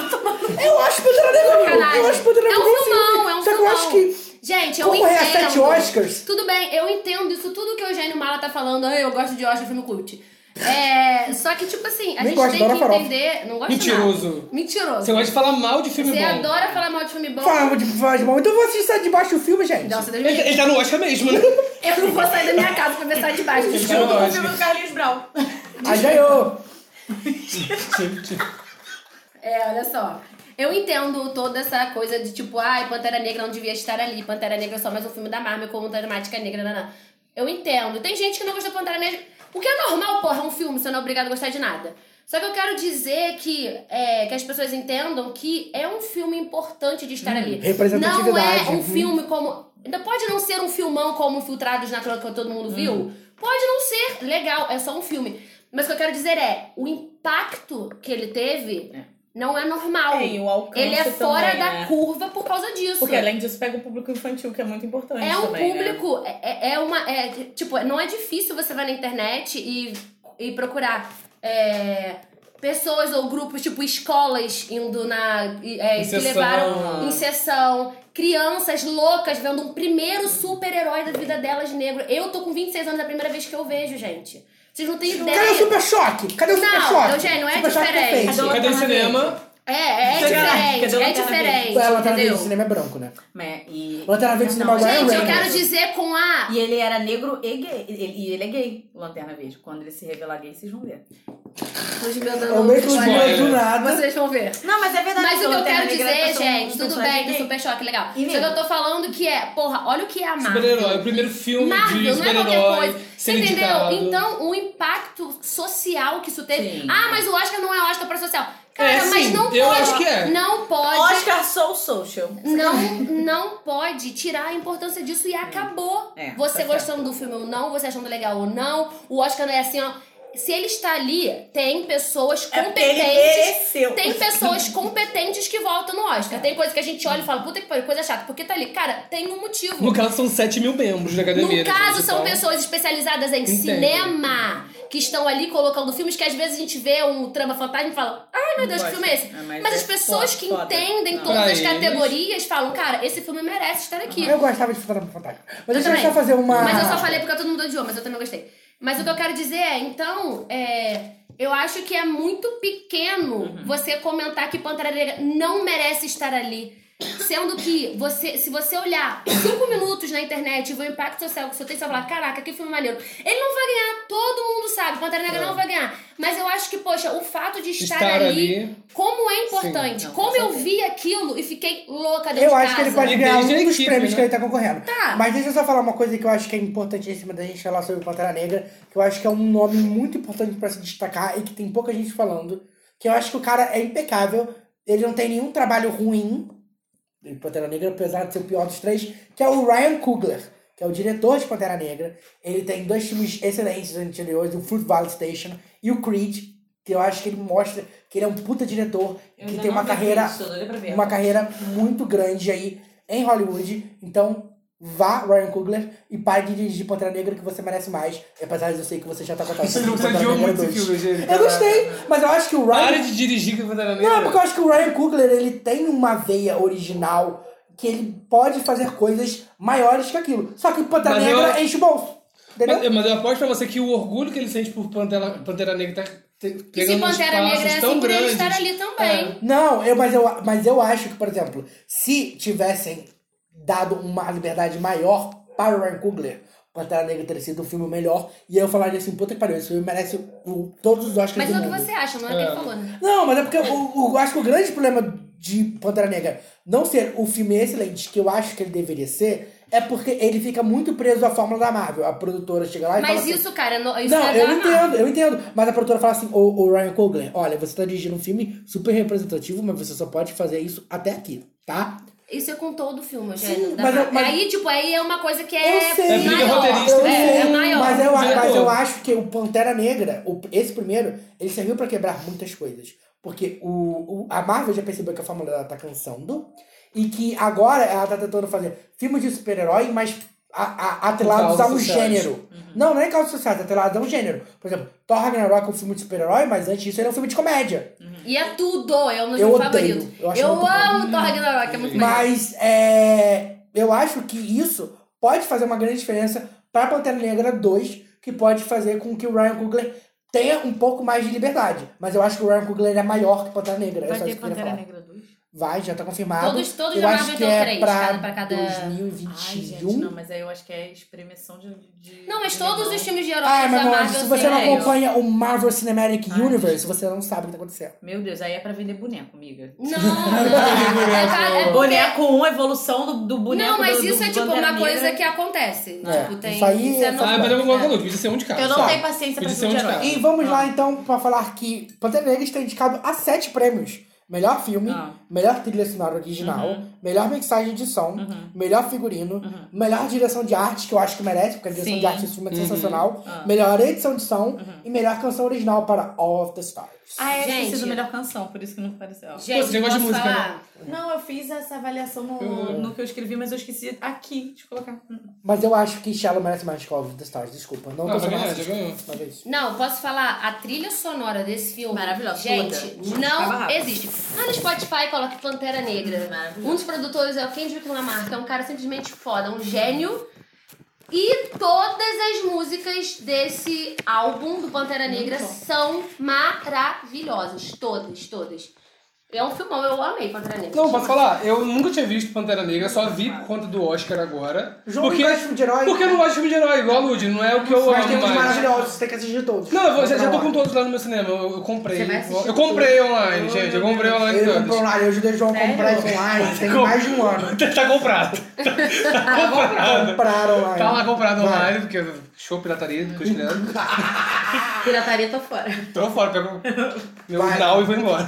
Eu acho Pantera Negra bom. Sacanagem. Eu acho Pantera É Negra um bom filme. filmão, é um Só que eu filmão. acho que... Gente, eu Concorrer a entendo. sete Oscars? Tudo bem, eu entendo isso tudo que o Eugênio Mala tá falando. Ah, eu gosto de Oscar, filme cult. É, só que, tipo assim, a Nem gente gosto, tem que adoro farofa. entender. Não gosto Mentiroso. Mentiroso. Você gosta de falar mal de filme Você bom. adora falar mal de filme bom. Fala de voz bom. Então eu vou assistir Sai de baixo o filme, gente. Nossa, Deus me Ele, livre. ele tá no Oscar mesmo, né? Eu não vou sair da minha casa pra ver sair de baixo. Eu Junto com o acho. filme do Carlinhos Brown. Ajaiô. É, olha só. Eu entendo toda essa coisa de tipo, ai, Pantera Negra não devia estar ali, Pantera Negra é só mais um filme da Marvel com temática negra, nanã. Eu entendo. Tem gente que não gosta de Pantera Negra. O que é normal, porra, é um filme, você não é obrigado a gostar de nada. Só que eu quero dizer que, é, que as pessoas entendam que é um filme importante de estar ali. Não é representatividade. um Uhum. filme como. Ainda pode não ser um filmão como Filtrados na Clã que todo mundo viu. Uhum. Pode não ser legal, é só um filme. Mas o que eu quero dizer é, o impacto que ele teve não é normal. É, e o alcance ele é também, fora da né? curva por causa disso. Porque além disso, pega o público infantil, que é muito importante. É um também, né? público, é, é- é uma. é, tipo, não é difícil você vai na internet e, e procurar é, pessoas ou grupos, tipo, escolas indo na. e, é, Em que sessão. levaram em sessão. Crianças loucas vendo um primeiro super-herói da vida delas negro. Eu tô com 26 anos, é a primeira vez que eu vejo, gente. Vocês não têm ideia. Hum. Cadê o Super Choque? Cadê o Não, Super Choque? Eugênio, é super Choque diferente. perfeito. Cadê o tá Cadê o Lanterna tá cinema? É, é Cadê a- cadê a diferente, é lanterna verde? diferente. Ela tá na entendeu? do cinema é branco, né? Né, E... Lanterna Verde do cinema agora é Gente, eu Rainbow. quero dizer com a E ele era negro e gay. E ele, e ele é gay, o Lanterna Verde. Quando ele se revelar gay, vocês vão ver. Os meus Eu meio que os olha, meus do nada. Vocês vão ver. Não, mas é verdade. Mas o que eu Lanterna quero Negra dizer, passou um gente, tudo personagem bem, do gay. super choque, E legal. Só que negro. eu tô falando que é, porra, olha o que é a Marvel. Super-herói. O primeiro filme de Marvel, não é qualquer super-herói. coisa. Você sendo entendeu? indicado. Então, o impacto social que isso teve. Sim. Ah, mas o Oscar não é Oscar pra social. Cara, É, mas sim, não eu pode. acho que é. Não pode. Oscar Soul Social. Não, não pode tirar a importância disso e acabou. É, você tá gostando do filme ou não, você achando legal ou não, o Oscar não é assim, ó. se ele está ali, tem pessoas É porque ele competentes. mereceu. tem pessoas competentes que votam no Oscar. Tem coisa que a gente olha e fala, puta que pariu, coisa chata. Porque tá ali, cara, tem um motivo. No caso, são 7 mil membros da No academia. né, caso, gente, são então- pessoas especializadas em Entendo. cinema que estão ali colocando filmes que às vezes a gente vê um trama fantasma e fala: Ai meu Deus, que Gosto. filme é esse? Ah, mas mas é as pessoas foda, que foda. entendem Não. todas Pra as eles. categorias falam: Cara, esse filme merece estar aqui. Eu gostava de Fantasma Fantástico. Mas Eu deixa eu também. só fazer uma. Mas eu só falei porque todo mundo odiou, mas eu também gostei. Mas o que eu quero dizer é, então, é, eu acho que é muito pequeno Uhum. você comentar que Pantera Negra não merece estar ali. Sendo que você, se você olhar cinco minutos na internet e ver o impacto social que isso tem, você vai falar, caraca, que filme maneiro. Ele não vai ganhar, todo mundo sabe, Pantera Negra É. não vai ganhar. Mas eu acho que, poxa, o fato de estar, Estar ali, ali- como é importante. Sim. Não, com como eu vi aquilo e fiquei louca dentro Eu de acho que casa. ele pode ganhar um dos prêmios que ele tá concorrendo. Tá. Mas deixa eu só falar uma coisa que eu acho que é importantíssima da gente falar sobre Pantera Negra, que eu acho que é um nome muito importante pra se destacar e que tem pouca gente falando. Que eu acho que o cara é impecável, ele não tem nenhum trabalho ruim em Pantera Negra, apesar de ser o pior dos três, que é o Ryan Coogler, que é o diretor de Pantera Negra. Ele tem dois filmes excelentes anteriores, o Fruit Valley Station e o Creed, que eu acho que ele mostra que ele é um puta diretor, que Eu ainda tem não uma vi carreira Creed, tô doida pra ver. uma carreira muito grande aí em Hollywood. Então, vá, Ryan Coogler, e pare de dirigir Pantera Negra, que você merece mais. Apesar de eu sei que você já tá contando. Você não odiou muito esse filme, gente. Eu gostei, mas eu acho que o Ryan... Para de dirigir que eu vou dar na Não, é mesa. porque eu acho que o Ryan Coogler, ele tem uma veia original que ele pode fazer coisas maiores que aquilo. Só que Pantera Mas Negra eu- enche o bolso. Entendeu? Mas, mas eu aposto pra você que o orgulho que ele sente por Pantera, Pantera Negra tá te, E se pegando uns Pantera passos Negra é tão assim, por ele grandes. É. estar ali também. Não, eu, mas, eu, mas eu acho que, por exemplo, se tivessem dado uma liberdade maior para o Ryan Coogler, Pantera Negra teria sido um filme melhor, e eu falaria assim, puta que pariu, esse filme merece o- todos os Oscars Mas do é o que mundo. você acha, não é o que ele falou, né? Não, mas é porque eu, eu acho que o grande problema de Pantera Negra não ser o filme excelente que eu acho que ele deveria ser, é porque ele fica muito preso à fórmula da Marvel. A produtora chega lá e fala Mas assim, isso, cara, no- isso não, é eu da entendo, eu entendo. Mas a produtora fala assim, ô ô Ryan Coogler, olha, você tá dirigindo um filme super representativo, mas você só pode fazer isso até aqui, tá? Isso é com todo o filme, gente. Sim, da mas eu- Marvel. mas- Aí, tipo, aí é uma coisa que Eu é sei, maior. eu é, é sei, maior. Mas eu, Diretor. mas eu acho que o Pantera Negra, o- esse primeiro, ele serviu pra quebrar muitas coisas. Porque o, o- a Marvel já percebeu que a fórmula dela tá cansando e que agora ela tá tentando fazer filmes de super-herói, mas a- a- atrelados Por a causa um sociais. gênero. Não, não é causa sociais, atrelados a um gênero. Por exemplo, Thor Ragnarok é um filme de super-herói, mas antes disso ele é um filme de comédia. E é tudo, é o meu Eu filme odeio, favorito. eu Eu, acho muito bom. amo Thor Ragnarok, é muito melhor. Mas é, eu acho que isso pode fazer uma grande diferença para Pantera Negra 2, que pode fazer com que o Ryan Coogler tenha um pouco mais de liberdade. Mas eu acho que o Ryan Coogler é maior que Pantera Negra. é só isso que eu queria falar. Negra 2? Vai, já tá confirmado. Todos, todos eu da acho Marvel que estão é três, pra cada, pra cada... 2021. Ai, gente, não, mas aí eu acho que é expressão de... de Não, mas todos os filmes de heróis Ai, da Ah, mas amor, Marvel... é. se você não sério. acompanha o Marvel Cinematic Universe, você não sabe o que tá acontecendo. Meu Deus, aí é pra vender boneco, amiga. Não, É, cara, é porque- boneco 1, evolução do, do boneco Não, mas do- isso do é tipo Pantera uma Negra. coisa que acontece. É, Tipo, tem... isso aí é é normal. Ah, mas eu concordo com o Luke, podia ser um de cada. Eu não sabe? tenho paciência pra Podia ser filme de cada. E vamos lá então pra falar que Pantera Negra está indicado a sete prêmios. Melhor Ah. filme, Ah, melhor trilha sonora original, Uhum. melhor mixagem de som, melhor figurino, melhor direção de arte, que eu acho que merece, porque a direção Sim. de arte desse filme é Uhum. sensacional, Ah. Uhum. melhor edição de som e melhor canção original para All of the Stars. Ah, é, Gente. esqueci da melhor canção, por isso que não apareceu. Gente, Você gosta de posso música, né? falar? Não, eu fiz essa avaliação no, Uhum. no que eu escrevi, mas eu esqueci aqui de colocar. Mas eu acho que Shallow merece mais que All of the Stars, desculpa. Não, Ah, tô vai sendo ganhar, racista, já ganhou. mas é isso. Não, posso falar, a trilha sonora desse filme. Maravilhosa, Gente, toda. não Abarrada. existe. Lá no Spotify coloca Pantera Uhum, Negra. Um dos produtores é o Kendrick Lamar, que é um cara simplesmente foda, um gênio. E todas as músicas desse álbum do Pantera Negra são maravilhosas. Todas, todas. É um filmão, eu amei Pantera Negra. Não, posso falar? Eu nunca tinha visto Pantera Negra, só vi por conta do Oscar agora. João, não gosta de filme de herói? Porque eu não gosto de filme de herói, igual a Lud, não é o que eu Mas amo tem uns mais. maravilhosos, você tem que assistir todos. Não, eu vou- já, já tô Não, com todos lá no meu cinema, eu, eu comprei. Você vai assistir Eu comprei tudo. online, gente, eu comprei online Ele todos. comprou online, eu ajudei o João a comprar isso online, tem mais de um ano. tá comprado. Tá comprado. Compraram online. Tá lá comprado Vai. online, porque show pirataria do Costinelo. Pirataria, tô fora. Tô fora, pego meu now e vou embora.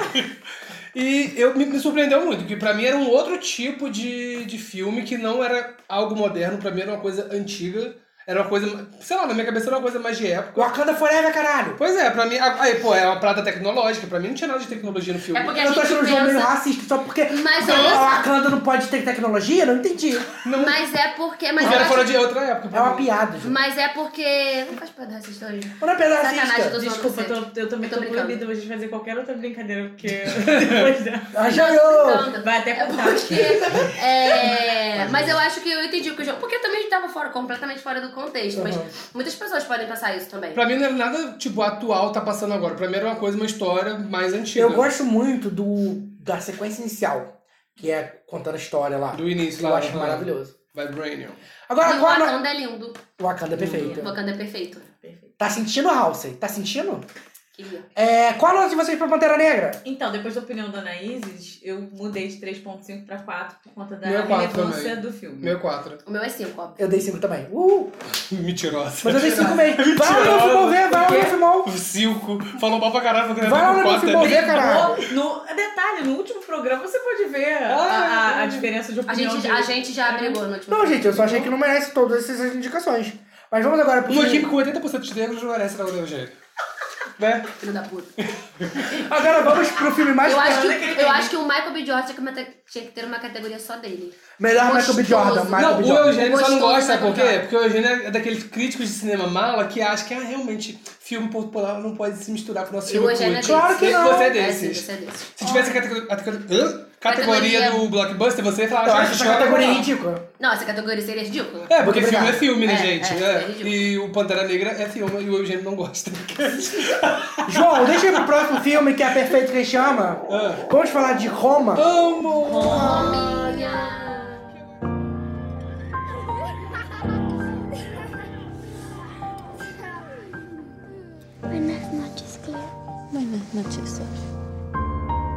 E eu, me, me surpreendeu muito, porque pra mim era um outro tipo de, de filme que não era algo moderno, pra mim era uma coisa antiga. Era uma coisa, sei lá, na minha cabeça era uma coisa mais de época. Wakanda Forever, caralho! Pois é, pra mim. Aí, pô, é uma parada tecnológica. Pra mim não tinha nada de tecnologia no filme. É porque a Eu tô gente achando o jogo meio pensa- racista só porque, Mas porque olha a só. Wakanda não pode ter tecnologia? Eu Não entendi. Mas é porque. Mas Porque eu era acho fora que- de outra época. É uma piada, gente. Mas é porque. Não faz piada racista hoje. Não é piada racista. Sacanagem, eu tô zoando Desculpa, eu, você. tô- eu também Eu tô tô, brincando. proibida hoje de fazer qualquer outra brincadeira, porque depois Ah, da... Ajaiô! Vai até cortar. É Porque, é, mas eu acho que eu entendi o que o jogo. Porque eu também estava fora, completamente fora do contexto. Uhum. Mas muitas pessoas podem pensar isso também. Pra mim não era nada, tipo, atual tá passando agora. Pra mim era uma coisa, uma história mais antiga. Eu gosto muito do, da sequência inicial, que é contando a história lá. Do início que lá. Eu acho né? maravilhoso. Vibranium. Agora, e o qual a no- Wakanda é lindo. Wakanda é perfeito. O Wakanda é perfeito. Tá sentindo, Halsey? Tá sentindo? Queria. É, qual a nota de vocês pra Pantera Negra? Então, depois da opinião da Anaíses, eu mudei de 3.5 pra 4 por conta da Meu é quatro relevância também. do filme. Meu 4. O meu é 5, óbvio. Eu dei 5 também. Uh! Mentirosa. Mas eu dei cinco mesmo. Mentirosa. Vai lá no Filmover, vai lá no Filmol. Cinco. Falou mal pra caralho. Vai Vai lá no Filmover, caralho. No, detalhe, no último programa você pode ver a- Ah, a, a diferença de A opinião. gente, de- a gente já brigou no último. Não, gente, eu só achei que não merece todas essas indicações. Mas vamos agora pro... Uma equipe com 80% de negros não merece nada do meu jeito. Né? Filho da puta. Agora vamos pro filme mais... eu, acho esperado. que, eu acho que o Michael B. Jordan tinha que mate- tinha que ter uma categoria só dele. Melhor Michael B. Jordan, Michael não, B. o Jordan. Eugênio só não Gostoso, gosta, sabe por Michael quê? Porque o Eugênio é daqueles críticos de cinema mala que acha que ah, realmente filme popular não pode se misturar com o nosso E filme o Eugênio cult. é Claro que desses. não. Você é É sim, desses. você é desses. Se tivesse a categ- a categ- hã? categoria, Categoria- do blockbuster, você ia falar Eu "Ah, acho isso Então, essa é uma categoria popular". ridícula. Não, essa categoria seria ridícula. É, porque filme é Obrigado. filme, né, É, gente? é, É. E o Pantera Negra é filme e o Eugênio não gosta. João, deixa eu ir pro próximo filme, que é Perfeito Quem Chama. Vamos falar de Roma. My math not is clear. My math not is soft.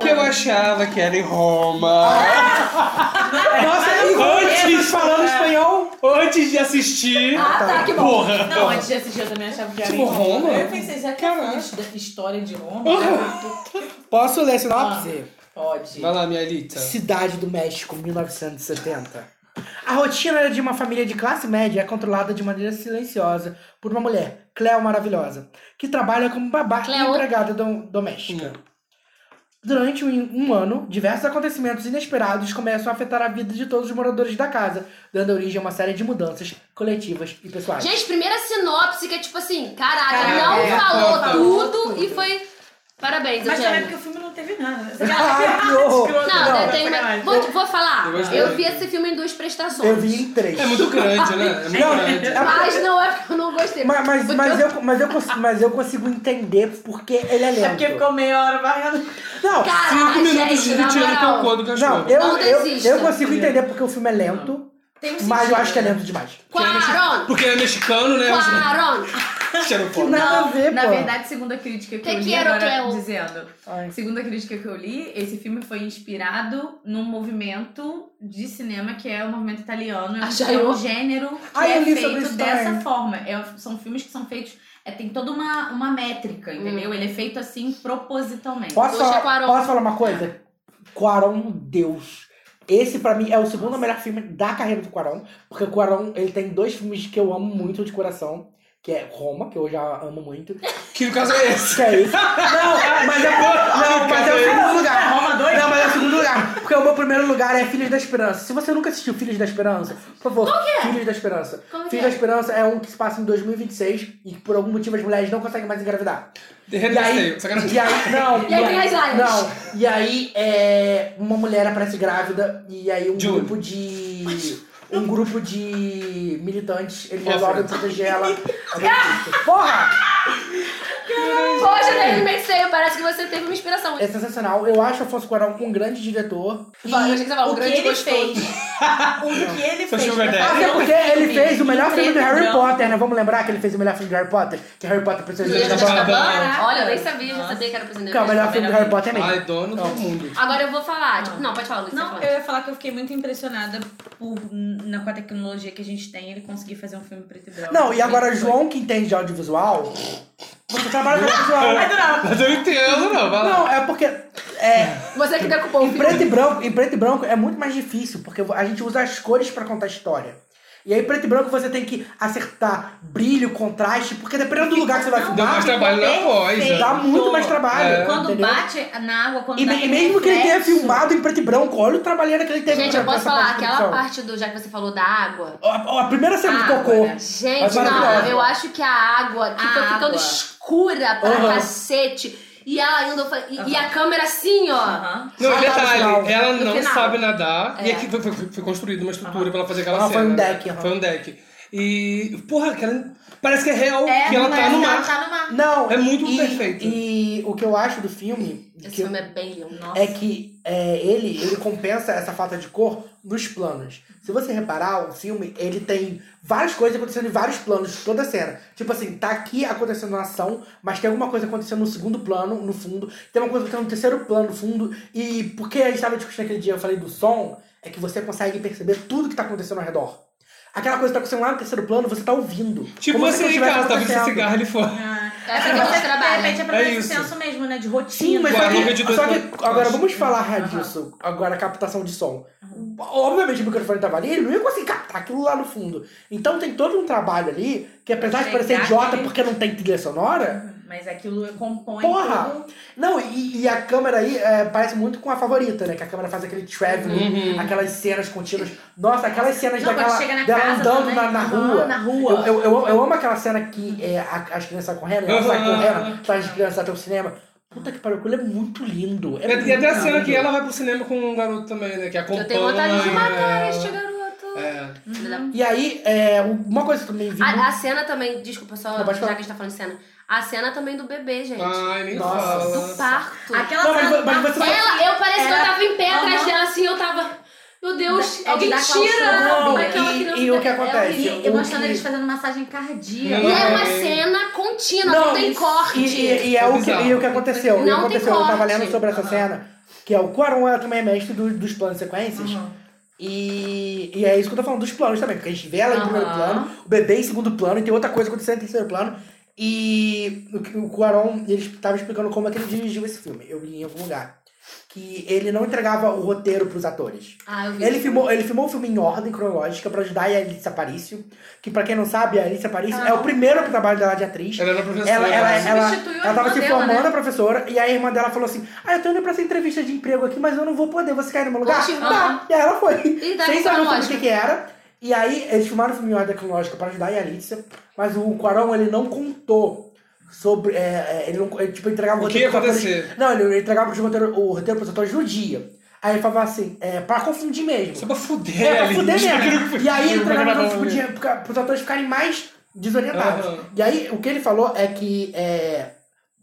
que eu achava que era em Roma. Nossa, e antes falando espanhol? Antes de assistir. Ah, tá, que bom. Porra. Não, antes de assistir eu também achava que era Tipo em Roma? Eu pensei, será que é da história de Roma? Posso ler a sinopse? Pode. Vai lá, minha Elita. Cidade do México, 1970. A rotina era de uma família de classe média é controlada de maneira silenciosa por uma mulher, Cleo Maravilhosa, que trabalha como babá e empregada dom- doméstica. Durante um, um ano, diversos acontecimentos inesperados começam a afetar a vida de todos os moradores da casa, dando origem a uma série de mudanças coletivas e pessoais. Gente, primeira sinopse que é tipo assim, caraca, Caraca, não é, falou falou tudo e foi. Parabéns, Mas também Eugênio. porque o filme não teve nada. né? Ah, que horror. Não, Não, né, eu tenho uma... sacanagem. É vou, vou falar. Eu Eu, gostei. vi esse filme em duas prestações. Eu vi em três. É muito grande, né? É muito Não, grande. é porque- Mas não é porque eu não gostei. Mas, mas, Porque mas, eu, mas, eu consigo, mas eu consigo entender porque ele é lento. É porque ficou meia hora varrendo. Não, Caraca, Cinco minutos gente, de na tirando moral. cocô do cachorro. Não, né? eu, Não eu, desista. eu consigo entender porque o filme é lento, Tem um mas sentido, eu acho que é né? lento demais. Quaron! Porque ele é mexicano, né? Quaron! Xenofóbico. nada a ver, na pô. verdade, segundo a crítica que, Te eu li quiero, agora, Cleo. dizendo. Segundo a crítica que eu li, esse filme foi inspirado num movimento de cinema que é o movimento italiano. É um- Achei é um eu. gênero que Ah, eu é li sobre feito isso dessa também. forma. É- são filmes que são feitos é, tem toda uma, uma métrica, Hum. entendeu? Ele é feito assim propositalmente. Posso Poxa, falar, Quaron. posso falar uma coisa? Quaron, Deus. Esse pra mim é o segundo melhor filme da carreira do Quaron, porque o Quaron, ele tem dois filmes que eu amo muito de coração, que é Roma, que eu já amo muito. Que no caso é esse. Que é esse. Não, mas é, não, mas é o segundo lugar. Roma dois? Não, mas é o segundo lugar. Porque o meu primeiro lugar é Filhos da Esperança. Se você nunca assistiu Filhos da Esperança, por favor, Qual que é? Filhos da Esperança. Qual que Filhos é? da Esperança é um que se passa em 2026 e que por algum motivo as mulheres não conseguem mais engravidar. The Handmaid's Tale, sacanagem. e aí, não, E aí tem as lives. Não, e aí é, uma mulher aparece grávida e aí um June. grupo de. Um grupo de militantes, eles resolvem proteger ela. Porra! Poxa, David Maxey, parece que você teve uma inspiração. É sensacional. Eu acho Afonso Cuarón um grande diretor. Eu achei que você ia falar, um o que grande ele gostoso. fez- O que ele Seu fez? Sugar Daddy. pra fazer Até um porque ele filme fez o melhor em filme do preto e Harry branco? Potter, né? Vamos lembrar que ele fez o melhor filme do Harry Potter? Que Harry Potter precisa de Prisioneiro Azkaban. de Azkaban. Olha, eu nem sabia, não sabia que era prisioneiro Que é o de melhor Azkaban. filme do Harry Potter mesmo. Ai, dono do mundo. Agora eu vou falar. Tipo, não, pode falar, Luiz. Não, pode eu falar. ia falar que eu fiquei muito impressionada por, na, com a tecnologia que a gente tem, ele conseguir fazer um filme preto e branco. Não, e agora João, que entende de audiovisual, você trabalha com audiovisual. Vai durar. Mas eu entendo, não. Vai lá. Não, é porque. É, Você que decupou o em filme. preto e branco, em preto e branco é muito mais difícil, porque a gente usa as cores pra contar a história. E aí, preto e branco, você tem que acertar brilho, contraste, porque dependendo do lugar que você vai Não, filmar. Dá mais trabalho na voz. né? Dá muito mais trabalho. É. Quando entendeu? bate na água, quando E, dá me- e aquele mesmo que ele tenha reflexo- filmado em preto e branco, olha o trabalheiro que ele teve Gente, pra- eu posso essa falar parte de aquela produção. parte Ah, do. Já que você falou da água. A, a primeira cena do Água, cocô. né? Gente, Mas não, maravilhosa. eu acho que a água que A foi ficando água. escura pra Aham. cacete. E ela ainda foi- e, e Aham. a câmera assim, ó. Aham. Não, e Só nada detalhe, ah, tá, no final. ela No não final. sabe nadar. E É. aqui foi, foi- foi construída uma estrutura pra ela fazer aquela Ah, cena. foi um né? deck, aham. Foi um deck. E, porra, aquela, parece que é real É, que ela não tá é, no ela mar. tá no mar. Não, É muito e- perfeito. E o que eu acho do filme Esse que eu- filme é bem lindo. Nossa. é que é, ele, ele compensa essa falta de cor nos planos. Se você reparar, o filme ele tem várias coisas acontecendo em vários planos, toda a cena. Tipo assim, tá aqui acontecendo a ação, mas tem alguma coisa acontecendo no segundo plano, no fundo, tem uma coisa acontecendo no terceiro plano, no fundo. E porque a gente tava discutindo aquele dia, eu falei do som, é que você consegue perceber tudo que tá acontecendo ao redor. Aquela coisa que tá acontecendo lá no terceiro plano, você tá ouvindo. Tipo Como você se em tivesse casa, tá vendo esse acontecendo. cigarro ali fora. Ah, É É pra pra quem você, de trabalha. repente, é pra É ter esse isso. senso mesmo, né? De Sim, rotina. mas só Guarda um que, vídeo do- só que- do- agora vamos falar disso. Agora, captação de som. Obviamente o microfone tava ali, ele não ia conseguir captar aquilo lá no fundo. Então tem todo um trabalho ali que apesar de Pegar parecer idiota aquele- porque não tem trilha sonora, Mas aquilo compõe porra! tudo. Não, e, e a câmera aí é, parece muito com a favorita, né? Que a câmera faz aquele traveling, Uhum. aquelas cenas contínuas. Nossa, aquelas cenas Não, quando daquela, chega na dela casa andando na, também. na Aham, rua. na rua. Eu, eu, eu, eu amo aquela cena que é, a- as crianças saem correndo, ela sai Aham. correndo, traz as crianças até o cinema. Puta que pariu, aquilo é muito lindo. É E, e até a muito cena lindo. que ela vai pro cinema com um garoto também, né? Que acompanha. Eu tenho vontade de matar ela. este garoto. É. Filho da E aí, é, uma coisa que eu também vi. muito- Uhum. A, a cena também, desculpa, só Não, já pode que a falar. Ah, gente tá falando de cena. A cena também do bebê, gente. É, Ai, nem Nossa. do fala. parto. Aquela Não, mas- cena do mas parto- você sabe- Ela, eu parecia que eu Era- tava em pé atrás Aham. dela, assim, eu tava. Meu Deus, É de alguém dar tira! calção, Como é e- que ela criança e o que é acontece? horrível. E, e mostrando eles fazendo massagem cardíaca. E é uma É. cena contínua, não, tem isso- corte. E, e- e é o que, Bizarro. e o que aconteceu. e o que Não tem aconteceu, eu tava corte. lendo sobre essa cena, que é o Quaron ela também é mestre do- dos planos e sequências. E, e é isso que eu tô falando dos planos também, porque a gente vê ela em Aham. primeiro plano, o bebê em segundo plano, e tem outra coisa acontecendo em terceiro plano. E o, que- o Cuarón, ele tava explicando como é que ele dirigiu esse filme. Eu li em algum lugar. Que ele não entregava o roteiro pros atores. Ah, eu vi. Ele filmou, ele filmou o filme em ordem cronológica pra ajudar a Alice Aparício, que pra quem não sabe, a Alice Aparício é o Ah. primeiro trabalho dela de atriz. Ela era professora. Ela, ela, Ela ela, ela, substituiu a tava irmã se dela, formando né? a professora, e aí a irmã dela falou assim: Ah, eu tô indo pra essa entrevista de emprego aqui, mas eu não vou poder, você quer ir no meu lugar? Continua. Tá. E aí ela foi. E daí sem ficou saber na sobre o lógica. que, que era. E aí eles filmaram o filme em ordem cronológica pra ajudar a Yalitza, mas o Quarão ele não contou sobre. é, é, ele não ele, tipo, entregava O que roteiro ia pros acontecer? atores- Não, ele, ele entregava pro roteiro, o roteiro pros atores no dia. Aí ele falava assim, é, pra confundir mesmo. Só pra fuder É, pra ali. fuder mesmo. Aquilo- E aí ele aquilo entregava programa todo tipo de. pra- pros atores ficarem mais desorientados. um Aham. E aí o que ele falou é que é,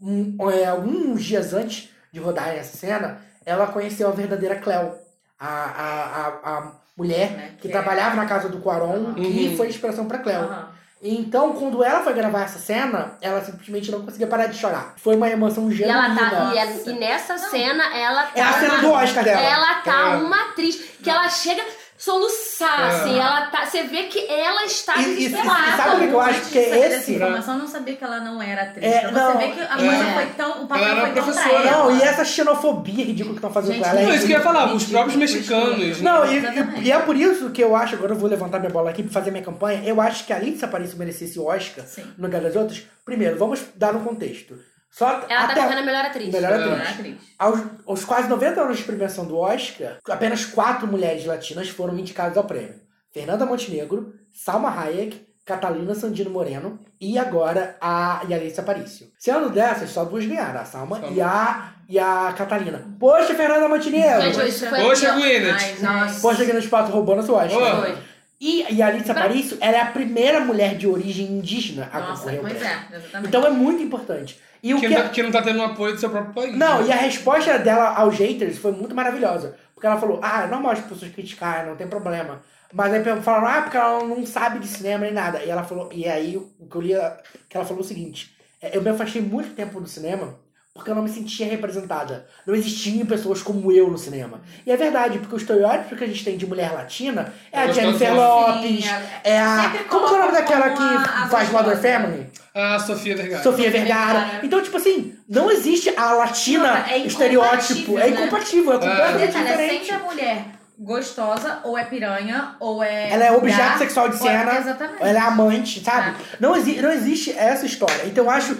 um- é, alguns dias antes de rodar essa cena, ela conheceu a verdadeira Cleo. A, a, a, a mulher Né, que que é- trabalhava na casa do Quaron, que Uhum. foi inspiração pra Cleo. Aham. Então, quando ela foi gravar essa cena, ela simplesmente não conseguia parar de chorar. Foi uma emoção E, ela genuína. tá, e, ela- e nessa cena, ela tá. É a cena uma- do Oscar dela. Ela tá É. uma atriz. Que ela chega. soluçar, É. assim. Ela tá, você vê que ela está E- e- desesperada. e sabe o que eu acho que é Saber Ah, tá. dessa esse? informação, eu não sabia que ela não era atriz. É, pra não, você ver que a é. coisa foi tão. O papel Ela era foi tão pra professora. ela. Não, e essa xenofobia ridícula que estão fazendo Gente, com ela. é não, isso que eu ia falar, os ridículo, próprios mexicanos. Não, né? e, e- e é por isso que eu acho, agora eu vou levantar minha bola aqui pra fazer minha campanha. Eu acho que a Lindsay Aparece merecesse o Oscar no lugar das outras. Primeiro, vamos dar um contexto. Só Ela tá até- correndo a melhor atriz. Melhor atriz. Aos, aos quase 90 anos de premiação do Oscar, apenas quatro mulheres latinas foram indicadas ao prêmio: Fernanda Montenegro, Salma Hayek, Catalina Sandino Moreno e agora a Yalitza Aparício. Sendo dessas, só duas ganharam: a Salma e a, e a Catalina. Poxa, Fernanda Montenegro! Gente, isso foi Poxa, pior. Gwyneth. Ai, nossa. É, Poxa, Gwyneth Paltrow roubando a sua Oscar. Ô. Foi. E a Yalitza Aparício, ela é a primeira mulher de origem indígena a concorrer ao pois prêmio. é, exatamente. Então é muito importante. E o que, que é não tá, que não tá tendo o apoio do seu próprio país. não, e a resposta dela aos haters foi muito maravilhosa. Porque ela falou, ah, é normal as pessoas criticarem, não tem problema. Mas aí pe- falaram, ah, porque ela não sabe de cinema nem nada. E ela falou, e aí o que eu li é que ela falou o seguinte: é, eu me afastei muito tempo do cinema porque eu não me sentia representada. Não existiam pessoas como eu no cinema. E é verdade, porque o estereótipo que a gente tem de mulher latina é a Eu Jennifer gosto dela. Lopes, é a. Como que é o nome daquela que faz Mother Family? Ah, Sofia Vergara. Sofia Vergara. Então, tipo assim, não existe a latina estereótipo. É incompatível, é completamente é né? Detalhe, é diferente. sempre a mulher gostosa, ou é piranha, ou é. Ela é objeto vulgar, sexual de ou é- cena, Exatamente. Tá. ela é amante, sabe? Não, exi não existe essa história. Então eu acho.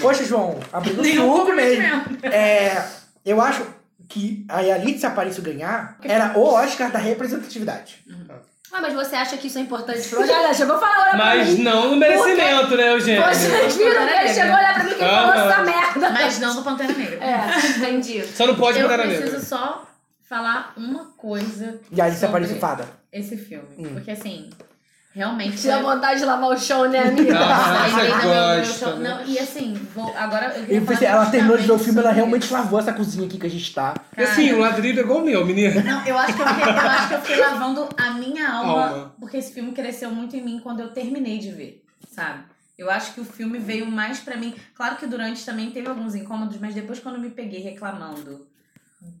Poxa, João, abriu Nenhum o suco mesmo. comprometimento. É, eu acho que a Yalitza Aparicio ganhar era é o Oscar da representatividade. Uhum. Ah, mas você acha que isso é importante pra hoje? Olha, chegou a falar olha pra Mas mim. não no merecimento, né, Eugênio? Vocês viram que ele chegou a olhar pra mim e falou Aham. essa merda. Mas não do Pantera Negra. É, entendi. Só não pode Eu Pantera preciso Negra. só falar uma coisa Yalitza sobre Aparicio é fada. esse filme. Hum. Porque assim, realmente. Tinha foi- vontade de lavar o chão, né, amiga? Tá, Nossa, Saí Ah, você da minha- meu gosta, show- né? Não, e assim, vou, agora eu E vou pensei, falar ela terminou de ver o justamente filme, ela realmente lavou essa cozinha aqui que a gente tá. E assim, o ladrilho é igual o meu, menino. Não, eu acho que eu, fiquei- eu acho que eu fiquei lavando a minha alma, Alma. porque esse filme cresceu muito em mim quando eu terminei de ver, sabe? Eu acho que o filme veio mais pra mim. Claro que durante também teve alguns incômodos, mas depois quando eu me peguei reclamando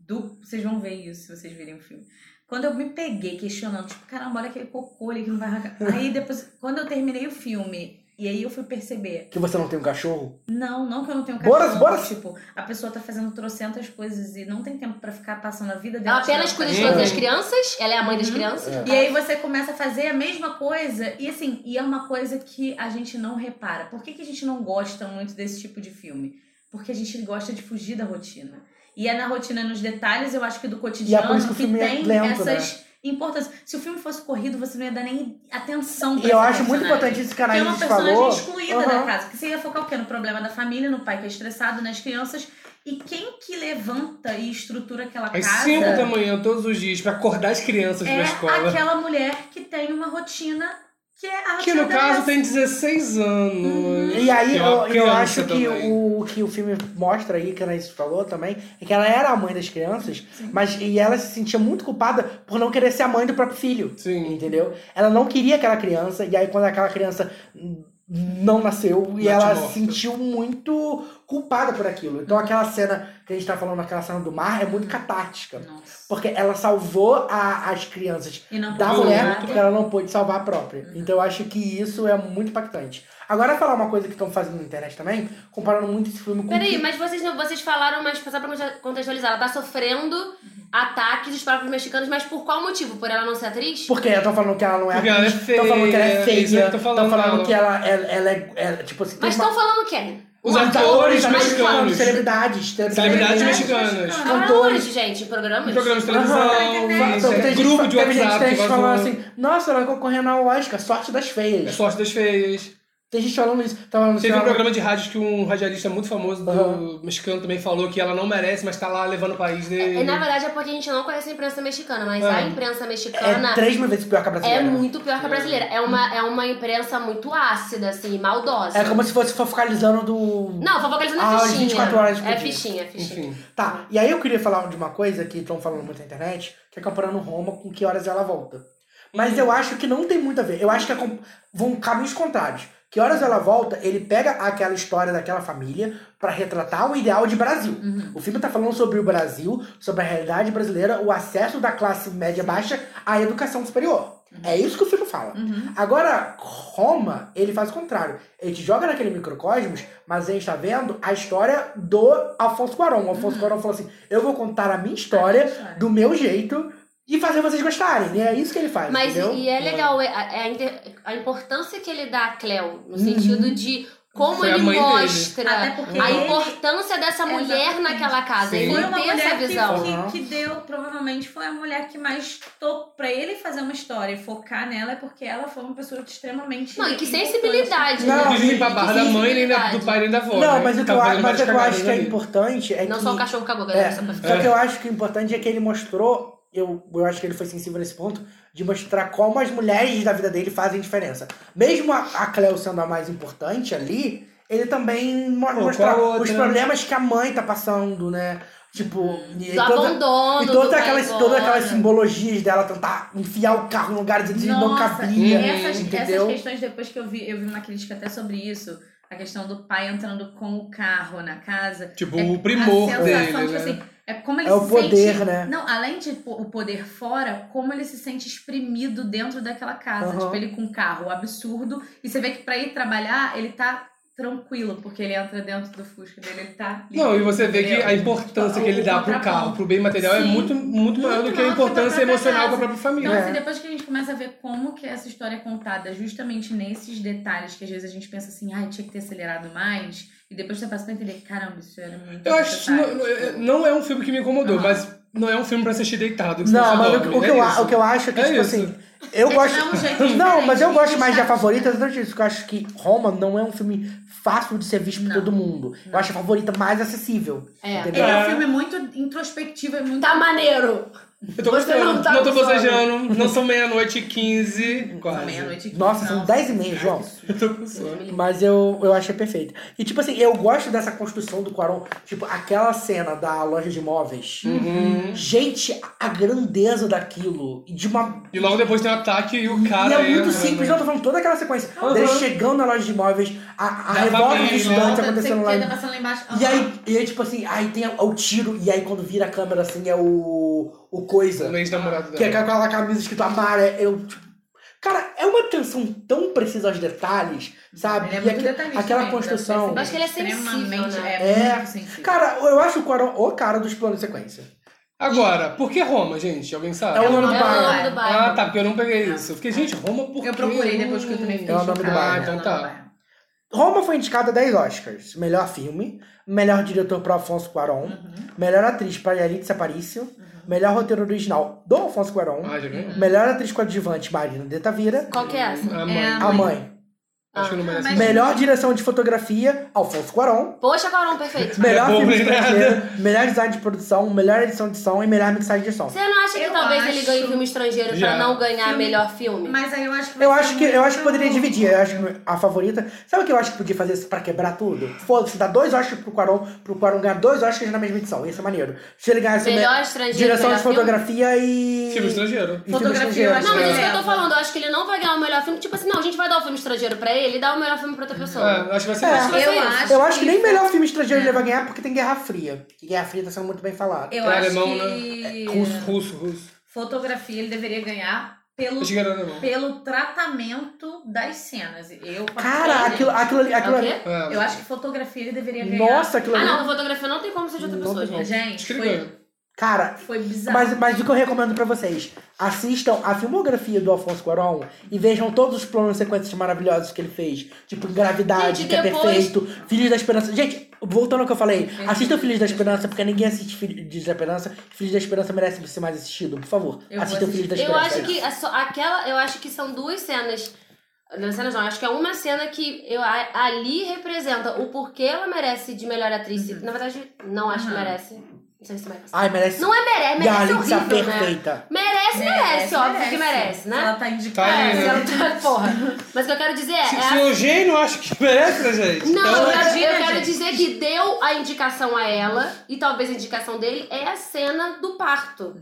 do. Vocês vão ver isso se vocês virem o filme. Quando eu me peguei questionando, tipo, caramba, olha aquele cocô ali que não vai arrancar. Aí depois, quando eu terminei o filme, e aí eu fui perceber, Que você não tem um cachorro? não, não que eu não tenho Bora, cachorro. bora. Tipo, a pessoa tá fazendo trocentas coisas e não tem tempo pra ficar passando a vida dela. Ela apenas cuida de Hum. todas as crianças, ela é a mãe das crianças. E aí você começa a fazer a mesma coisa e assim, e é uma coisa que a gente não repara. Por que, que a gente não gosta muito desse tipo de filme? Porque a gente gosta de fugir da rotina. E é na rotina, nos detalhes, eu acho que do cotidiano, é por isso que o que, filme é tem lento, né? essas importâncias. Se o filme fosse corrido, você não ia dar nem atenção pra E eu essa acho muito personagem. importante isso que a Porque é Anaís uma personagem falou. excluída né, Aham. da casa. Porque você ia focar o quê? No problema da família, no pai que é estressado, nas crianças. E quem que levanta e estrutura aquela Às casa? 5 da manhã, todos os dias, pra acordar as crianças é pra escola. aquela mulher que tem uma rotina que é a rotina Que no dela. caso tem 16 anos. Uhum. E aí Que é uma eu, eu criança acho que também. o, que o filme mostra aí, que a Anaís falou também, é que ela era a mãe das crianças, mas e ela se sentia muito culpada por não querer ser a mãe do próprio filho. Sim. Entendeu? Ela não queria aquela criança, e aí quando aquela criança hum, não nasceu, e Bate ela morta. sentiu muito culpada por aquilo. Uhum. Então aquela cena que a gente tá falando, aquela cena do mar, é muito catártica. Porque ela salvou a- as crianças E não da pôde mulher, salvar. porque ela não pôde salvar a própria. Então eu acho que isso é muito impactante. Agora falar uma coisa que estão fazendo na internet também, comparando muito esse filme com. o Peraí, que- mas vocês, não- vocês falaram, mas só pra conte- contextualizar, ela tá sofrendo ataques dos próprios mexicanos, mas por qual motivo? Por ela não ser atriz? Porque estão falando que ela não é Porque ela é Estão falando que ela é feia, isso feia. é o que eu Estão tô falando, falando dela. que ela, ela, ela é, ela, Tipo assim. Mas tem uma- estão falando quem? Os atores também mexicanos. falando, Celebridades. Celebridades mexicanas. Cantores. Cantores, gente, em programas. Em programas de televisão, Aham. isso, Então, é. tem gente- grupo de teve gente WhatsApp que que um falando vazou. assim, nossa, ela concorrendo ao Oscar, sorte das feias. Sorte das feias. Tem gente falando isso. Tá falando É. Teve isso, um ela- programa de rádios que um radialista muito famoso do mexicano também falou que ela não merece, mas tá lá levando o país dele. E, na verdade é porque a gente não conhece a imprensa mexicana, mas É. a imprensa mexicana. É três mil vezes pior que a brasileira. É muito pior que a brasileira. É uma, é uma imprensa muito ácida, assim, maldosa. É como se fosse focalizando do. Não, fofocalizando Ah, é as fichinha. 24 horas por é dia. fichinha, é fichinha. Tá, e aí eu queria falar de uma coisa que estão falando muito na internet, que é comparando Roma com que horas ela volta. Mas eu acho que não tem muito a ver. Eu acho que é com... vão caminhos contrários. Que Horas Ela Volta, ele pega aquela história daquela família pra retratar o ideal de Brasil. O filme tá falando sobre o Brasil, sobre a realidade brasileira, o acesso da classe média baixa à educação superior. É isso que o filme fala. Agora, Roma, ele faz o contrário. Ele te joga naquele microcosmos, mas a gente tá vendo a história do Alfonso Cuarón. O Alfonso Cuarón falou assim: eu vou contar a minha história, do meu jeito e fazer vocês gostarem. E é isso que ele faz. Mas entendeu? e é legal é, é a, inter- a importância que ele dá a Cleo, no sentido de como Foi a ele mãe dele. mostra Uhum. Até porque a ele- importância dessa mulher Exatamente. naquela casa. Foi Ele não uma tem mulher essa que- visão. Que, que deu, provavelmente, foi a mulher que mais topou pra ele fazer uma história e focar nela, é porque ela foi uma pessoa extremamente. Não, e que importante. sensibilidade, né? Não, limpar a barra da mãe nem da- do pai nem da avó. Não, né? mas o que Tá eu, fazendo acho- mas o várias que eu acho cagadas que é ali. importante é Não que... só o cachorro né? cagou, galera. É, só pra só que eu acho que o importante é que ele mostrou, eu, eu acho que ele foi sensível nesse ponto, de mostrar como as mulheres da vida dele fazem diferença. Mesmo a, a Cleo sendo a mais importante ali, ele também mo Pô, mostra qual a outra, os né? problemas que a mãe tá passando, né? Tipo, e Hum. Do abandono, e do toda pai aquelas, embora. todas aquelas simbologias dela tentar enfiar o carro no lugar onde não Nossa, e cabia. essas, essas entendeu? questões depois que eu vi, eu vi uma crítica até sobre isso. A questão do pai entrando com o carro na casa. É Tipo, o primor a sensação, dele, tipo né? assim, é como ele É o se sente- poder, né? Não, além de po- o poder fora, como ele se sente exprimido dentro daquela casa. Aham. Tipo, ele com um carro absurdo. E você vê que pra ir trabalhar, ele tá tranquilo, porque ele entra dentro do Fusca dele, ele tá. livre, Não, e você vê que entendeu? a importância Tipo, que ele o dá pro contraponto. carro, pro bem material, é Sim. muito, muito maior do que a maior pra importância própria emocional casa. pra própria família. Então, É. assim, depois que a gente começa a ver como que essa história é contada, justamente nesses detalhes que às vezes a gente pensa assim, ai, tinha que ter acelerado mais, e depois você passa pra entender, caramba, isso era muito Eu acho que não, necessário. tipo, não- não é um filme que me incomodou, mas não é um filme pra assistir deitado. que você Não, se mas dorme, o, o que é eu, a- isso. o que eu acho é que, É tipo isso. assim, eu É, gosto. é um jeito não, diferente mas eu de gosto mais de A Favorita exatamente isso. que Eu acho que Roma não é um filme fácil de ser visto por todo mundo. Eu acho a favorita mais acessível. É. Ele entendeu? Ah, é um filme muito introspectivo, é muito... Tá maneiro! Eu tô Você gostando, não não, tá tô com sono. bocejando, não são meia-noite e 15, quase. meia-noite assim, Nossa, são 10 e é meia, João. Eu tô com sono. Mas eu, eu achei perfeito. E, tipo assim, eu gosto dessa construção do Quaron. Tipo, aquela cena da loja de imóveis. Uhum. Gente, a- a grandeza daquilo. E de uma E logo depois tem o ataque e o cara. e é muito entra, simples, né? não, tô falando toda aquela sequência. Aham. Dele chegando na loja de imóveis, a, a Da revolta família, do estudante né? acontecendo lá. Tá é passando lá embaixo. E aí, e aí, tipo assim, aí tem o tiro, e aí quando vira a câmera assim, é o. o coisa. O ex-namorado Que é com dela. aquela camisa escrito Amara, é- eu. tipo, Cara, é uma atenção tão precisa aos detalhes, sabe? Ele é E muito aque- detalhista assim, aquela mesmo, construção. dá pra perceber. Acho que ele é sensível, Extremamente, né? é É. muito sensível. Cara, eu acho o Quaron o cara dos planos de sequência. Agora, por que Roma, gente? Alguém sabe? É o nome do É o bairro. nome do bairro. Ah, tá, porque eu não peguei isso. Eu fiquei, gente, Roma por quê? Eu procurei depois que eu também fiquei É o nome do chocada. bairro. Ah, então tá. Roma foi indicada a 10 Oscars. Melhor filme, melhor diretor para Alfonso Cuarón, Uhum. melhor atriz para Yalitza Aparicio, melhor roteiro original do Alfonso É Cuarón, Ah, já ganhou? melhor atriz coadjuvante Marina de Tavira, Qual que é essa? A mãe. a mãe. Acho que não merece. Melhor direção de fotografia, Alfonso Cuarón. Poxa, Carol, perfeito. Melhor É bom, filme nem nada. estrangeiro, melhor design de produção, melhor edição de som e melhor mixagem de som. Você não acha que Eu talvez ele acho- ganhe filme estrangeiro Já. pra não ganhar Filme- melhor filme? Mas aí eu acho que... vai Eu ser acho que eu acho que poderia muito- dividir. Eu acho que a favorita. Sabe o que eu acho que podia fazer pra quebrar tudo? Foda-se, dá dois Oscars pro Quaron, pro Quaron ganhar dois Oscars na mesma edição. Isso é maneiro. Se ele ganhasse Melhor me- estrangeiro, direção de melhor fotografia e. assim, Filme estrangeiro. e filme estrangeiro. Não, mas é isso que eu tô falando, eu acho que ele não vai ganhar o melhor filme. Tipo assim, não, a gente vai dar o filme estrangeiro pra ele e dar o melhor filme pra outra pessoa. É, eu acho que vai ser isso. É, Eu eu, acho, acho É. que nem melhor filme estrangeiro ele vai ganhar porque tem Guerra Fria. E Guerra Fria tá sendo muito bem falado. Eu É acho alemão, né? que... Russo, russo, russo. Fotografia ele deveria ganhar pelo... Acho que era alemão. pelo tratamento das cenas. Eu, Cara, aquilo, aquilo ali. Aquilo É o ali. quê? eu acho que fotografia ele deveria ganhar. Nossa, aquilo Ah, ali. não, fotografia não tem como ser de outra pessoa, gente. Gente, foi, Cara, foi bizarro. Mas, mas o que eu recomendo pra vocês, assistam a filmografia do Alfonso Cuarón e vejam todos os planos e sequências maravilhosos que ele fez. Tipo, Gravidade, Gente, que é depois- perfeito, Filhos da Esperança. Gente, voltando ao que eu falei, assistam Filhos da Esperança, porque ninguém assiste Filhos da Esperança. Filhos da Esperança merece ser mais assistido, por favor. Eu vou assistam Filhos da Eu Esperança. acho que é só- aquela. Eu acho que são duas cenas. Não, cenas não, acho que é uma cena que eu, a- ali representa o porquê ela merece de melhor atriz. Na verdade, não acho que Uhum. merece. Não sei se merece. Ai, merece. Não é merece, merece é Yalitza horrível, né? Ah, perfeita. Merece, merece, óbvio que merece, Ela né? tá indicada. Tá aí, É, né? se ela tá- porra. Mas o que eu quero dizer é. Se, é se assim. a- o gênio acha que merece, né, gente? Não, Então, eu quero, eu imagina, quero é gente. dizer que deu a indicação a ela, e talvez a indicação dele é a cena do parto.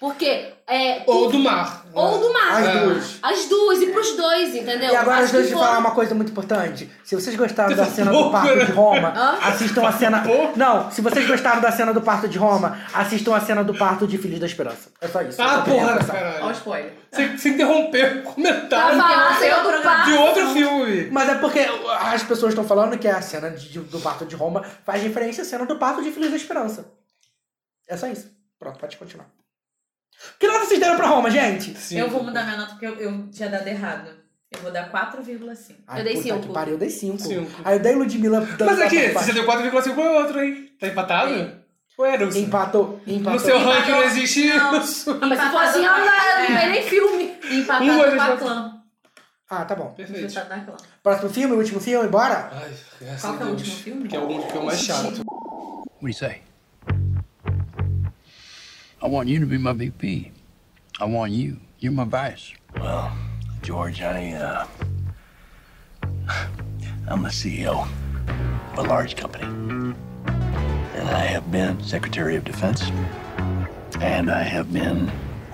Porque. É, Ou do mar. Ou do mar. As duas. As duas, e pros dois, entendeu? E agora Acho os dois que te foram- falar uma coisa muito importante. Se vocês gostaram da Essa cena do boca, parto né? de Roma, Hã? assistam a cena. Não, se vocês gostaram da cena do parto de Roma, assistam a cena do parto de Filhos da Esperança. É só isso. Ah, Eu só queria porra, passar. caralho. Olha o spoiler. Você, você interrompeu o Tá comentário Pra falar de, do parto. outro, de outro filme. Mas é porque as pessoas estão falando que a cena de- do parto de Roma faz referência à cena do parto de Filhos da Esperança. É só isso. Pronto, pode continuar. Que nota vocês deram pra Roma, gente? tá Eu vou mudar minha nota porque eu, eu tinha dado errado. Eu vou dar 4,5. Ai, puta que pariu, eu dei 5. Cinco. Aí eu dei Ludmilla. Mas aqui, você deu 4,5 foi outro, hein? Tá empatado? Ué, Eros. Empatou, empatou. No seu ranking não existe Não. isso. Ah, Mas se for assim, ela não não tem tem nem nem filme. Empatado Um, dois, com a Tá dois. clã. Ah, tá bom. Perfeito. Empatado na clã. Próximo filme, último filme, bora? Qual que é o último filme? Que é o último filme mais chato. What do you say? I want you to be my VP. I want you. You're my vice. Well, George, I, uh, I'm the CEO of a large company. And I have been Secretary of Defense. And I have been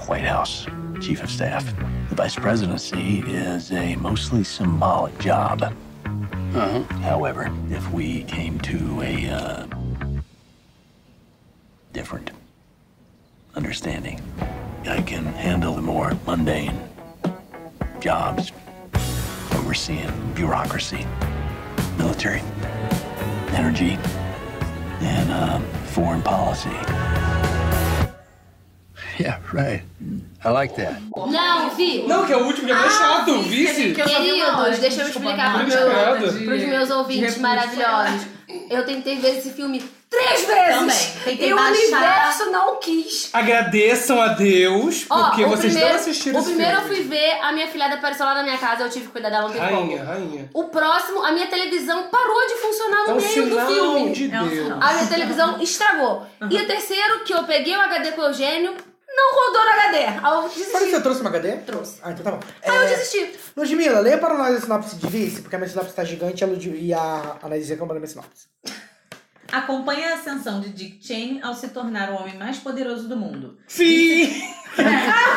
White House Chief of Staff. The vice presidency is a mostly symbolic job. Uh-huh. However, if we came to a uh, different understanding, I can handle the more mundane jobs, overseeing bureaucracy, military, energy, and um, foreign policy. Yeah, right. I like that. Não, Vi. Não, que é o último, que é Ah, mais chato, o vice. Queridos, deixa eu explicar pro meu, Obrigado. pros meus ouvintes repulso. maravilhosos. Eu tentei ver esse filme três vezes. Também. Tentei E o baixar. universo não quis. Agradeçam a Deus, Ó, porque o vocês primeiro- não assistiram O esse primeiro eu filme. fui ver, a minha filhada apareceu lá na minha casa, eu tive que cuidar dela, não teve Rainha, como. rainha. O próximo, a minha televisão parou de funcionar no É um meio do sinal filme. de É um Deus. sinal. A minha televisão estragou. E o terceiro, que eu peguei o HD com o Eugênio, não rodou no HD. Aí eu desisti. Olha, você trouxe uma HD? Trouxe. Ah, então tá bom. Aí eu É, desisti. Ludmilla, leia para nós a sinopse de vice, porque a minha sinopse tá gigante e a Lud- e a Anaísa reclama da minha sinopse. Acompanha a ascensão de Dick Cheney ao se tornar o homem mais poderoso do mundo. Sim!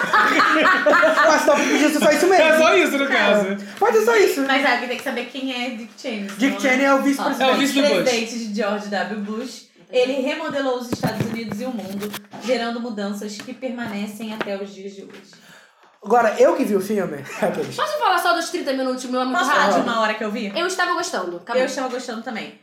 a sinopse podia ser só isso mesmo. É só isso, no caso. Pode ser só isso. Mas alguém tem que saber quem é Dick Cheney. senão- Dick Cheney é o vice-presidente. Ó, É o vice do Bush. presidente de George W. Bush. Ele remodelou os Estados Unidos e o mundo, gerando mudanças que permanecem até os dias de hoje. Agora, eu que vi o filme. É, Aqueles. Posso falar só dos 30 minutos, meu amigo? Posso falar de rádio? uma hora que eu vi? Eu estava gostando. acabou. Eu estava gostando também.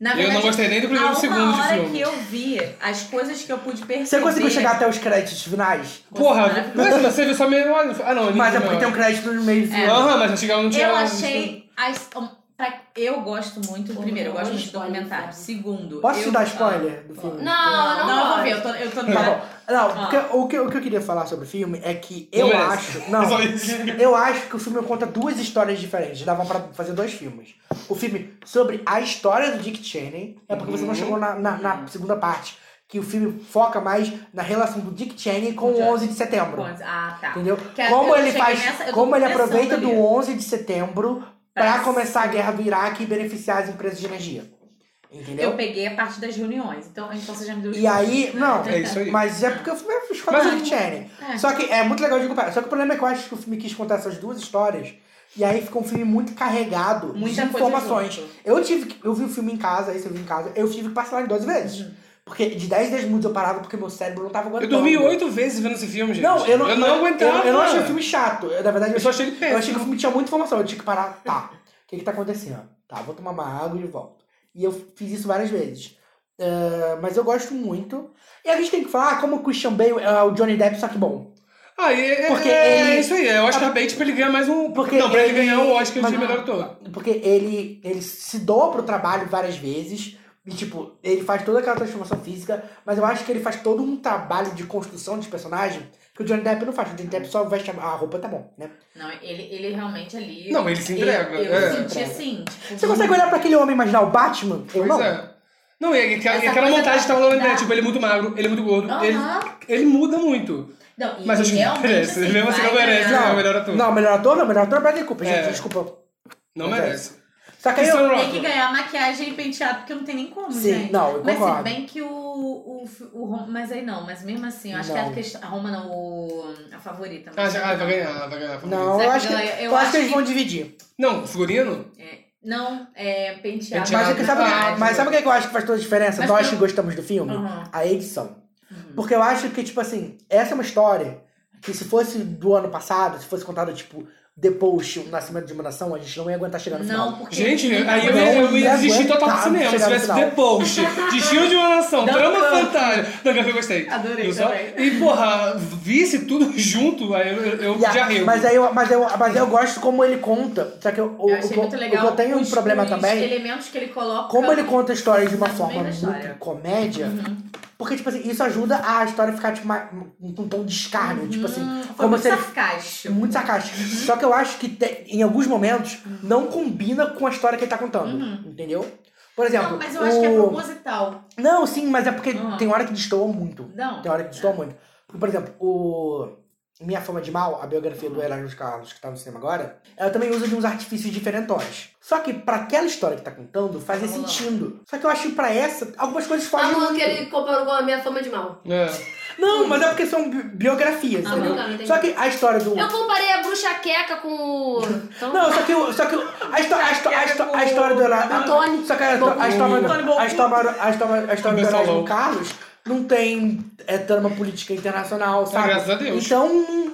Na Eu não gostei nem do primeiro a uma segundo de hora filme. que eu vi, as coisas que eu pude perceber... Você conseguiu chegar até os créditos finais? é Porra, mas você viu só meia hora. Ah, não, Mas é porque tem um crédito no meio do filme. Aham, mas um não chegava não tinha. Eu achei... As, um, pra- eu gosto muito... Primeiro, eu gosto muito de documentário. Segundo... Posso É. eu, te dar spoiler do filme? Não, não, não eu vou ver. Eu tô, eu tô Tá bom. Não, Ah. porque o que, o que eu queria falar sobre o filme é que Não eu merece. acho. Não, Só isso. eu acho que o filme conta duas histórias diferentes. Dava pra fazer dois filmes. O filme sobre a história do Dick Cheney. É porque você não Uhum. chegou na, na- na segunda parte. Que o filme foca mais na relação do Dick Cheney com o 11 de setembro. Ah, tá. Entendeu? Uhum. Que como eu ele cheguei faz. nessa- eu tô como ele começando aproveita ali. do 11 de setembro pra começar a guerra do Iraque e beneficiar as empresas de energia. Entendeu? Eu peguei a parte das reuniões. Então, então você já me deu os E aí, pontos, né? não, Então, mas é porque o filme é Mas escolar eu- de Cheney. É. Só que é muito legal de comparar. Só que o problema é que eu acho que o filme quis contar essas duas histórias. E aí fica um filme muito carregado Muita de coisa informações. junto. Eu tive que- Eu vi o filme em casa, esse eu vi em casa, eu tive que parcelar em 12 vezes. Porque de 10 em 10 minutos eu parava porque um meu cérebro não tava aguentando. Eu dormi oito vezes vendo esse filme, gente. Não, eu não, Eu não aguentava. Eu, eu não achei o filme É. chato. Eu, na verdade, eu, Eu só achei achei ele Eu péssimo. achei que o filme tinha muita informação. Eu tinha que parar. Tá, o que que tá acontecendo? Tá, vou tomar uma água e volto. E eu fiz isso várias vezes. Ah, mas eu gosto muito. E a gente tem que falar como o Christian Bale é o Johnny Depp, só que bom. Ah, e é, Porque é ele- isso aí. Eu acho que a Bates pra ele ganhar mais um. não, pra ele, ganhar o Oscar mas de não. melhor ator. Porque ele, ele se doa pro trabalho várias vezes. E, tipo, ele faz toda aquela transformação física. Mas eu acho que ele faz todo um trabalho de construção de personagem que o Johnny Depp não faz. O Johnny Depp só veste a a roupa, tá bom, né? Não, ele, ele realmente ali. Não, ele se eu- entrega, Eu, é. senti assim. Tipo, Você consegue olhar pra aquele homem e imaginar o Batman? Eu Uhum. Pois não. é. Não, e, aquela- e Essa aquela coisa montagem da- que tava rolando, né? da- Tipo, ele é muito magro, ele é muito gordo. Aham. Ele, ele muda muito. Não, e Mas acho que realmente, merece. assim, Mesmo assim, vai não merece. ganhar. Não, melhor ator. Não, melhor ator não, melhor ator é Bradley Cooper, gente, É. desculpa. Não Mas é merece. Só que aí um eu- Tem que ganhar maquiagem e penteado, porque não tem nem como, Sim, gente. não, eu mas concordo. se bem que o, o, o Roma- Mas aí não, mas mesmo assim, eu acho que Não. a questão. A Roma não, o, a favorita. Ah, já- ah, vai ganhar, vai ganhar. vai Não, ganhar. eu acho que, eu acho que eles vão dividir. Não, figurino? Não, é penteado. Mas, é que sabe, maquiagem. mas sabe o que eu acho que faz toda a diferença? Mas Nós eu- que é? gostamos do filme? Uhum. A edição. Porque eu acho que, tipo assim, essa é uma história que se fosse do ano passado, se fosse contada, tipo, depois o nascimento de uma nação, a gente não ia aguentar chegar no Não, final. porque- Gente, aí eu, ia- eu ia desistir total do cinema. Se tivesse The Post, Destino de uma Nação, Não, Trama não. Fantástica. Não, que eu gostei. Adorei Eu só- também. E, porra, visse tudo junto, aí eu, eu Yeah, já rio. Mas, é- aí eu, mas, eu, mas eu gosto como ele conta. Só que eu, o, Eu o que achei eu- muito o legal. que eu tenho um os- problema os também. elementos que ele coloca. Como ele conta a história de uma É no forma meio da história. Uhum. muito comédia. Porque, tipo assim, isso ajuda a história ficar tipo, uma- um, um tom de escárnio. Tipo assim, Uhum. Foi como muito se ele- sarcástico. Uhum. Muito sarcástico. Só que eu acho que te- em alguns momentos não combina com a história que ele tá contando. Uhum. Entendeu? Por exemplo. Não, mas eu acho que é o- proposital. Não, sim, mas é porque Uhum. tem hora que destoa muito. Não. Tem hora que destoa muito. Porque, por exemplo, o Minha Fama de Mal, a biografia do Erasmus Carlos, que tá no cinema agora, ela também usa de uns artifícios diferentões. Só que pra aquela história que tá contando, fazia sentido. Só que eu acho que pra essa, algumas coisas fogem Falou muito. Tá que ele comparou com a minha fama de mal. Não, mas é porque são bi- biografias, Ah, entendeu? não, não entendi. Só que a história do... Eu comparei a bruxa queca com o. Então, Não, só que, o- só que o- a, histó- a, histó- a, histó- a história do Erasmo. Tony. Só que a, histó- a história, Tony do- a história, a história, a história do Benção Erasmo Louco. Carlos não tem é, trama política internacional, sabe? graças a Deus. Então, um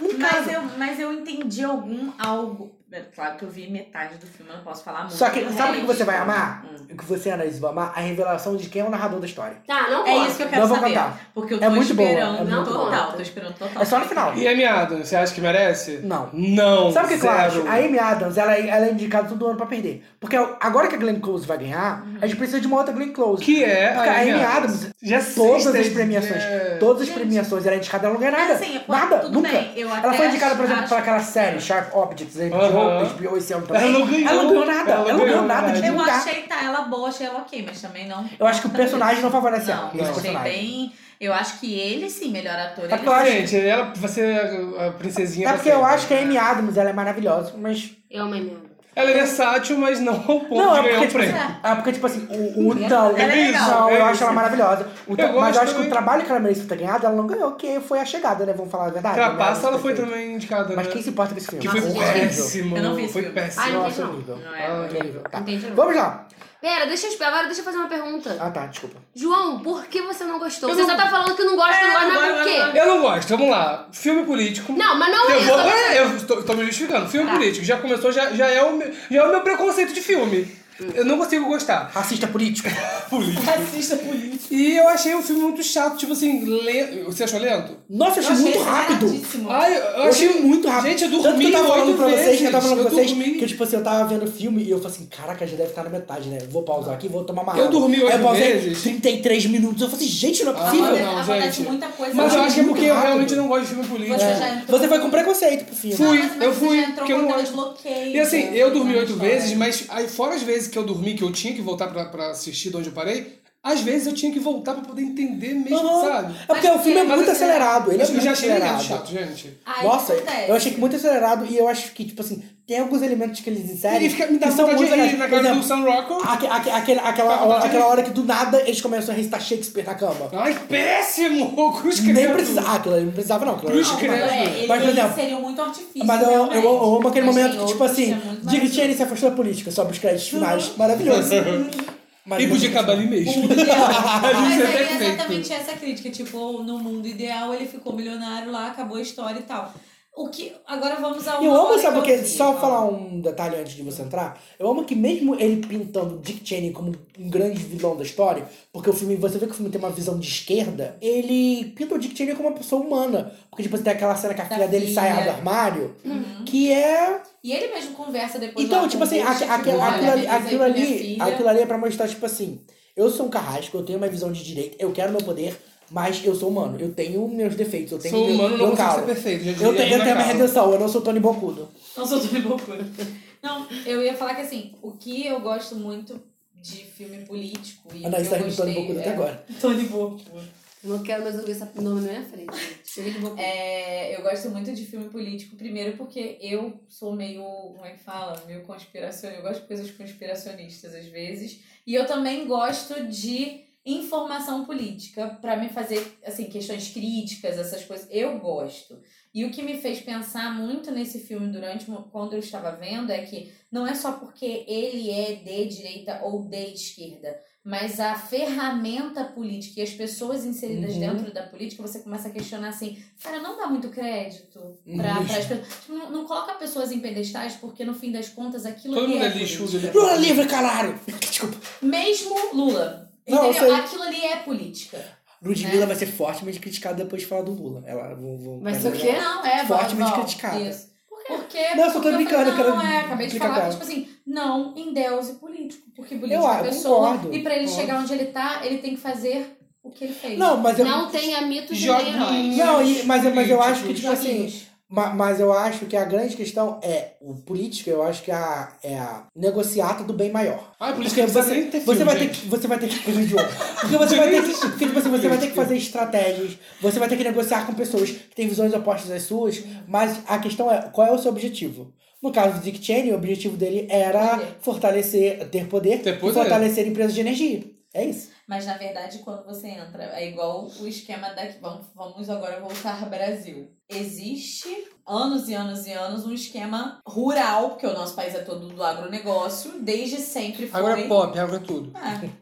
não- Mas eu, mas eu entendi algum algo. É Claro que eu vi metade do filme, eu não posso falar muito. só que do sabe o que resto. você vai amar? Hum. O que você, Ana Isa, vai amar? A revelação de quem é o narrador da história. Tá, não É conta. isso que eu quero Não vou saber. contar. Porque eu tô É muito boa, é esperando muito total. boa. Tô esperando total. É só no final. E a Amy Adams, você acha que merece? Não. Não, Sabe o que, que eu zero. acho? A Amy Adams, ela, ela é indicada todo ano pra perder. Porque agora que a Glenn Close vai ganhar, Uhum. a gente precisa de uma outra Glenn Close. Que é Porque a a Amy Amy Adams, Adams. Já todas assiste, as premiações, é. todas as premiações, ela é indicada, ela não ganha nada. Assim, eu- nada, tudo nunca. bem, eu ela até foi indicada, por acho- exemplo, para aquela série, Sharp Objects, né, HBO, Aham. HBO esse ano também. Ela não ganhou. Ela não ganhou nada, Ela ela, não ganhou ganhou, nada de um Eu lugar. achei tá, ela boa, achei ela ok, mas também não. Eu acho que o personagem não favorece ela. Não, esse eu achei personagem. bem. Eu acho que ele sim, melhor ator. Sabe ele que eu acho? Gente, ela vai ser a- a princesinha. É pra porque eu sempre. acho que a Amy Adams, ela é maravilhosa, mas... Eu amei mesmo. Ela é versátil, mas não ao ponto Não, de é ganhar porque, um tipo, prêmio. assim, é porque, tipo assim, o, o Tão. Ela é legal. Não, É eu isso. acho ela maravilhosa. O Eu Tão- mas gosto eu acho que também. o trabalho que ela merecia ter ganhado, ela não ganhou, que foi a chegada, né? Vamos falar a verdade. Trapaça, Né? ela foi também indicada. Mas né? quem se importa com esse filme? Que foi Nossa, péssimo. horrível. Foi péssimo. Ai, não Nossa, entendi não. horrível. Não é, Horrível. Tá. Entendi não. Vamos lá. Pera, deixa eu esperar. Agora deixa eu fazer uma pergunta. Ah, tá, desculpa. João, por que você não gostou? Eu você não- só tá falando que não gosta, não gosta, mas por quê? Eu não gosto, vamos lá. Filme político. Não, mas não é eu isso, Tá. Vou, eu não é, sei. eu tô, tô me justificando. Filme político. Já começou, já, já, é o meu, já é o meu preconceito de filme. Eu não consigo gostar. Racista político. político. Racista político. E eu achei o filme muito chato, tipo assim, lento. Você achou lento? Nossa, eu achei muito rápido. Ai, eu, eu achei muito rápido. Gente, eu dormi Tanto que eu tava falando oito pra vocês, que eu tava vezes, falando pra eu vocês, dormi. que tipo assim, eu tava vendo o filme e eu falei assim, caraca, já deve estar na metade, né? Vou pausar aqui, vou tomar uma Eu água. dormi Aí oito eu pausei vezes. 33 minutos. Eu falei assim, gente, não é Ah, possível. não, Acontece gente. muita coisa Mas eu né? rápido. acho que é porque eu Muito realmente rápido. não gosto de filme político. Você é já entrou- Você foi com preconceito pro filme. Fui, Não, mas- mas eu você fui, já entrou porque eu com não aquelas gosto. bloqueios, E assim, né, eu dormi na oito história. vezes, mas aí, fora as vezes que eu dormi, que eu tinha que voltar pra, pra assistir de onde eu parei, às vezes eu tinha que voltar pra poder entender mesmo, Uhum. sabe? assim, É porque o filme é muito acelerado. Ele é eu já muito achei ele acelerado. chato, gente. Ai, Nossa, acontece. eu achei que muito acelerado e eu acho que, tipo assim, tem alguns elementos que eles inserem. E fica- me dá que são vontade muito de rir legais. na Por cara do exemplo, Sam Rockwell. aque- aque- aquele- Dá aquela, vontade hora, de aquela rir. hora que do nada eles começam a recitar Shakespeare na cama. Ai, péssimo! Cruz Nem credo. precisava. Ah, aquilo ali não precisava, não. Aquilo ali Cruz não credo. precisava. É, ele, Mas, por ele exemplo, seria muito artifício. mas eu, eu, realmente. eu amo aquele Mas tem momento que, tipo outros que assim, é muito Dick maravilhoso. Cheney se afastou da política, Uhum. é sobe os créditos finais. Maravilhoso. E podia acabar ali mesmo. Ali Mas isso é aí é perfeito. exatamente essa crítica, tipo, no mundo ideal ele ficou milionário lá, acabou a história e tal. O que. Agora vamos ao. E eu amo, sabe o que? Só falar um detalhe antes de você entrar. Eu amo que mesmo ele pintando Dick Cheney como um grande vilão da história, porque o filme, você vê que o filme tem uma visão de esquerda, ele pinta o Dick Cheney como uma pessoa humana. Porque, tipo, tem aquela cena que a Da filha dele sai filha. do armário, que é E ele mesmo conversa depois lá Então, com tipo o assim, Bush, aque- aque- tipo, olha, aquilo ali, avisa aí aquilo, pra minha ali, filha. aquilo ali é pra mostrar, tipo assim, eu sou um carrasco, eu tenho uma visão de direito, eu quero meu poder, mas eu sou humano, eu tenho meus defeitos, eu tenho Sou meu, humano, não meu consigo calo. ser perfeito, é já dizia um Eu, tenho, eu Ana tenho minha Carla. redenção, eu não sou Tony Bocudo. Não sou Tony Bocura. Não, eu ia falar que assim, o que eu gosto muito de filme político e. Anaís eu tá rindo de Tony gostei Bocudo é até agora. Tony Bocura. Não quero mais ouvir esse nome na minha frente. Uhum. É, eu gosto muito de filme político, primeiro porque eu sou meio, como é que fala? Meio conspiracionista. Eu gosto de coisas conspiracionistas às vezes. E eu também gosto de informação política para me fazer, assim, questões críticas, essas coisas. Eu gosto. E o que me fez pensar muito nesse filme durante quando eu estava vendo é que não é só porque ele é de direita ou de esquerda, mas a ferramenta política e as pessoas inseridas Uhum. dentro da política, você começa a questionar assim, cara, não dá muito crédito para as pessoas. Tipo, Não, não coloca pessoas em pedestais, porque no fim das contas aquilo Todo ali mundo é é lixudo. né? Lula livre, caralho! Mesmo Lula. Não, eu entendeu? sei. Aquilo ali é política. É. Ludmilla vai ser fortemente criticada depois de falar do Lula. Ela vão, vão, Vai ser ela- o quê? Não, é, vamos, Fortemente vamos. Tipo, criticada. Isso. Porque, Não, eu só tô porque brincando, falei, eu Não, quero é, acabei de explicar falar que, pra tipo assim, não em Deus e político. Porque político Eu- é eu pessoa. concordo, e pra ele concordo. chegar onde ele tá, ele tem que fazer o que ele fez. Não, mas eu- Não tenha mitos Não, e- mas, eu- mas eu acho que, tipo assim. ma- Mas eu acho que a grande questão é o político, eu acho que é a, é a negociata do bem maior. Ah, por Porque isso que precisa você, nem ter é você filme, vai ter gente. que. Você vai ter que. Porque você vai ter que. Porque, tipo assim, você vai ter que fazer estratégias, você vai ter que negociar com pessoas que têm visões opostas às suas, mas a questão é qual é o seu objetivo? No caso do Dick Cheney, o objetivo dele era fortalecer, ter poder, ter poder. e fortalecer empresas de energia. É isso. Mas na verdade, quando você entra, é igual o esquema daqui. Vamos, vamos agora voltar ao Brasil. Existe anos e anos e anos um esquema rural, porque o nosso país é todo do agronegócio, desde sempre foi. Agora é pop, agora é tudo.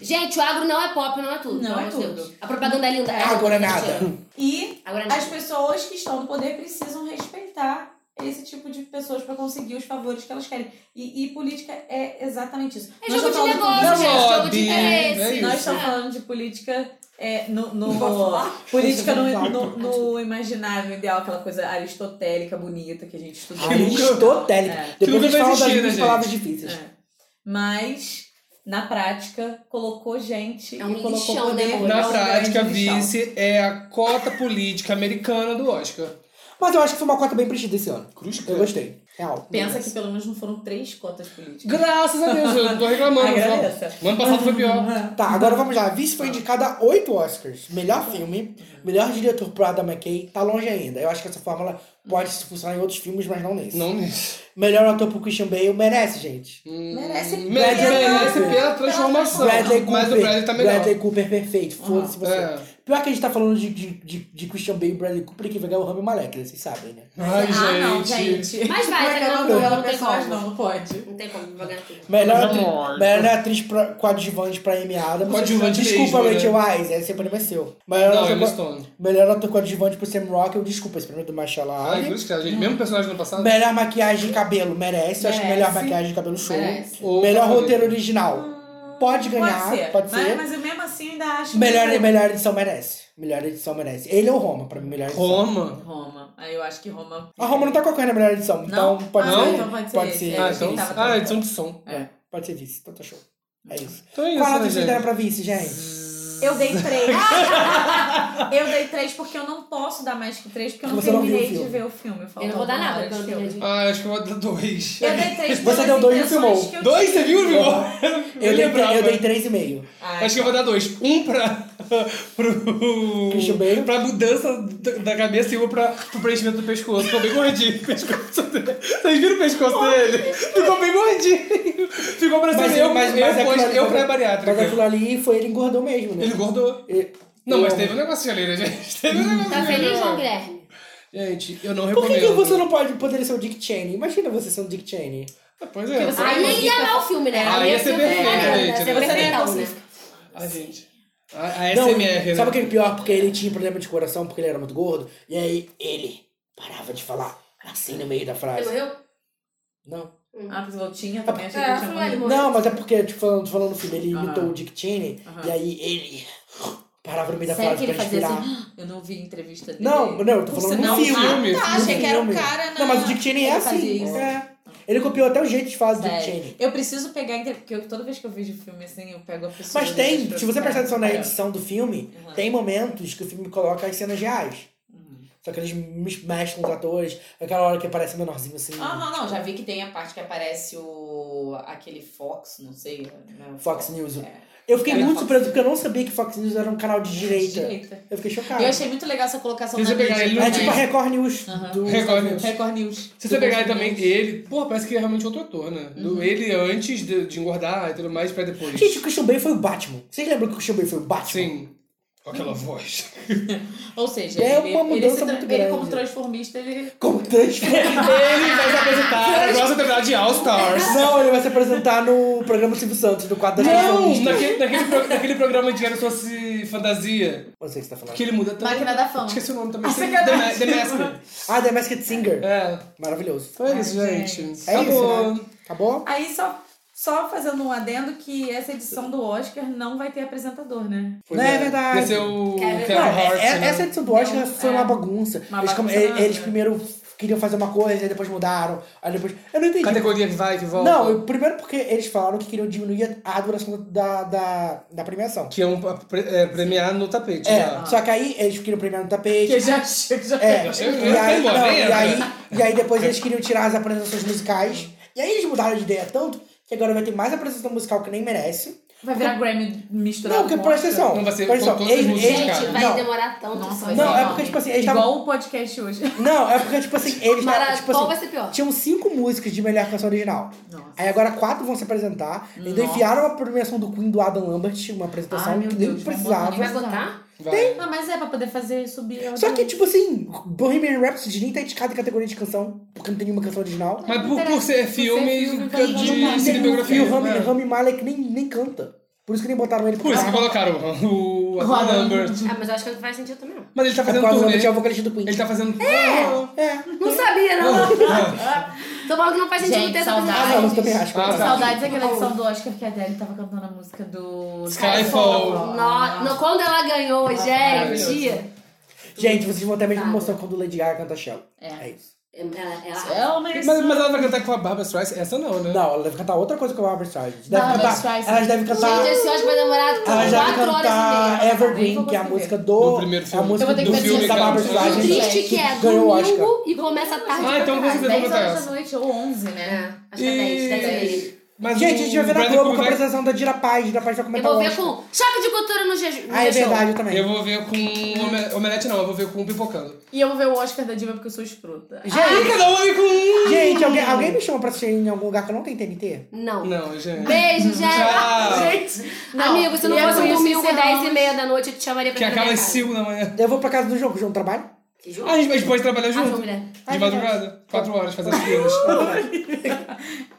Gente, o agro não é pop, não é tudo. Não pelo é amor de tudo. A propaganda é linda. Agora nada. E Agora as pessoas que estão no poder precisam respeitar esse tipo de pessoas para conseguir os favores que elas querem. E, e política é exatamente isso. É Nós jogo estamos de falando negócio, política- gente, é jogo de Lobby, interesse. é isso. Nós estamos É. falando de política é, no, Não posso no falar? política no, Não. no, no imaginário ideal, aquela coisa aristotélica, bonita que a gente estudou. Aristotélico. É. Depois a gente fala das né, minhas palavras difíceis. É. Mas, na prática, colocou gente e colocou lixão, né, poder. amor? É Na um prática, grande lixão. vice é a cota política americana do Oscar. Mas eu acho que foi uma cota bem preenchida esse ano. eu gostei. Real. Pensa que pelo menos não foram três cotas políticas. Graças a Deus, eu não tô reclamando, Agradeça. só. O ano passado foi pior. Tá, agora vamos lá. Vice Tá. foi indicada a oito Oscars. Uhum. Melhor filme, melhor diretor pro Adam McKay. Tá longe ainda. Eu acho que essa fórmula pode funcionar em outros filmes, mas não nesse. Não nesse. Melhor ator pro Christian Bale. Merece, gente. Merece Merece, merece pela transformação. Bradley Cooper, Mas o Bradley tá melhor. Bradley Cooper perfeito. Foda-se você. É. Pior que a gente tá falando de, de, de, de Christian Bale e Bradley Cooper que vai ganhar o Rami Malek, né? vocês sabem, né? Ai, não, gente. Mas vai, Como é tá que ela ganhando, ganhou não tem pessoas? como. Não, não pode. Não tem como, vai ganhar tudo. Melhor, Mas amor. atri- melhor atriz pra, coadjuvante pra Amy Adams. Coadjuvante Desculpa, mesmo, né? Rachel Wise, esse prêmio é seu. Melhor, Não, Emma ator, co- Stone. melhor ator coadjuvante pro Sam Rockwell, desculpa, esse prêmio é do Marshall Ai, por Ali. isso que a gente, mesmo personagem do ano passado. Melhor maquiagem e cabelo, merece. Eu acho que Merece. melhor maquiagem e cabelo show. Merece. Melhor Ou- roteiro original. Pode ganhar, pode ser. pode mas, ser. mas eu mesmo assim ainda acho que... Melhor, melhor edição merece. Melhor edição merece. Ele ou Roma, pra mim, melhor edição. Roma? Roma. Aí eu acho que Roma... A Roma não tá concorrendo a melhor edição, Não? então pode Ah, ser. então pode ser esse. É, Ah, então, ele tava ah, todo- edição de som. É, pode ser vice, então tá show. É isso. Então é isso, Qual a né, nota que vocês gente? deram pra vice, gente? Hum. Eu dei três. eu dei três porque eu não posso dar mais que três, porque eu não Você não viu terminei o filme. de ver o filme. Eu não vou dar nada, porque eu não terminei de ver. Ah, acho que eu vou dar dois. Eu dei três Você deu dois e filmou. Dois, você viu, viu? Eu, dei, lembrava. eu dei três e meio. Acho que eu vou dar dois. Um pra. pro. pra mudança da- da cabeça e um pra, pro preenchimento do pescoço. Ficou bem gordinho o pescoço dele. Vocês viram o pescoço dele? Ficou bem gordinho. Ficou parecendo eu, mas, eu, aquilo pós- ali- eu mas- é- pré-bariátrica. Mas aquilo ali foi ele engordou mesmo, né? Ele engordou. Não, mas teve um negocinho ali, né, gente? Teve um negocinho. Tá feliz, João ali. Guilherme? Gente, eu não Por recomendo. que, que você não pode, poderia ser o Dick Cheney? Imagina você sendo o Dick Cheney. Pois é. Aí ia amar o filme, né? Aí ia ser perfeito, gente. Você né? perfeitão, né? Ai, Ah, gente. A, a Não, SMR, né? Sabe o que é pior? Porque ele tinha problema de coração, porque ele era muito gordo. E aí ele parava de falar assim no meio da frase. Ele morreu? Não. Ah, porque eu tinha também, achei É, que eu tinha falei, morrido. Não, mas é porque, tipo, falando, falando no filme, ele Aham. imitou o Dick Cheney. E aí ele parava no meio da Sério frase que ele pra fazia respirar. assim? Eu não vi a entrevista dele. Não, é não, eu tô Por falando no sinal, filme. Ah, tá, No achei que era um filme. cara na... Não, mas o Dick Cheney é Ele fazia assim. isso. É. Ele copiou até o jeito de falar do Dick Sério. Cheney. Eu preciso pegar, a entre- porque eu- toda vez que eu vejo filme assim, eu pego a pessoa. Mas e tem, deixo se você pra- prestar atenção na É. Uhum. edição do filme, tem momentos que o filme coloca as cenas reais. Só que eles mis- mexem com os atores. Aquela hora que aparece menorzinho assim. Ah, não, não, já vi que tem a parte que aparece o. aquele Fox, não sei. né? Fox News. Eu fiquei Era muito Fox surpreso porque eu não sabia que Fox News era um canal de direita. Direita. Eu fiquei chocado. Eu achei muito legal essa colocação Se você da pegar mídia ele no- também. É tipo a Record News Aham. do- Record News. Record News. Né? Se você pegar ele também, ele, pô, parece que é realmente outro ator, né? Do- ele antes de, de engordar e tudo mais, pra depois. Gente, o Christian Bale foi o Batman. Vocês lembram que o Christian Bale foi o Batman? Sim. Com aquela voz. Ou seja, É ele, uma ele mudança se tra- muito ele grande. como transformista, ele. Como transformista. Ele vai se apresentar na próxima temporada de All Stars. Não, ele vai se apresentar no programa do Silvio Santos, no quadro das Não, transformistas. naquele, naquele, pro- naquele programa de Era Só Se Fantasia. Não sei o que você tá falando. Que ele muda também. Máquina da Fama. Esqueci o nome também. Ah, Sim, The, sacanagem. Ma- The Masked. Ah, The Masked Singer. É. Maravilhoso. Foi isso, gente. É Acabou. isso, né? Acabou? Aí só, só fazendo um adendo que essa edição do Oscar não vai ter apresentador, né? Não, é verdade. Esse é o Kevin Kevin Não, é- Hart. é- né? Essa edição do Oscar foi uma bagunça. Uma eles, come- bagunça eles não, primeiro queriam fazer uma coisa, aí depois mudaram. Aí depois. Eu não entendi. Categoria que vai, que volta. Não, eu- primeiro porque eles falaram que queriam diminuir a duração da, da, da premiação. Que é um pra- pre- é, premiar no tapete. É, né? só que aí eles queriam premiar no tapete. Que já chega, já É, chega. e aí, embora, não, nem e, era. aí, e aí depois eles queriam tirar as apresentações musicais. E aí eles mudaram de ideia tanto que agora vai ter mais apresentação musical que nem merece. Vai virar Grammy misturado. Não, porque com presta Oscar. atenção. Não vai ser presta com atenção, todas as eles- músicas, eles- não. cara. Vai demorar tanto. Nossa, Não, vai ser é enorme. porque, tipo assim, eles Igual tavam- o podcast hoje. Não, é porque, tipo assim, eles Mara- tavam, tipo qual assim, vai ser pior? Tinham cinco músicas de melhor canção original. Aí agora quatro vão se apresentar. Ainda Nossa. enfiaram a premiação do Queen do Adam Lambert, uma apresentação Ai, meu que Deus, nem vai precisava. botar- vai botar? Vai. Tem. Ah, mas é pra poder fazer subir. Só que, tipo assim, Bohemian Rhapsody nem tá indicado em categoria de canção, porque não tem nenhuma canção original. Mas por, por ser filme, tá vai de- voltar. de E o Rami, cinebiografia. é? Rami Malek nem, nem canta. Por isso que nem botaram ele pra Por isso que cantar. colocaram o, o Adam Lambert. Ah, mas eu acho que não faz sentido também não. Mas ele tá É porque fazendo o Adam turnê. Lambert é o vocalista do Queen. Ele tá fazendo... É, é. Não sabia, não. Tô falando que não faz sentido Gente, ter essa saudades. Ah, não, eu também acho. Ah, tá. Saudades daquela edição do Oscar que a Adele tava cantando a música do. É, Skyfall. No, no- quando ela ganhou, gente. Gente, vocês vão ter a mesma emoção quando o Lady Gaga canta Shell. É. isso. Ela, ela, Ela Mas, mereceu. mas ela vai cantar com a Barbara Streisand? Essa não, né? Não, ela deve cantar outra coisa que é o Barbara Streisand. Deve Barbra cantar- Streisand. Elas devem cantar... gente, esse Oscar vai demorar Elas devem 4 horas cantar e meia. Evergreen, Vou que é a conseguir. música do... Do primeiro É filme. a música Eu vou ter do que ver filme esse da Barbara filme. Streisand. O Triste que é, ganhou o Oscar. domingo e começa tarde. Ah, então pra vocês caralho. vão 10 cantar horas essa. da noite, ou 11, né? É, acho que é 10, 10 é isso. Mas Gente, a o gente vai ver na Bradley Globo com a Cooper vai- apresentação da Dira Paz. Dira Paz tá vai Eu comentar vou o ver Oscar. com choque de cultura no jejum. Ah, é verdade, eu também. Eu vou ver com... ome- Omelete não, eu vou ver com Pipocando. E eu vou ver o Oscar da Diva porque eu sou escrota. Ai, cada um vai com um! Gente, alguém, alguém me chama pra assistir em algum lugar que eu não tenho TNT? Não. Não, gente. Beijo, Tchau. gente. gente. Amigo, se não E é fosse por um isso domingo, encerramos. 10 e meia da noite, eu te chamaria pra Que ir na acaba minha às casa. 5 da manhã. Eu vou pra casa do jogo, João trabalho? Que Ah, a jogo? gente a gente pode trabalhar Ah, junto. mulher. De madrugada. 4 horas, fazendo as filas.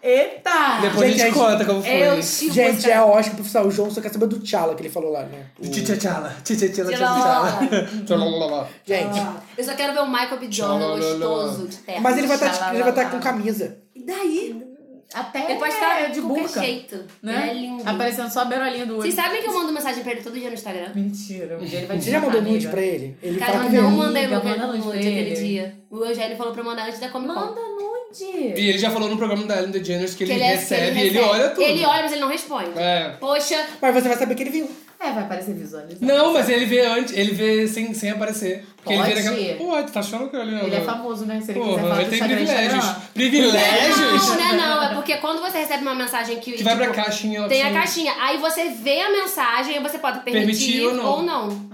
Eita! Depois Gente, a gente a gente- conta como foi. Eu sigo Gente, você. é ótimo, professor. O João só quer saber do Tchala que ele falou lá, né? Tchitchala, tchitchala, Tchala. tchitchala. Gente. Eu só quero ver o Michael B. Jordan Tchalala. gostoso de terra. Mas ele vai estar Tchalala. ele vai tá com camisa. E daí? Até Ele pode estar É, de qualquer burca, jeito. né? Ele é lindo. Aparecendo só a beirolinha do olho. Vocês sabem que eu mando mensagem pra ele todo dia no Instagram? Mentira, um dia ele vai Você já mandou nude muito pra ele? Ele Cara, fala eu que não não. mandei amiga, o manda Lugan nude nude pra aquele ele. dia. O Eugênio falou pra eu mandar antes da Comic Con. Manda nude. E ele já falou no programa da Ellen DeGeneres que, Que ele, é- recebe e ele olha tudo. Ele olha, mas ele não responde. É. Poxa, Mas você vai saber que ele viu. É, vai aparecer visualizado. Não, mas ele vê antes, ele vê sem, sem aparecer. Porque ele Pode. vê Pô, tu tá achando que ele Ele é famoso, né? Se ele quiser Porra, falar ele do tem Instagram, privilégios. Instagram. É, Privilégios? não, né, não. É porque quando você recebe uma mensagem que. Que vai pra tipo, caixinha. Tem a assim. caixinha. Aí você vê a mensagem e você pode permitir, Permitir ou não.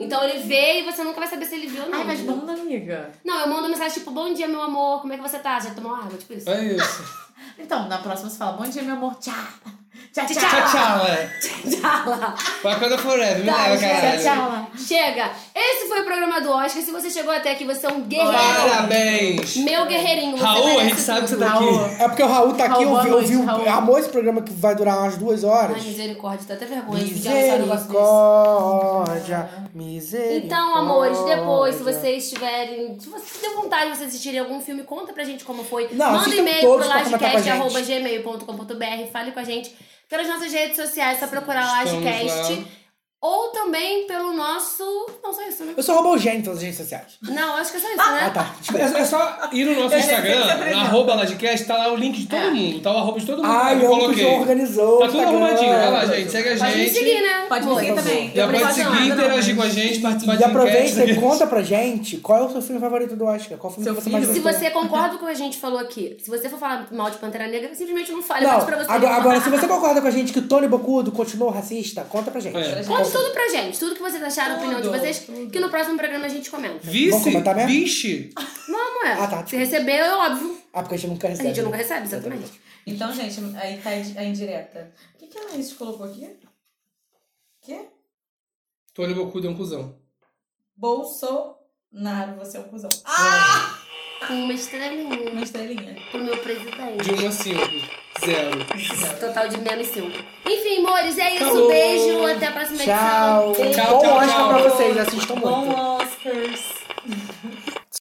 Então ele vê e você nunca vai saber se ele viu ou não. Ah. Ai, mas manda, amiga. Não, eu mando mensagem tipo, bom dia, meu amor, como é que você tá? Já tomou água? Tipo isso. É isso. Então, na próxima você fala, bom dia, meu amor. Tchau. Tchau, tchau. Tchau, tchau, é. Tchala. Wakanda Forever, me Tá, leva, gente, caralho. Tchau. Chega! Esse foi o programa do Oscar. Se você chegou até aqui, você é um guerreiro. Parabéns. Meu guerreirinho. Você Raul, a merece gente sabe que você tudo. tá aqui. É porque o Raul tá aqui, Raul, boa ouviu, ouviu, noite, Raul. amou esse programa que vai durar umas duas horas. Ai, misericórdia, tá até vergonha de lançar um negócio desse. Misericórdia, misericórdia. Então, amores, depois, se vocês tiverem. Se vocês deu vontade de vocês assistirem algum filme, conta pra gente como foi. Não, Manda assistam e-mail todos pro pra comentar com a gente. lajecast.gmail.com.br, fale com a gente pelas nossas redes sociais, só procurar Estamos Lajecast. Ou também pelo nosso. Não, só isso, né? Eu sou robogênio nas redes sociais. Não, acho que é só isso, né? Ah, tá. É, é só ir no nosso Eu sei que É. você Instagram, aprendeu. na arroba Ladcast, tá lá o link de todo mundo. Tá o arroba de todo mundo. Ai, eu eu amo que o coloquei. João organizou. Tá tudo Instagram. arrumadinho. Vai lá, gente. Segue a Pode me gente. seguir, né? Pode me Boa. seguir também. Já Eu pode preciso seguir, nada, não, interagir mas- com a gente, participar Tá E de um enquete. aproveita e conta pra gente qual é o seu filme favorito do Oscar. Qual filme que você mais Se gostou? você concorda com o que a gente falou aqui, se você for falar mal de Pantera Negra, simplesmente não fale. Não, Não, pra você. agora, agora, se você concorda com a gente que o Tony Bocudo continuou racista, conta pra gente. É. Conte tudo pra gente, tudo que vocês acharam, a opinião de vocês, que no próximo programa a gente comenta. Vamos Vice, comentar mesmo? vixe. Não, não é. tá, Se receber, é óbvio. Ah, porque a gente nunca A recebe. gente nunca recebe, exatamente. Então, gente, aí tá a indireta. O que, que a Laís colocou aqui? Quê? Tony Bocudo é um cuzão. Bolsonaro, você é um cuzão. Ah! Com uma estrelinha. Uma estrelinha. Pro meu presidente. De 1 a 5. assim, Zero. Total de menos 5. Enfim, amores, é isso. Acabou. Beijo, até a próxima Tchau. edição. Bom Oscar pra vocês, assistam muito. Bom Oscars.